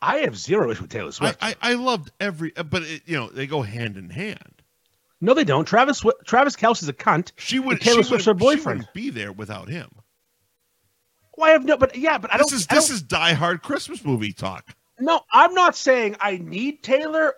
I have zero issue with Taylor Swift.
I, I, I loved every, uh, but it, you know they go hand in hand.
No, they don't. Travis Swi- Travis Kelsey's a cunt.
She would.
And Taylor
she
Swift's
wouldn't-
her
She
boyfriend.
wouldn't be there without him.
Well, I have no, but yeah, but I don't.
This is
I don't-
this is Die Hard Christmas movie talk.
no. I'm not saying I need Taylor.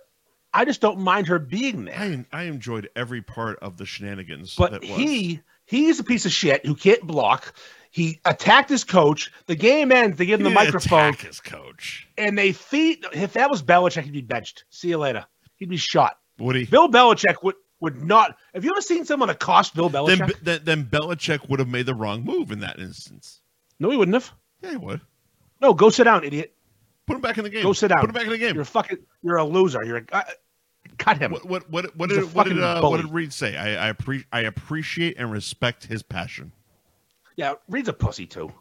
I just don't mind her being there.
I I enjoyed every part of the shenanigans.
but
that was.
he he's a piece of shit who can't block. He attacked his coach. The game ends. They give
He
him the
didn't
microphone,
attack his coach.
and they feed. If that was Belichick, he'd be benched. See you later. He'd be shot.
Would he?
Bill Belichick would would not. Have you ever seen someone accost Bill Belichick?
Then, then then Belichick would have made the wrong move in that instance.
no, he wouldn't have.
Yeah, he would.
No, go sit down, idiot.
Put him back in the game.
Go sit down.
Put him back in the game.
You're a fucking. You're a loser. You're a. I- Cut him.
What what what, what
He's a
did what did
fucking
uh,
bully.
what did Reed say? I I, appre- I appreciate and respect his passion.
Yeah, Reed's a pussy too.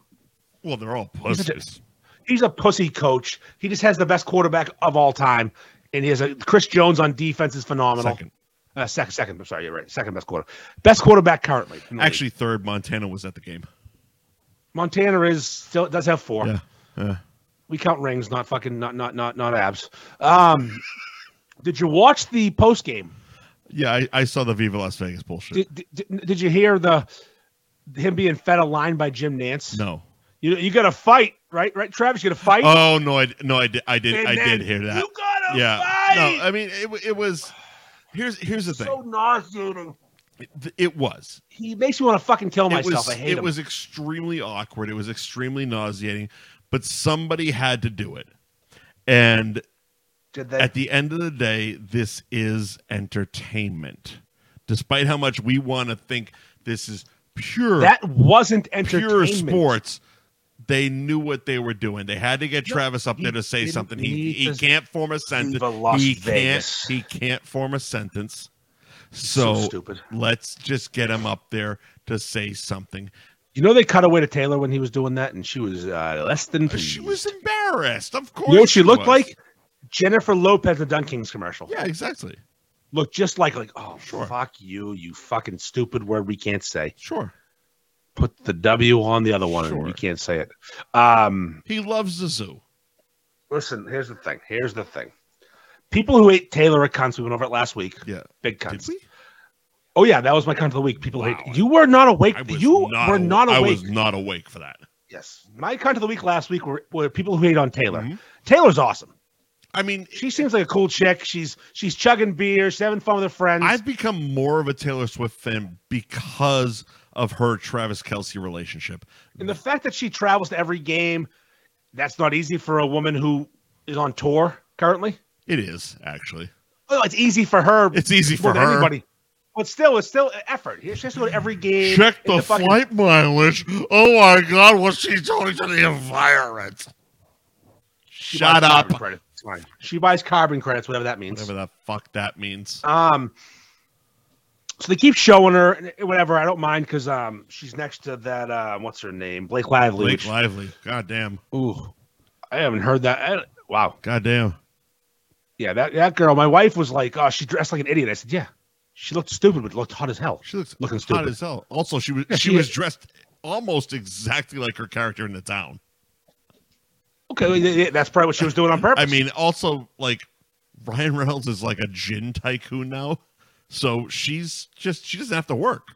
Well, they're all
He's a-
pussies.
He's a pussy coach. He just has the best quarterback of all time, and he has a Chris Jones on defense is phenomenal.
Second,
Uh, second, second. I'm sorry, you're right. Second best quarter, best quarterback currently. in the league.
actually, third Montana was at the game.
Montana is still does have four.
Yeah, yeah.
We count rings, not fucking, not not not not abs. Um, did you watch the post game?
Yeah, I, I saw the Viva Las Vegas bullshit.
Did, did, did- did you hear the him being fed a line by Jim Nance?
no.
You you got to fight, right? Right, Travis, you got to fight.
Oh no, I no, I did, I did,
And
I
then
did hear that.
You got to
Yeah.
fight.
No, I mean it. w- It was. Here's here's the
so
thing.
nauseating.
It- It was.
He makes me want to fucking kill
It
myself.
was.
I hate
It
him.
was extremely awkward. It was extremely nauseating, but somebody had to do it. And
Did they?
at the end of the day, this is entertainment. Despite how much we want to think this is pure
that wasn't entertainment.
pure sports, they knew what they were doing. They had to get
No,
Travis up
he
there to say
didn't
something. He
need
he
to
can't form a sentence.
Viva Las
He
Vegas.
can't he can't form a sentence.
So
So,
stupid.
let's just get him up there to say something.
You know they cut away to Taylor when he was doing that, and she was uh, less than. Pleased.
She was embarrassed. Of course.
You know what she
was.
looked like? Jennifer Lopez, the Dunkings commercial.
Yeah, exactly.
Looked just like like oh
Sure.
fuck you, you fucking stupid word we can't say.
Sure.
Put the W on the other one,
Sure.
and you can't say it. Um,
He loves the zoo.
listen, here's the thing. Here's the thing. People who hate Taylor are cunts. We went over it last week.
Yeah.
Big
Did
cunts.
we?
Oh yeah, that was my cunt of the week. People
Wow.
hate you. Were not awake.
I was
You
not
were
aw-
not
I
awake.
was not awake for that.
Yes, my cunt of the week last week were, were people who hate on Taylor.
Mhm.
Taylor's awesome.
I mean,
She seems like a cool chick. She's she's chugging beer. She's having fun with her friends.
I've become more of a Taylor Swift fan because of her Travis Kelsey relationship.
And the fact that she travels to every game, that's not easy for a woman who is on tour currently.
It is actually.
Oh, it's easy for her.
It's easy
more
for
than
her.
anybody. But still, it's still effort. She has to go to every game.
Check
in
the,
fucking-
flight mileage. Oh my God, what's she doing to the environment?
She
Shut
buys
up.
carbon credits. It's fine. She buys carbon credits, whatever that means.
Whatever the fuck that means.
Um, so they keep showing her, and whatever. I don't mind because um, she's next to that. Uh, what's her name? Blake Lively.
Blake
which-
Lively. God damn.
Ooh, I haven't heard that. I, wow.
God damn.
Yeah, that, that girl. My wife was like, "Oh, she dressed like an idiot." I said, "Yeah, she looked stupid, but looked hot as hell."
She looks
Looking
hot
stupid.
as hell. Also, she was
Yeah,
she
she
was
is.
dressed almost exactly like her character in the town.
Okay, well, yeah, yeah, that's probably what she was doing on purpose.
I mean, also like Ryan Reynolds is like a gin tycoon now. So she's just she doesn't have to work.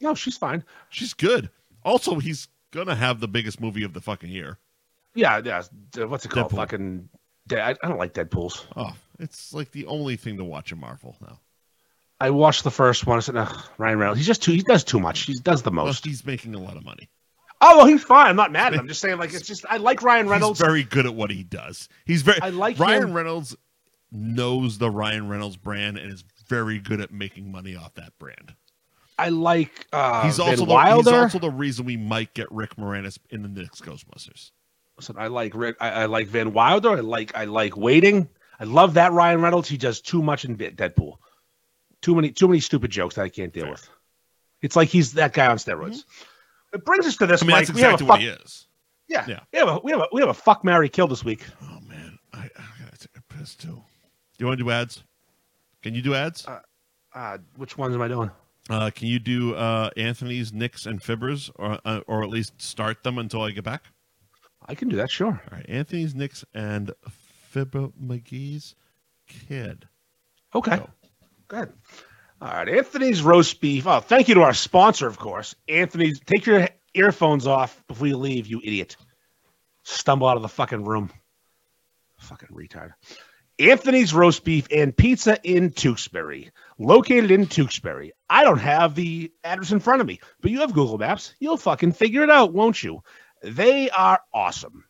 no, she's fine.
She's good. Also, he's gonna have the biggest movie of the fucking year.
Yeah, yeah. uh, What's it called?
Deadpool.
Fucking. De- I, I don't like Deadpool's.
Oh, it's like the only thing to watch in Marvel now.
I watched the first one. I said, "Ugh, Ryan Reynolds. He's just too. He does too much. He does the
Plus,
most.
he's making a lot of money.
Oh, well, he's fine. I'm not mad. at him. I'm just saying, like, it's just I like Ryan Reynolds.
He's very good at what he does. He's very.
I like
Ryan
him.
Reynolds knows the Ryan Reynolds brand and is very good at making money off that brand.
I like. Uh,
he's also
Van
the,
Wilder.
he's also the reason we might get Rick Moranis in the next Ghostbusters.
Listen, I like Rick. I, I like Van Wilder. I like. I like waiting. I love that Ryan Reynolds. He does too much in Bit- Deadpool. Too many. Too many stupid jokes that I can't deal
Fair.
with. It's like he's that guy on steroids. It brings us to this.
I mean,
Mike.
that's
we have a
exactly what
fuck-
he is.
Yeah.
Yeah.
We have a we have a we have a fuck Mary kill this week.
Oh man, I, I gotta take a piss too. Do you want to do ads? Can you do ads?
Uh, Uh, which ones am I doing?
Uh, can you do uh, Anthony's, Nick's, and Fibbers, or uh, or at least start them until I get back?
I can do that, sure.
All right, Anthony's, Nick's, and Fibber McGee's kid.
Okay.
Go.
Go ahead. All right, Anthony's roast beef. Oh, thank you to our sponsor, of course. Anthony's, take your earphones off before you leave, you idiot. Stumble out of the fucking room. Fucking retard. Anthony's roast beef and pizza in Tewksbury, located in Tewksbury. I don't have the address in front of me, but you have Google Maps. You'll fucking figure it out, won't you? They are awesome.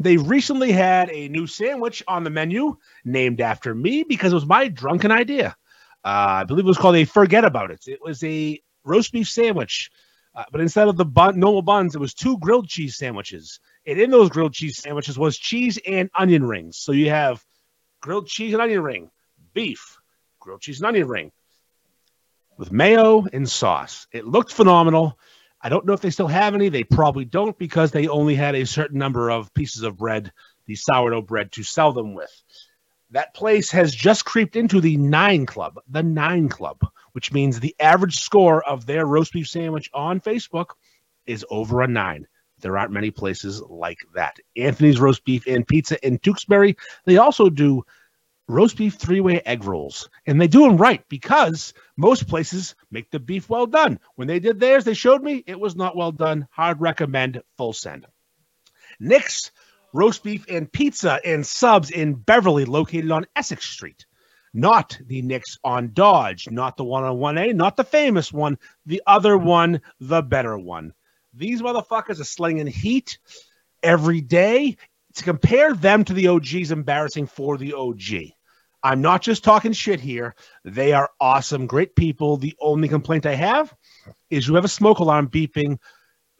They recently had a new sandwich on the menu named after me because it was my drunken idea. Uh, I believe it was called a Forget About It. It was a roast beef sandwich, uh, but instead of the bun, normal buns, it was two grilled cheese sandwiches. And in those grilled cheese sandwiches was cheese and onion rings. So you have grilled cheese and onion ring, beef, grilled cheese and onion ring with mayo and sauce. It looked phenomenal. I don't know if they still have any. They probably don't because they only had a certain number of pieces of bread, the sourdough bread, to sell them with. That place has just creeped into the nine club, the nine club, which means the average score of their roast beef sandwich on Facebook is over a nine. There aren't many places like that. Anthony's Roast Beef and Pizza in Tewksbury. They also do roast beef three way egg rolls. And they do them right because most places make the beef well done. When they did theirs, they showed me it was not well done. Hard recommend, full send. Nick's Roast Beef and Pizza and Subs in Beverly, located on Essex Street. Not the Nick's on Dodge, not the one on 1A, not the famous one, the other one, the better one. These motherfuckers are slinging heat every day to compare them to the OG is embarrassing for the OG. I'm not just talking shit here. They are awesome, great people. The only complaint I have is you have a smoke alarm beeping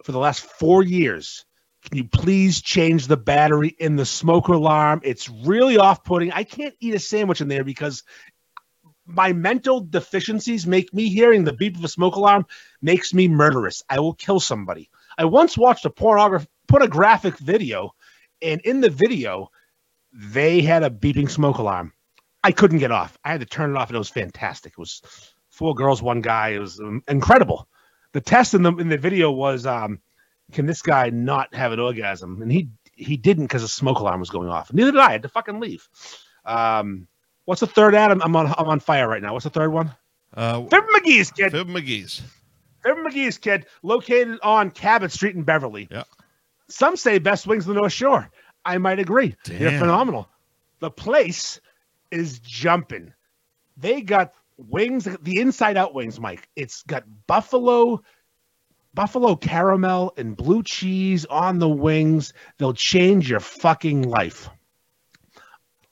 for the last four years. Can you please change the battery in the smoke alarm? It's really off putting. I can't eat a sandwich in there because my mental deficiencies make me hearing the beep of a smoke alarm makes me murderous. I will kill somebody. I once watched a pornograph- pornographic video and in the video, they had a beeping smoke alarm. I couldn't get off. I had to turn it off, and it was fantastic. It was four girls, one guy. It was um, incredible. The test in the in the video was, um, can this guy not have an orgasm? And he he didn't because the smoke alarm was going off. Neither did I. I had to fucking leave. Um, what's the third ad? I'm, I'm on I'm on fire right now. What's the third one?
Uh,
Fibber McGee's kid.
Fib McGee's.
Fibber McGee's kid, located on Cabot Street in Beverly.
Yeah.
Some say best wings in the North Shore. I might agree. They're
Damn.
phenomenal. The place is jumping. They got wings, the inside out wings, Mike. It's got buffalo, buffalo caramel and blue cheese on the wings. They'll change your fucking life.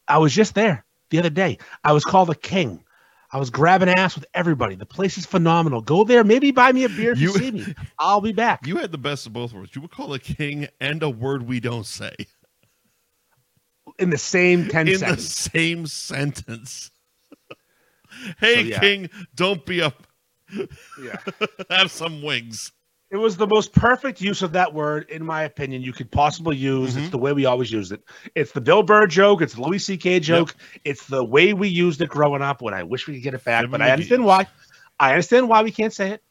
I was just there the other day. I was called a king. I was grabbing ass with everybody. The place is phenomenal. Go there. Maybe buy me a beer if you,
You-
see me. I'll be back.
You had the best of both worlds. You were called a king and a word we don't say
in the same 10
in the
seconds.
same sentence. hey,
So, yeah.
king, don't be up.
Yeah.
Have some wings.
It was the most perfect use of that word, in my opinion, you could possibly use. It's
Mm-hmm.
the way we always used it. It's the Bill Burr joke. It's the Louis C.K. joke. It's the way we used it growing up when I wish we could get it back,
Fibber
but I understand
McGee's.
why. I understand why we can't say it.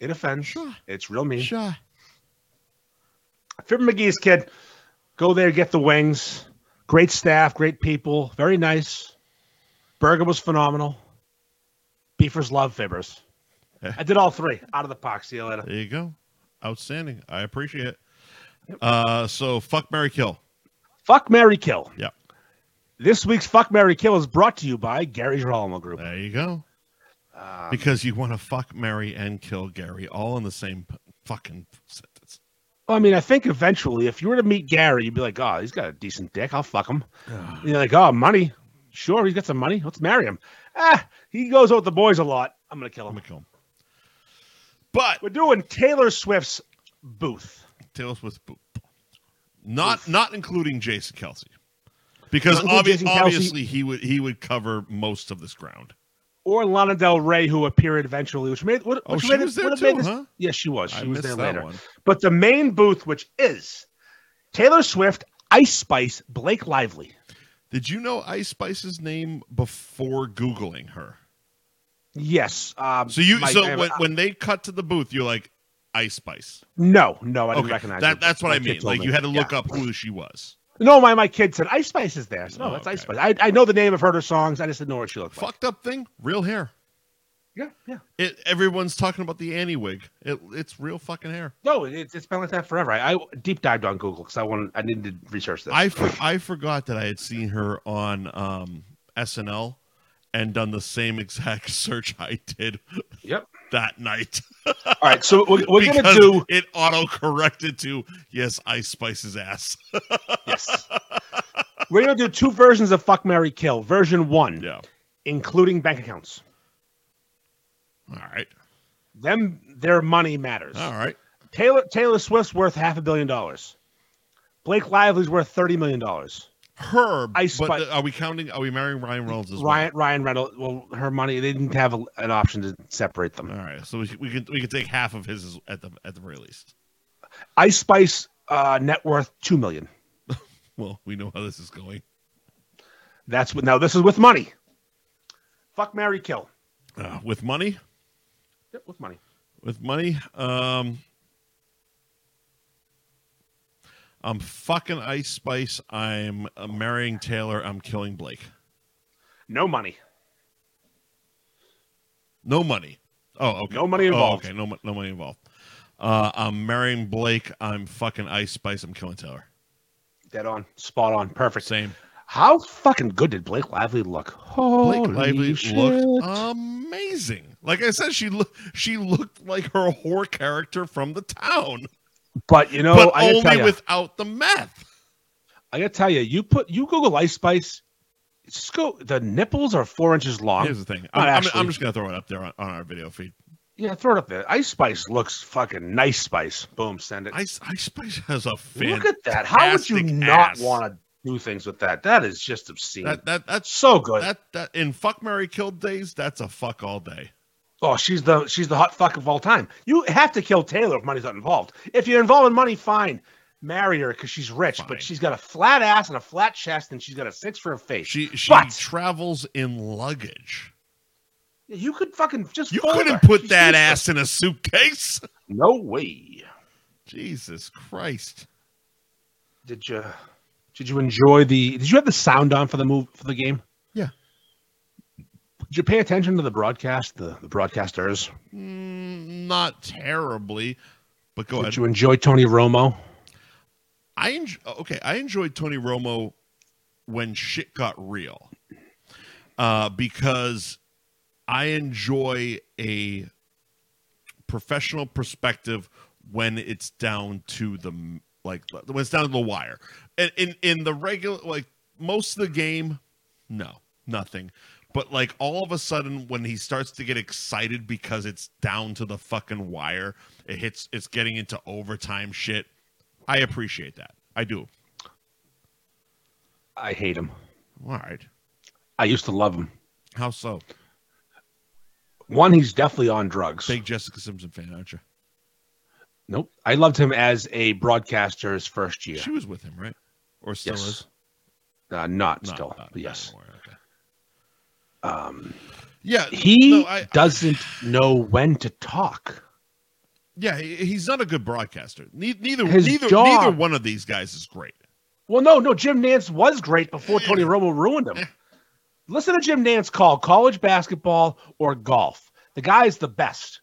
It offends.
Sure.
It's real mean.
Sure.
Fibber McGee's kid, go there, get the wings. Great staff, great people, very nice. Burger was phenomenal. Beefers love Fibbers.
Eh.
I did all three out of the box. See you later.
There you go. Outstanding. I appreciate it. Uh, so fuck Mary Kill.
Fuck Mary Kill.
Yeah.
This week's Fuck Mary Kill is brought to you by Gary Girolamo Group.
There you go.
Um,
Because you want to fuck Mary and kill Gary all in the same p- fucking sentence.
I mean, I think eventually, if you were to meet Gary, you'd be like, "Oh, he's got a decent dick. I'll fuck him." And you're like, "Oh, money. Sure, he's got some money. Let's marry him." Ah, he goes out with the boys a lot. I'm gonna kill
I'm
him.
gonna kill him. But
We're doing Taylor Swift's booth.
Taylor Swift boop. Not not including Jason Kelsey. Because
Not including
obvi-
Jason Kelce.
obviously he would he would cover most of this ground.
Or Lana Del Rey, who appeared eventually, which made what?
Oh,
which
she
made it-
was there
would have
too,
made this-
huh?
Yes, she was. She
I
was
missed
there
that
later.
one.
But the main booth, which is Taylor Swift, Ice Spice, Blake Lively.
Did you know Ice Spice's name before googling her?
Yes. Um,
So you
Mike,
so
I have-
when, when they cut to the booth, you're like Ice Spice.
no, no, I didn't
Okay,
recognize
that,
it.
that's what
My
I
kid
mean.
told
Like
me.
you had to look
Yeah.
up who she was.
No, my my kid said Ice Spice is there. So no,
Oh,
that's Ice
okay.
Spice. I, I know the name. I've heard her songs. I just didn't know what she looked like.
Fucked up thing, real hair.
Yeah, yeah.
It, everyone's talking about the Annie wig. It, it's real fucking hair.
No, it's it's been like that forever. I, I deep dived on Google because I wanted I needed to research this.
I for, I forgot that I had seen her on um, SNL and done the same exact search I did
yep.
that night.
All right, so we're, we're gonna
Because
do
it auto corrected to yes, Ice Spice's ass.
yes. We're gonna do two versions of Fuck Mary Kill. Version one,
yeah.
including bank accounts.
All right.
Them their money matters.
All right.
Taylor Taylor Swift's worth half a billion dollars. Blake Lively's worth thirty million dollars.
her.
I
but
spy-
uh, are we counting? Are we marrying Ryan Reynolds as
Ryan Ryan Reynolds. Well, her money. They didn't have a, an option to separate them.
well? All right, so we, we can we can take half of his at the at the very least.
Ice Spice uh, net worth two million.
Well, we know how this is going.
That's what. Now this is with money. Fuck Mary Kill.
Uh, with money,
Yep, with money.
with money. Um, I'm fucking Ice Spice. I'm uh, marrying Taylor. I'm killing Blake.
No money.
No money. Oh, okay.
No money
Oh,
involved.
okay, no, mo- no money involved. Uh, I'm marrying Blake. I'm fucking Ice Spice. I'm killing Taylor.
Dead on. Spot on. Perfect.
Same.
How fucking good did Blake Lively look? Holy
Blake Lively
shit.
looked uh, amazing. Like I said, she looked she looked like her whore character from the town,
but you know,
but
I gotta tell
only
you,
without the meth.
I gotta tell you, you put you Google Ice Spice. Just go. The nipples are four inches long.
Here's the thing. I'm, I'm,
actually.
I'm just gonna throw it up there on, on our video feed.
Yeah, throw it up there. Ice Spice looks fucking nice. Spice. Boom. Send it.
Ice, Ice Spice has a fan.
Look at that. How would you
fantastic
not
ass.
want to do things with that? That is just obscene.
That that that's
so good.
that that in fuck Mary killed days. That's a fuck all day.
oh, she's the she's the hot fuck of all time. You have to kill Taylor if money's not involved. If you're involved in money, fine. Marry her because she's rich,
Fine.
but she's got a flat ass and a flat chest, and she's got a six for a face.
She she
But-
travels in luggage.
you could fucking just
You
fold
couldn't
her.
put
She's
that
useless.
ass in a suitcase.
No way.
Jesus Christ.
Did you did you enjoy the? Did you have the sound on for the move for the game?
Yeah.
Did you pay attention to the broadcast? The, the broadcasters.
Mm, not terribly, but go ahead.
Did you enjoy Tony Romo?
I enj- okay. I enjoyed Tony Romo when shit got real, uh, because I enjoy a professional perspective when it's down to the m- like when it's down to the wire. And in in the regular like most of the game, no, nothing. But like all of a sudden when he starts to get excited because it's down to the fucking wire, it hits it's getting into overtime shit. I appreciate that. I do.
I hate him.
All right.
I used to love him.
How so?
One, he's definitely on drugs.
Big Jessica Simpson fan, aren't you?
Nope. I loved him as a broadcaster his first year.
She was with him, right? Or still
yes.
is?
Uh, not
Not-
still.
not-
but yes.
not anymore, okay.
Um,
Yeah.
he
Uh, no, I-
doesn't know when to talk.
Yeah, he- he's not a good broadcaster. Ne- Neither
His
neither
job-
neither one of these guys is great.
Well, no, no. Jim Nance was great before Tony Romo ruined
Eh.
him. Listen to Jim Nance call college basketball or golf. The guy's the best.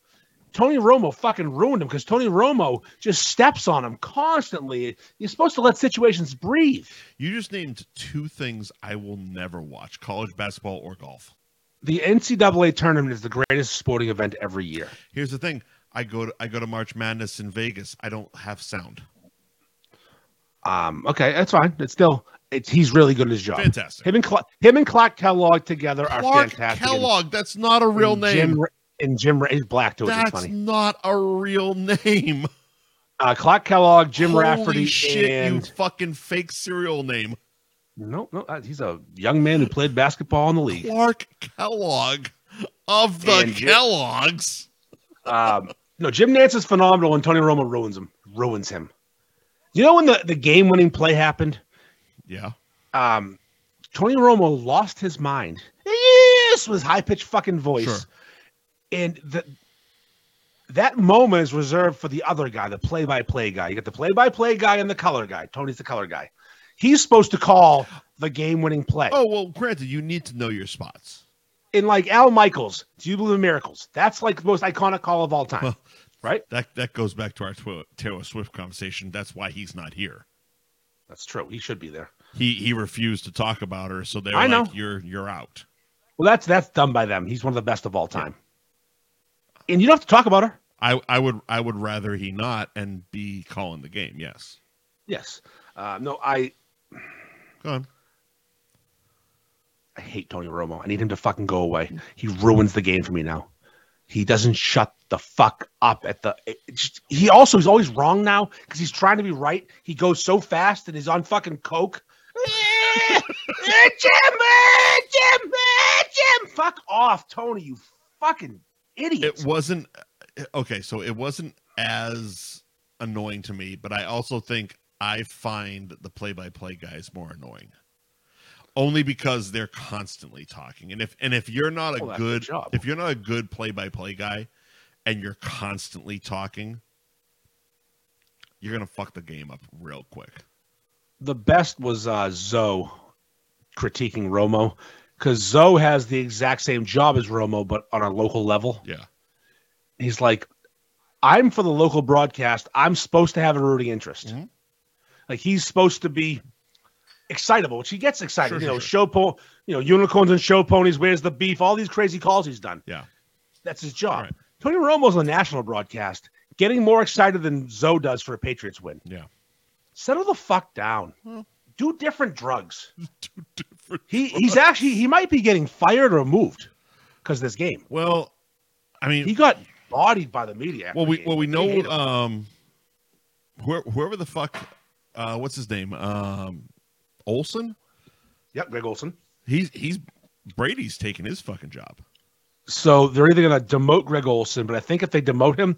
Tony Romo fucking ruined him because Tony Romo just steps on him constantly. You're supposed to let situations breathe.
You just named two things I will never watch: college basketball or golf.
The NCAA tournament is the greatest sporting event every year.
Here's the thing: I go to I go to March Madness in Vegas. I don't have sound.
Um, okay, that's fine. It's still it's he's really good at his job.
Fantastic.
Him and Cla- him and Clark Kellogg together are
Clark
fantastic.
Kellogg. That's not a real
and
name.
Jim, Ra- and Jim Ra- he's black too. which is
that's
funny.
not a real name.
Uh, Clark Kellogg, Jim
Holy
Rafferty,
shit! You
and
fucking fake serial name,
no, no, uh, he's a young man who played basketball in the league.
Clark Kellogg of the
And Jim-
Kellogg's.
Um, no, Jim Nance is phenomenal, and Tony Romo ruins him. Ruins him. You know when the, the game winning play happened?
Yeah.
um, Tony Romo lost his mind. Yes, was high pitched fucking voice,
Sure.
and the, that moment is reserved for the other guy, the play by play guy. You got the play by play guy and the color guy. Tony's the color guy. He's supposed to call the game winning play.
Oh well, granted, you need to know your spots.
And like Al Michaels, do you believe in miracles? That's like the most iconic call of all time.
Well-
Right,
That that goes back to our Tw- Taylor Swift conversation. That's why he's not here.
that's true. He should be there.
He he refused to talk about her, so they're
I
like,
know.
"You're you're out."
Well, that's that's done by them. He's one of the best of all time. And you don't have to talk about her.
I I would I would rather he not and be calling the game. Yes,
Yes. Uh, no, I
go on.
I hate Tony Romo. I need him to fucking go away. He ruins the game for me now. He doesn't shut the fuck up at the. it- it just- he also is always wrong now because he's trying to be right. He goes so fast and he's on fucking coke. Jimmy! Jimmy! Jimmy! Jim! Fuck off, Tony, you fucking idiot.
It wasn't uh, okay, so it wasn't as annoying to me, but I also think I find the play-by-play guys more annoying. Only because they're constantly talking. And if and if you're not a
Oh, that's their
good
job.
if you're not a good play-by-play guy and you're constantly talking, you're going to fuck the game up real quick.
the best was uh, Zoe critiquing Romo because Zoe has the exact same job as Romo, but on a local level.
Yeah.
He's like, I'm for the local broadcast. I'm supposed to have a rooting interest.
Mhm.
Like he's supposed to be excitable, which he gets excited.
Sure,
you
sure,
know,
sure.
show po- you know, unicorns and show ponies. Where's the beef? All these crazy calls he's done.
Yeah.
That's his job.
Right.
Tony Romo's on national broadcast, getting more excited than Zoe does for a Patriots win.
Yeah.
Settle the fuck down.
Well.
Do different drugs.
Two different-
He he's actually he might be getting fired or moved because this game.
well, I mean,
He got bodied by the media. after
Well,
the
we
game.
well we
They
know
hate him.
um, whoever, whoever the fuck, uh, what's his name? Um, Olson.
Yep, Greg Olson.
He's he's Brady's taking his fucking job.
So they're either going to demote Greg Olson, but I think if they demote him,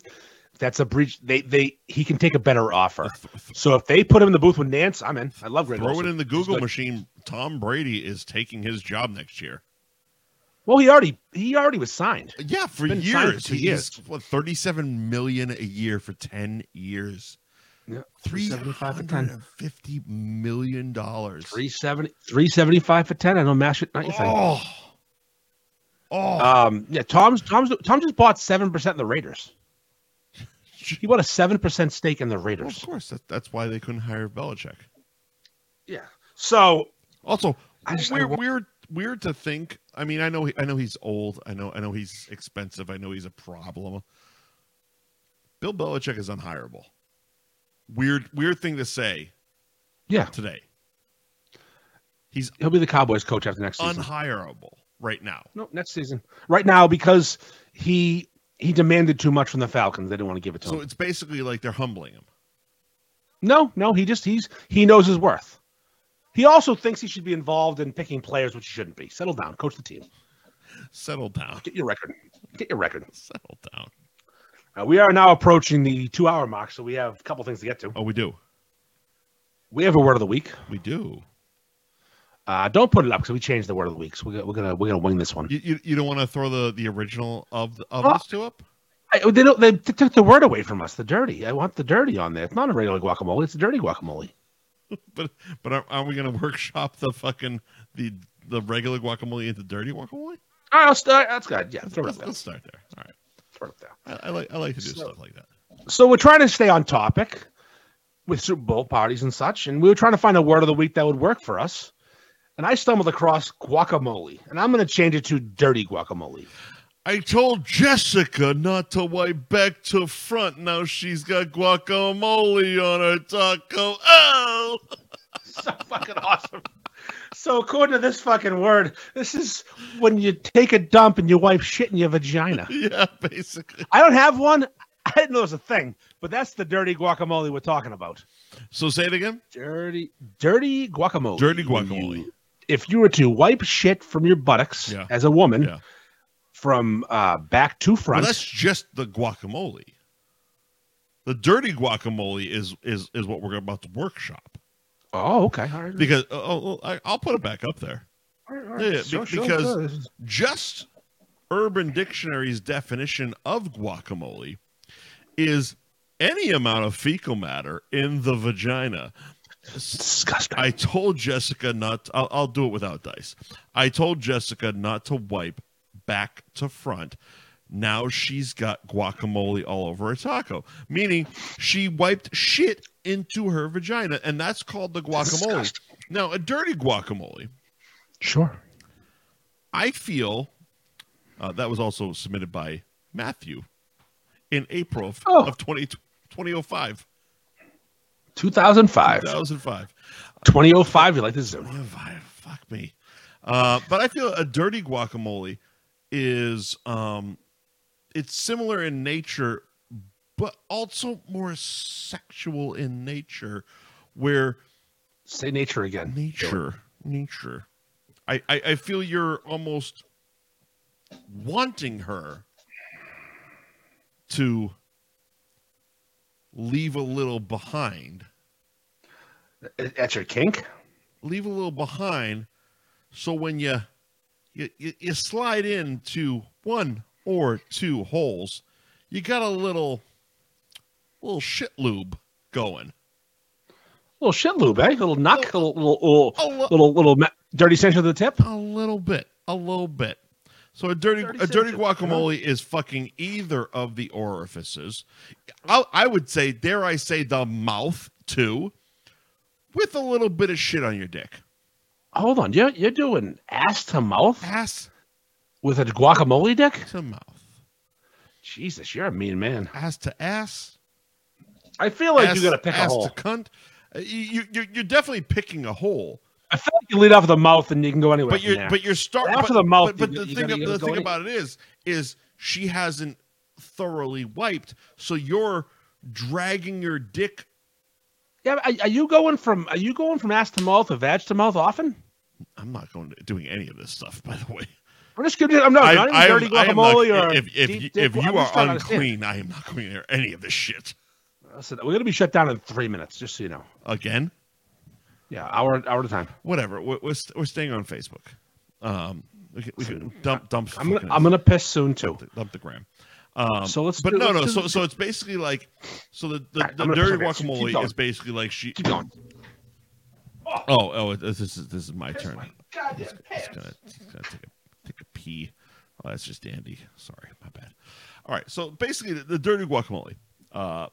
that's a breach. They they he can take a better offer. So if they put him in the booth with Nance, I'm in. I love Greg.
Throw
Olson.
it in the
He's
Google
good.
machine. Tom Brady is taking his job next year.
Well, he already he already was signed.
Yeah, for
Been signed
years.
for two
He's
years.
what thirty-seven million a year for ten years.
Yeah,
Three
375 for 10.
hundred and fifty million dollars.
370, 375 for ten. I know Mash it not your thing.
Oh, oh,
Um, yeah, Tom's Tom's Tom just bought seven percent of the Raiders. He bought a seven percent stake in the
Well, of
Raiders.
course. That, that's why they couldn't hire Belichick.
Yeah. So
Also,
I just- I
weird,
wa-
weird, weird to think. I mean, I know, he- I know he's old. I know, I know he's expensive. I know he's a problem. Bill Belichick is unhireable. Weird, weird thing to say
yeah,
today. He's
he'll be the Cowboys coach after next season.
unhireable right now.
no, next season. Right now because he he demanded too much from the Falcons. They didn't want to give it to
So
him.
it's basically like they're humbling him.
No, no, he just he's he knows his worth. He also thinks he should be involved in picking players, which he shouldn't be. Settle down, coach the team.
Settle down.
Get your record. Get your record.
Settle down.
Uh, we are now approaching the two-hour mark, so we have a couple things to get to.
Oh, we do.
We have a word of the week.
We do.
Uh, don't put it up because we changed the word of the week. So we're, gonna- we're gonna we're gonna wing this one.
You, you, you don't want to throw the, the original of the, of
Oh.
this to up?
I, they don't. They t- took the word away from us. The dirty. I want the dirty on there. It's not a regular guacamole. It's a dirty guacamole.
But but are, are we going to workshop the fucking the the regular guacamole into dirty guacamole?
All right, I'll start. That's good. Yeah, throw it up
Let's,
there.
let's start there. All right.
Throw it up there.
I, I like I like to do
So-
stuff like that.
So we're trying to stay on topic with Super Bowl parties and such, and we were trying to find a word of the week that would work for us. And I stumbled across guacamole, and I'm going to change it to dirty guacamole.
I told Jessica not to wipe back to front. Now she's got guacamole on her taco. Oh,
so fucking awesome. So according to this fucking word, this is when you take a dump and your wife shit in your vagina.
yeah, basically.
I don't have one. I didn't know it was a thing, but that's the dirty guacamole we're talking about.
So say it again.
Dirty, dirty guacamole.
Dirty guacamole.
You- if you were to wipe shit from your buttocks
Yeah.
as a woman,
Yeah.
from uh, back to
Well,
front,
that's just the guacamole. The dirty guacamole is is is what we're about to workshop
oh, okay, all right,
because oh, oh, I, I'll put it back up there.
all right, all
yeah, be-
Sure, sure,
because-
sure. This is-
just Urban Dictionary's definition of guacamole is any amount of fecal matter in the vagina.
disgusting.
I told Jessica not. I'll, I'll do it without dice. I told Jessica not to wipe back to front. Now she's got guacamole all over her taco, meaning she wiped shit into her vagina, and that's called the guacamole.
Disgusting.
Now, a dirty guacamole
sure.
I feel uh, that was also submitted by Matthew in April of,
Oh.
of 20, 2005. 2005.
2005. 2005, you like this Zoom.
2005, Fuck me. Uh, but I feel a dirty guacamole is um, it's similar in nature, but also more sexual in nature, where
Say nature again.
nature Mm, Sure. I, I, I feel you're almost wanting her to leave a little behind.
That's your kink.
Leave a little behind so when you you, you, you slide into one or two holes, you got a little little shit lube going.
little shit lube, eh? A little knock,
Oh.
a little little
A li-
little, little, little ma- dirty center to the tip.
A little bit, a little bit. So a dirty,
Dirty
a dirty
Sanchez,
guacamole is fucking either of the orifices. I, I would say, dare I say, the mouth too, with a little bit of shit on your dick.
Hold on, you're you're doing ass to mouth
Ass
with a guacamole dick?
to mouth,
Jesus, you're a mean man.
ass to ass.
I feel like
ass,
you gotta pick a
ass
hole.
to cunt. Uh, You, you, you're definitely picking a hole,
I feel like you lead off with the mouth and you can go anywhere.
but
from
you're
there.
but you're starting
After the mouth,
But, but
you-
the
you
thing,
gotta- you
the
gotta go
thing
in.
about it is, is she hasn't thoroughly wiped, so you're dragging your dick
yeah, but are, are you going from are you going from ass to mouth or vag to mouth often?
I'm not going to doing any of this stuff, by the way.
I'm just gonna. I'm not.
I-
Oh, not even
I am-
dirty
I am
guacamole
not-
or
if, if,
deep
you-
dick-
if
I'm
you are
just trying to understand.
unclean, I am not going near any of this shit
Listen, we're gonna be shut down in three minutes, just so you know.
again.
Yeah, hour hour at a time.
Whatever. We're, we're, st- we're staying on Facebook. Um, we can, we can dump dump.
I'm gonna
fucking-
I'm gonna piss soon too.
dump the, dump the gram. Um,
So let's.
but
do-
no,
let's
no. So,
do-
so it's basically like, so the the,
All right,
the
I'm gonna
dirty
push it. Keep
guacamole
going.
is basically like she.
keep going.
Oh, oh, this is this is my turn.
Goddamn
He's gonna, he's gonna take a take a pee. Oh, that's just Andy. Sorry, my bad. All right, so basically, the, the dirty guacamole. Uh,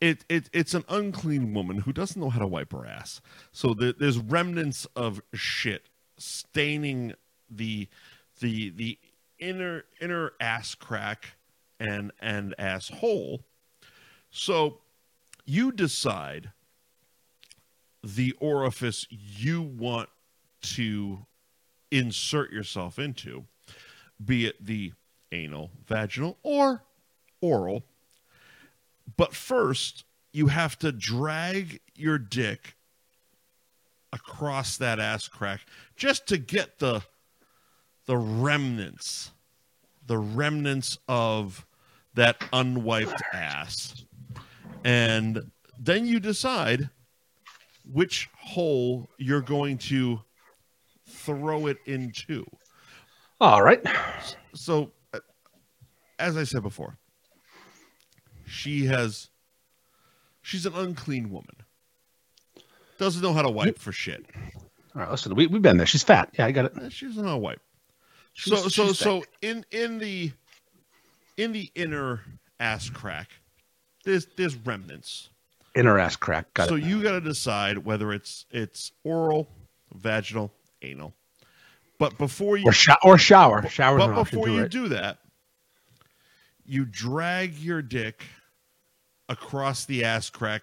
it it it's an unclean woman who doesn't know how to wipe her ass. So there, there's remnants of shit staining the the the inner inner ass crack and and asshole. So you decide the orifice you want to insert yourself into, be it the anal, vaginal, or oral. But first, you have to drag your dick across that ass crack just to get the the remnants the remnants of that unwiped ass and then you decide which hole you're going to throw it into.
All right.
So, uh, as I said before, she has she's an unclean woman. Doesn't know how to wipe for shit.
All right, listen, we, we've been there. She's fat. Yeah, I got it.
Eh, She doesn't know how to wipe.
She's-
so so
she's
so in in the in the inner ass crack, there's there's remnants.
Inner ass crack. Got
so
it.
you got to decide whether it's it's oral, vaginal, anal. But before you
Or, sho- or shower. Shower.
but before you do that, you drag your dick across the ass crack,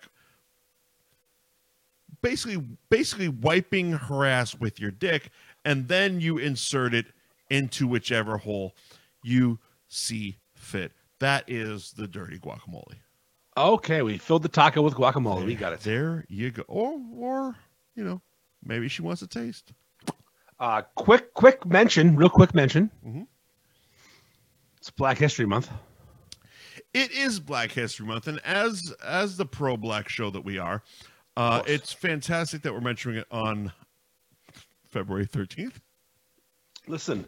basically, basically wiping her ass with your dick, and then you insert it into whichever hole you see fit. That is the dirty guacamole.
Okay, we filled the taco with guacamole. Oh, We got it.
There you go. Or, or you know, maybe she wants a taste.
Uh, quick, quick mention, real quick mention.
Mhm.
It's Black History Month.
it is Black History Month, and as as the pro black show that we are, uh,
Of course.
it's fantastic that we're mentioning it on February thirteenth.
Listen,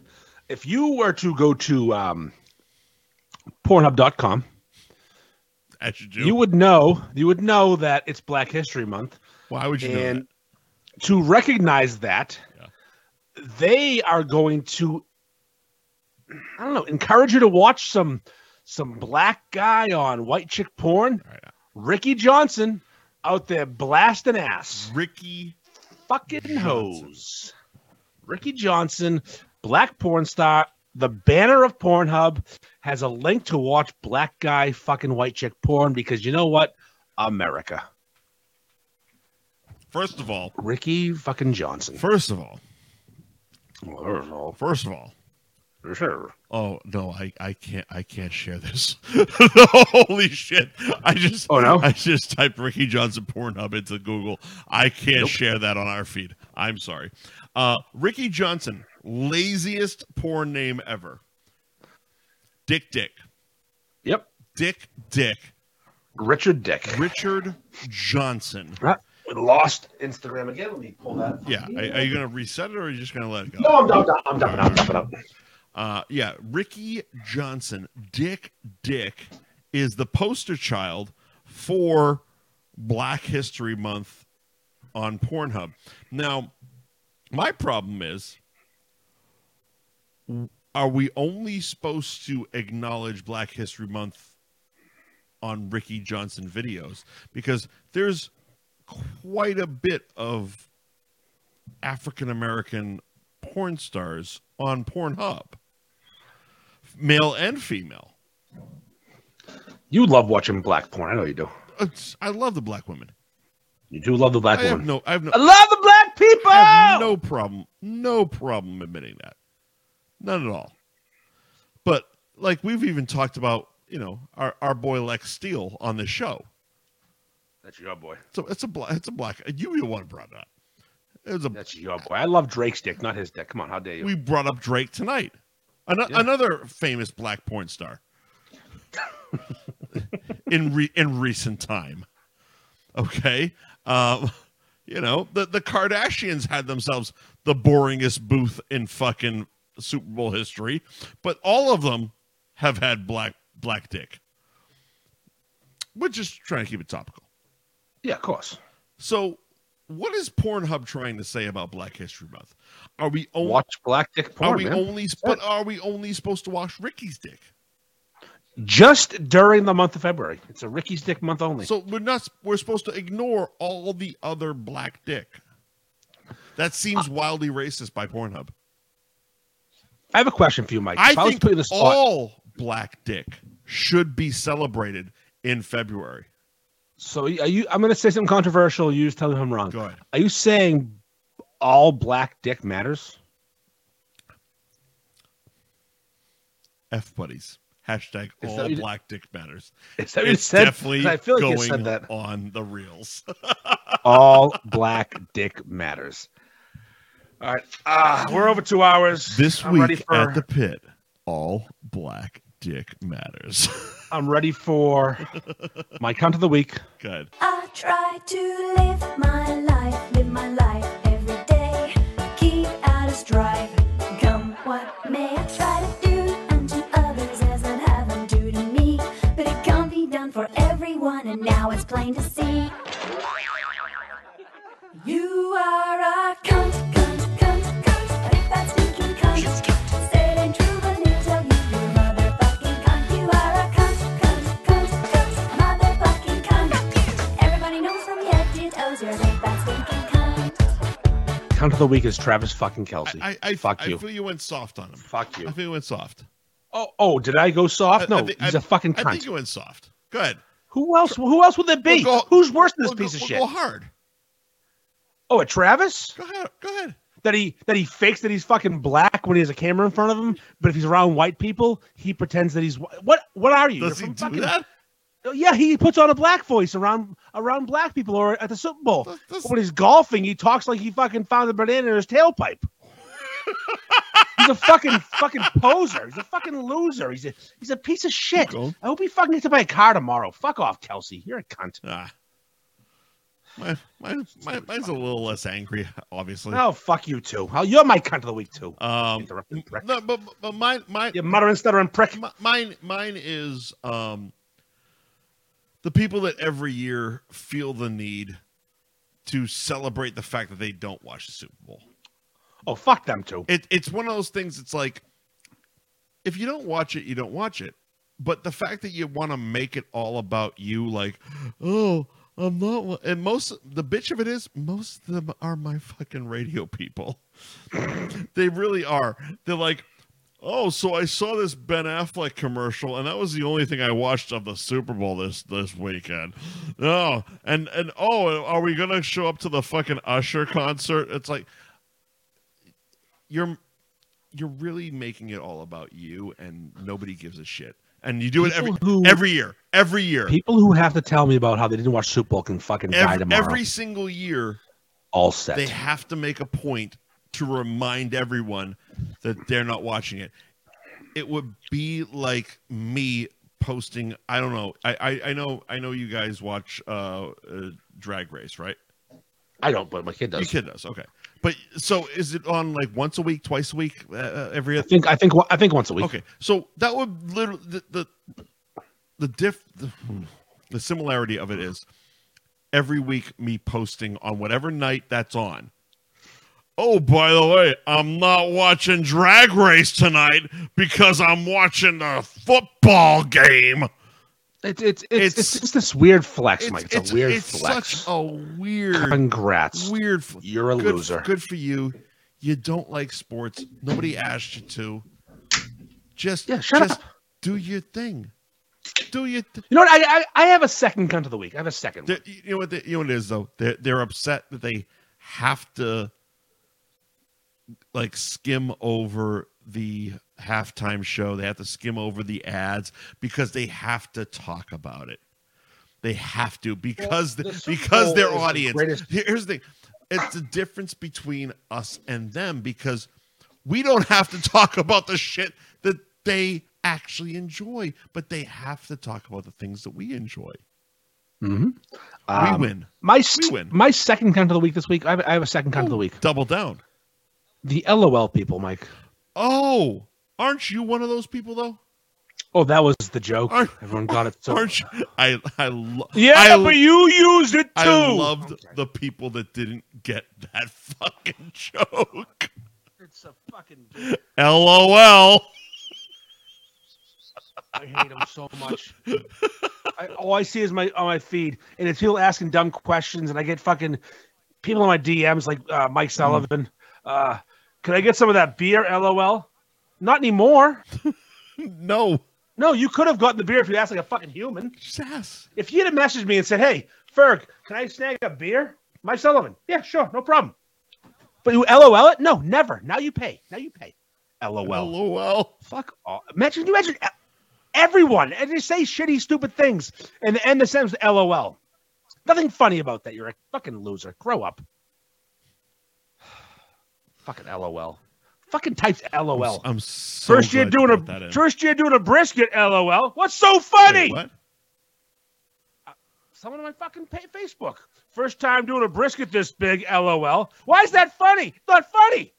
if you were to go to um, Pornhub.com,
As you do,
you would know you would know that it's Black History Month,
why would you know
and to recognize that,
Yeah.
they are going to, I don't know, encourage you to watch some some black guy on white chick porn,
that? All right.
Ricky Johnson, out there blasting ass.
Ricky,
fucking
Johnson.
hose. Ricky Johnson, black porn star. The banner of Pornhub has a link to watch black guy fucking white chick porn because you know what? America.
first of all,
Ricky fucking Johnson.
first of all,
For
first of all.
sure.
Oh no, I, I can't I can't share this. Holy shit! I just
Oh, no?
I just typed Ricky Johnson Pornhub into Google. I can't
Nope.
share that on our feed. I'm sorry. Uh, Ricky Johnson, laziest porn name ever. Dick Dick.
Yep.
Dick Dick.
Richard Dick.
Richard Johnson.
We lost Instagram again. Let me pull that.
Yeah. Are, are you going to reset it or are you just going to let it go?
No, I'm done. I'm done. I'm done. I'm done.
Uh, yeah, Ricky Johnson, Dick Dick, is the poster child for Black History Month on Pornhub. Now, my problem is, are we only supposed to acknowledge Black History Month on Ricky Johnson videos? Because there's quite a bit of African American porn stars on Pornhub, male and female.
You love watching black porn. I know you do.
It's- Uh, I love the black women.
You do love the black
I have
woman.
no, I have no,
I love the black people.
I have no problem, no problem admitting that, none at all. But like we've even talked about, you know, our, our boy Lex Steele on this show.
That's your boy.
So it's a black, it's a black. You were the one who brought it up. It was a
That's your boy. I love Drake's dick, not his dick. Come on, how dare you?
we brought up Drake tonight. Ano-
Yeah.
Another famous black porn star in re- in recent time. Okay, um, you know the the Kardashians had themselves the boringest booth in fucking Super Bowl history, but all of them have had black black dick. We're just trying to keep it topical.
yeah, of course.
So, what is Pornhub trying to say about Black History Month? Are we only
Watch black dick porn,
Oh. are we
man.
only but are we only supposed to wash Ricky's dick?
Just during the month of February. It's a Ricky's dick month only.
So we're not we're supposed to ignore all the other black dick. That seems wildly racist by Pornhub.
I have a question for you, Mike.
I
if I was
think
put in the spot,
all black dick should be celebrated in February.
so are you? I'm going to say something controversial. You just tell me if I'm wrong.
Go ahead.
Are you saying all black dick matters?
F buddies. Hashtag
that
all
what you-
black dick matters.
Is that what you
It's
said? 'Cause
definitely
I feel like
going
you said that.
on the reels.
all black dick matters. All right, uh, we're over two hours.
This
I'm ready
week
for,
at the pit, all black dick matters.
I'm ready for my count of the week.
Good.
I try to live my life, live my life every day. Keep out of strife, come what may. I try to do unto others as I'd have them do to me. But it can't be done for everyone, and now it's plain to see. You are a cunt, cunt, cunt, cunt. But if that's thinking cunt, She's cunt. say it ain't true when they tell you you're motherfucking cunt. You are a cunt, cunt, cunt, cunt. A motherfucking cunt. Everybody knows from the oh, head to toes you're a big fat stinking cunt.
Count of the week is Travis fucking Kelsey.
I, I,
Fuck
I
you.
feel you went soft on him.
Fuck you.
I think it went soft.
Oh, oh, did I go soft? No,
I, I, think-
he's
I-
a fucking
I
cunt.
think it went soft. Go ahead.
Who else? Who else would there be?
We'll go-
Who's worse than
We'll
this piece
go,
of
we'll
shit?
Go hard.
Oh, a Travis
Go ahead. Go ahead.
that he that he fakes that he's fucking black when he has a camera in front of him, but if he's around white people, he pretends that he's wh- what? What are you?
Does
You're
he
from
do
fucking-
that?
Yeah, he puts on a black voice around around black people or at the Super Bowl.
Does- does-
When he's golfing, he talks like he fucking found a banana in his tailpipe. he's a fucking fucking poser. He's a fucking loser. He's a he's a piece of shit.
Go.
I hope he fucking gets to buy a car tomorrow. Fuck off, Kelsey. You're a cunt.
Ah. My, my, my, mine's a little less angry, obviously.
Oh fuck you too. Oh, you're my cunt of the week too.
um,
Interrupting prick.
no, but, but- but mine, mine,
You muttering, stuttering prick.
mi- mine, mine is um, the people that every year feel the need to celebrate the fact that they don't watch the Super Bowl.
Oh fuck them too.
it, it's one of those things it's like if you don't watch it you don't watch it but the fact that you want to make it all about you like oh i'm not wa-" and most the bitch of it is most of them are my fucking radio people they really are they're like oh so i saw this ben affleck commercial and that was the only thing i watched of the super bowl this this weekend oh and and oh are we gonna show up to the fucking usher concert it's like you're you're really making it all about you and nobody gives a shit and you do it every
People who-
every year every year
People who have to tell me about how they didn't watch Super Bowl can fucking die
every,
tomorrow.
every single year
all set.
They have to make a point to remind everyone that they're not watching it. It would be like me posting. I don't know. I I, I know. I know you guys watch uh, uh Drag Race, right?
I don't, but my kid
Your
does.
kid does. Okay. But so is it on like once a week, twice a week, uh, uh, every
I think I think wa- I think once a week.
Okay, so that would literally the the the diff the, hmm, the similarity of it is every week me posting on whatever night that's on. Oh, by the way, I'm not watching Drag Race tonight because I'm watching a football game.
It's it's it's, it's,
It's-
just this weird flex, Mike. It's,
it's
a weird
it's
flex.
such a weird,
Congrats,
weird. fl-
you're a
good,
loser.
Good for you. You don't like sports. Nobody asked you to. Just
Yeah, shut
just do your thing. Do your th-
You know what? I, I I have a second cunt of the week. I have a second.
They're- you know what the, you know what it is though. They're they're upset that they have to like skim over the halftime show. They have to skim over the ads because they have to talk about it. They have to because
the Super
because
Bowl
their
is the
audience.
greatest-
Here's the thing. It's the difference between us and them because we don't have to talk about the shit that they actually enjoy, but they have to talk about the things that we enjoy.
Mm-hmm.
we win.
My s-
We win.
my second cunt of the week this week. I have, I have a second cunt of the week.
Double down.
The LOL people, Mike.
Oh, aren't you one of those people though?
Oh, that was the joke.
Aren't-
Everyone got it. So
Aren't you? I I lo-
Yeah,
I,
but you used it too.
I loved the people that didn't get that fucking joke.
it's a fucking.
LOL.
I hate him so much. I, all I see is my on my feed, and it's people asking dumb questions, and I get fucking people on my DMs like uh, Mike Sullivan. Uh, can I get some of that beer? LOL. Not anymore.
No.
No, you could have gotten the beer if you asked like a fucking human.
Sass.
If you had messaged me and said, "Hey, Ferg, can I snag a beer?" Mike Sullivan. Yeah, sure, no problem. But you LOL it? No, never. Now you pay. Now you pay. LOL.
LOL.
Fuck all. Imagine you imagine e- everyone and they say shitty, stupid things and the end of the sentence with LOL. Nothing funny about that. You're a fucking loser. Grow up. fucking LOL. Fucking types LOL.
I'm so
First year
glad
doing
you brought that
a
in.
first year doing a brisket. LOL. What's so
Wait,
funny?
what?
Someone on my fucking pa- Facebook. First time doing a brisket this big. LOL. Why is that funny? Not funny.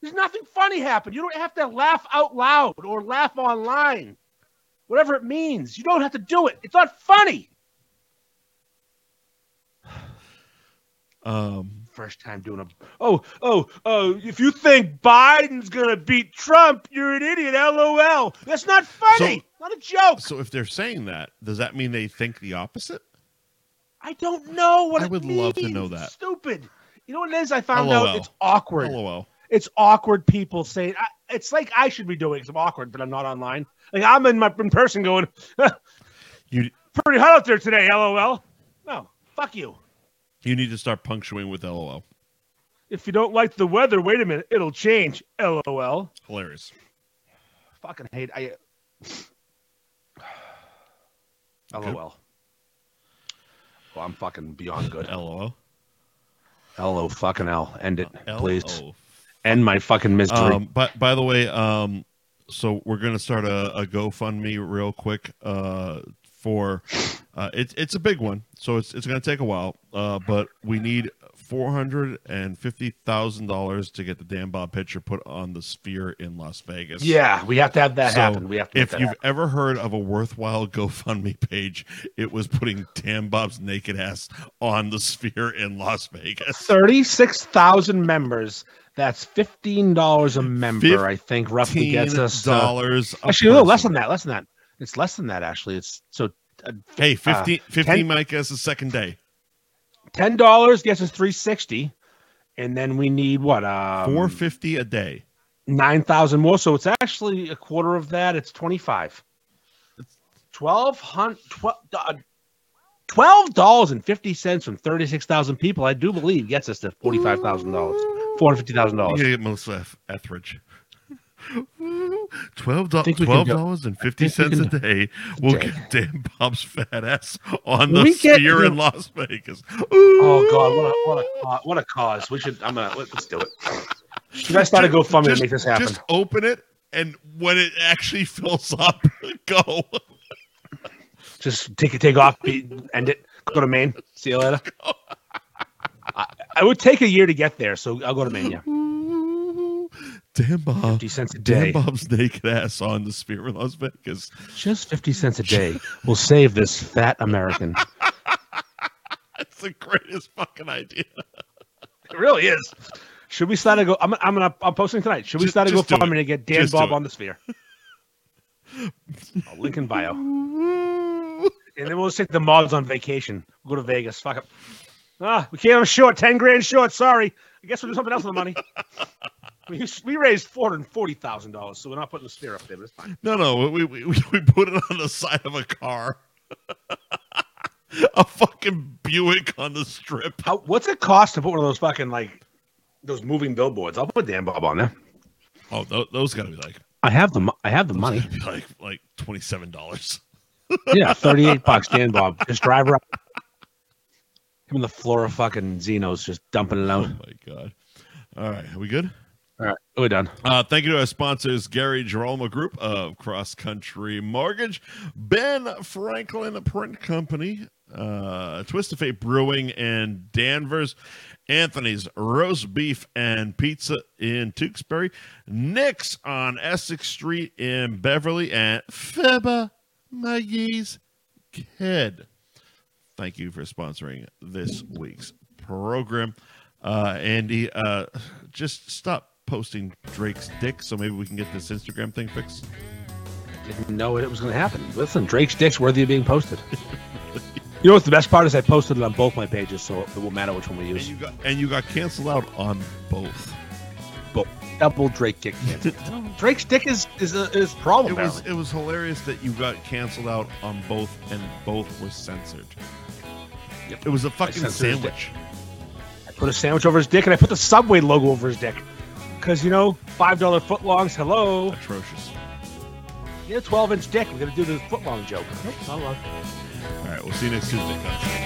There's nothing funny happen. You don't have to laugh out loud or laugh online. Whatever it means, you don't have to do it. It's not funny.
Um.
First time doing a oh oh oh. If you think Biden's gonna beat Trump, you're an idiot. LOL. That's not funny.
So-
not a joke.
So if they're saying that, does that mean they think the opposite?
I don't know what
I
it
would love to
means.
know
It's
that.
Stupid. You know what it is? I found
LOL.
out it's awkward.
LOL.
it's awkward people saying I, it's like I should be doing because I'm awkward, but I'm not online. Like I'm in my in person going
You
pretty hot out there today. LOL. No, fuck you.
you need to start punctuating with LOL.
If you don't like the weather, wait a minute, it'll change. LOL.
Hilarious.
Fucking hate. I. LOL. Well, I'm fucking beyond good.
LOL.
LO fucking L. End it, please.
LOL.
End my fucking misery.
Um, but by the way, um, so we're gonna start a, a GoFundMe real quick. Uh, for uh, it's it's a big one, so it's it's gonna take a while. Uh, but we need four hundred and fifty thousand dollars to get the Dan Bob picture put on the Sphere in Las Vegas.
yeah, we have to have that
So,
happen. We have to. make
If
that
you've ever heard of a worthwhile GoFundMe page, it was putting Dan Bob's naked ass on the Sphere in Las Vegas.
36,000 members. That's $15 a member, I think, roughly gets us. to-
dollars.
actually, no, less than that. Less than that. It's less than that, actually. It's so
Hey, 15, 15
ten-
Mike as the second day.
$10 gets us 360 and then we need what? Uh,
Four fifty a day.
9,000 more. So it's actually a quarter of that. It's 25. 1200 uh, $12.50 from 36,000 people, I do believe, gets us to $45,000. $450,usand.
You gotta get Melissa Eth- Etheridge. Twelve dollars,
think we can
twelve
go-
dollars and fifty
I think we
cents a
can-
day will
Okay.
get Dan Bob's fat ass on the
We get-
sphere in Las Vegas.
Oh God, what a what a ca- what a cause. We should. I'm gonna let- let's do it. You guys started GoFundMe to
Just-
make this happen.
Just open it, and when it actually fills up, go.
Just take it, take off, be, end it, go to Maine. See you later. I, I would take a year to get there, so I'll go to Maine. Yeah,
Ooh, Dan Bob,
fifty cents a
Dan
day,
Bob's naked ass on the sphere in Las Vegas.
just fifty cents a day will save this fat American.
That's the greatest fucking idea.
It really is. Should we start a go? I'm I'm gonna I'm posting tonight. Should we
Just-
start a
just do
GoFundMe
it.
to get Dan
Just do
Bob
it.
on the sphere? I'll link in bio,
Ooh.
and then we'll just take the mobs on vacation. We'll go to Vegas. Fuck up. Ah, we came up short. Ten grand short. Sorry. I guess we'll do something else with the money. we, we raised four hundred forty thousand dollars, so we're not putting the sphere up there. But it's fine.
No, no, we, we, we we put it on the side of a car. a fucking Buick on the strip.
How, what's it cost to put one of those fucking like those moving billboards? I'll put Dan Bob on there.
Oh, tho- those gotta be like
I have the mo- I have the money.
gotta be like like twenty seven dollars.
Yeah, thirty-eight bucks, Dan Bob. Just drive around. Him and the floor of fucking Zeno's just dumping it out.
Oh my god! All right, are we good?
All right, we're done.
Uh, thank you to our sponsors, Gary Gerolmo Group of Cross Country Mortgage, Ben Franklin Print Company, uh, Twist of Fate Brewing and Danvers, Anthony's Roast Beef and Pizza in Tewksbury, Nick's on Essex Street in Beverly, and Feba McGee's Kid. Thank you for sponsoring this week's program. Uh, Andy, uh, just stop posting Drake's dick so maybe we can get this Instagram thing fixed.
Didn't know it was going to happen. Listen, Drake's dick's worthy of being posted. you know what's the best part is I posted it on both my pages, so it won't matter which one we
And
use.
you got and you got canceled out on both.
But double Drake dick. cancer. Drake's dick is is a, is a problem.
It was
apparently.
it was hilarious that you got canceled out on both and both were censored.
Yep.
It was a fucking
censored his dick.
sandwich.
I put a sandwich over his dick, and I put the Subway logo over his dick. Because, you know, $5 footlongs, hello.
Atrocious.
You a 12 inch dick. We're going to do the footlong joke. Nope, not allowed.
All right, we'll see you next Tuesday. guys.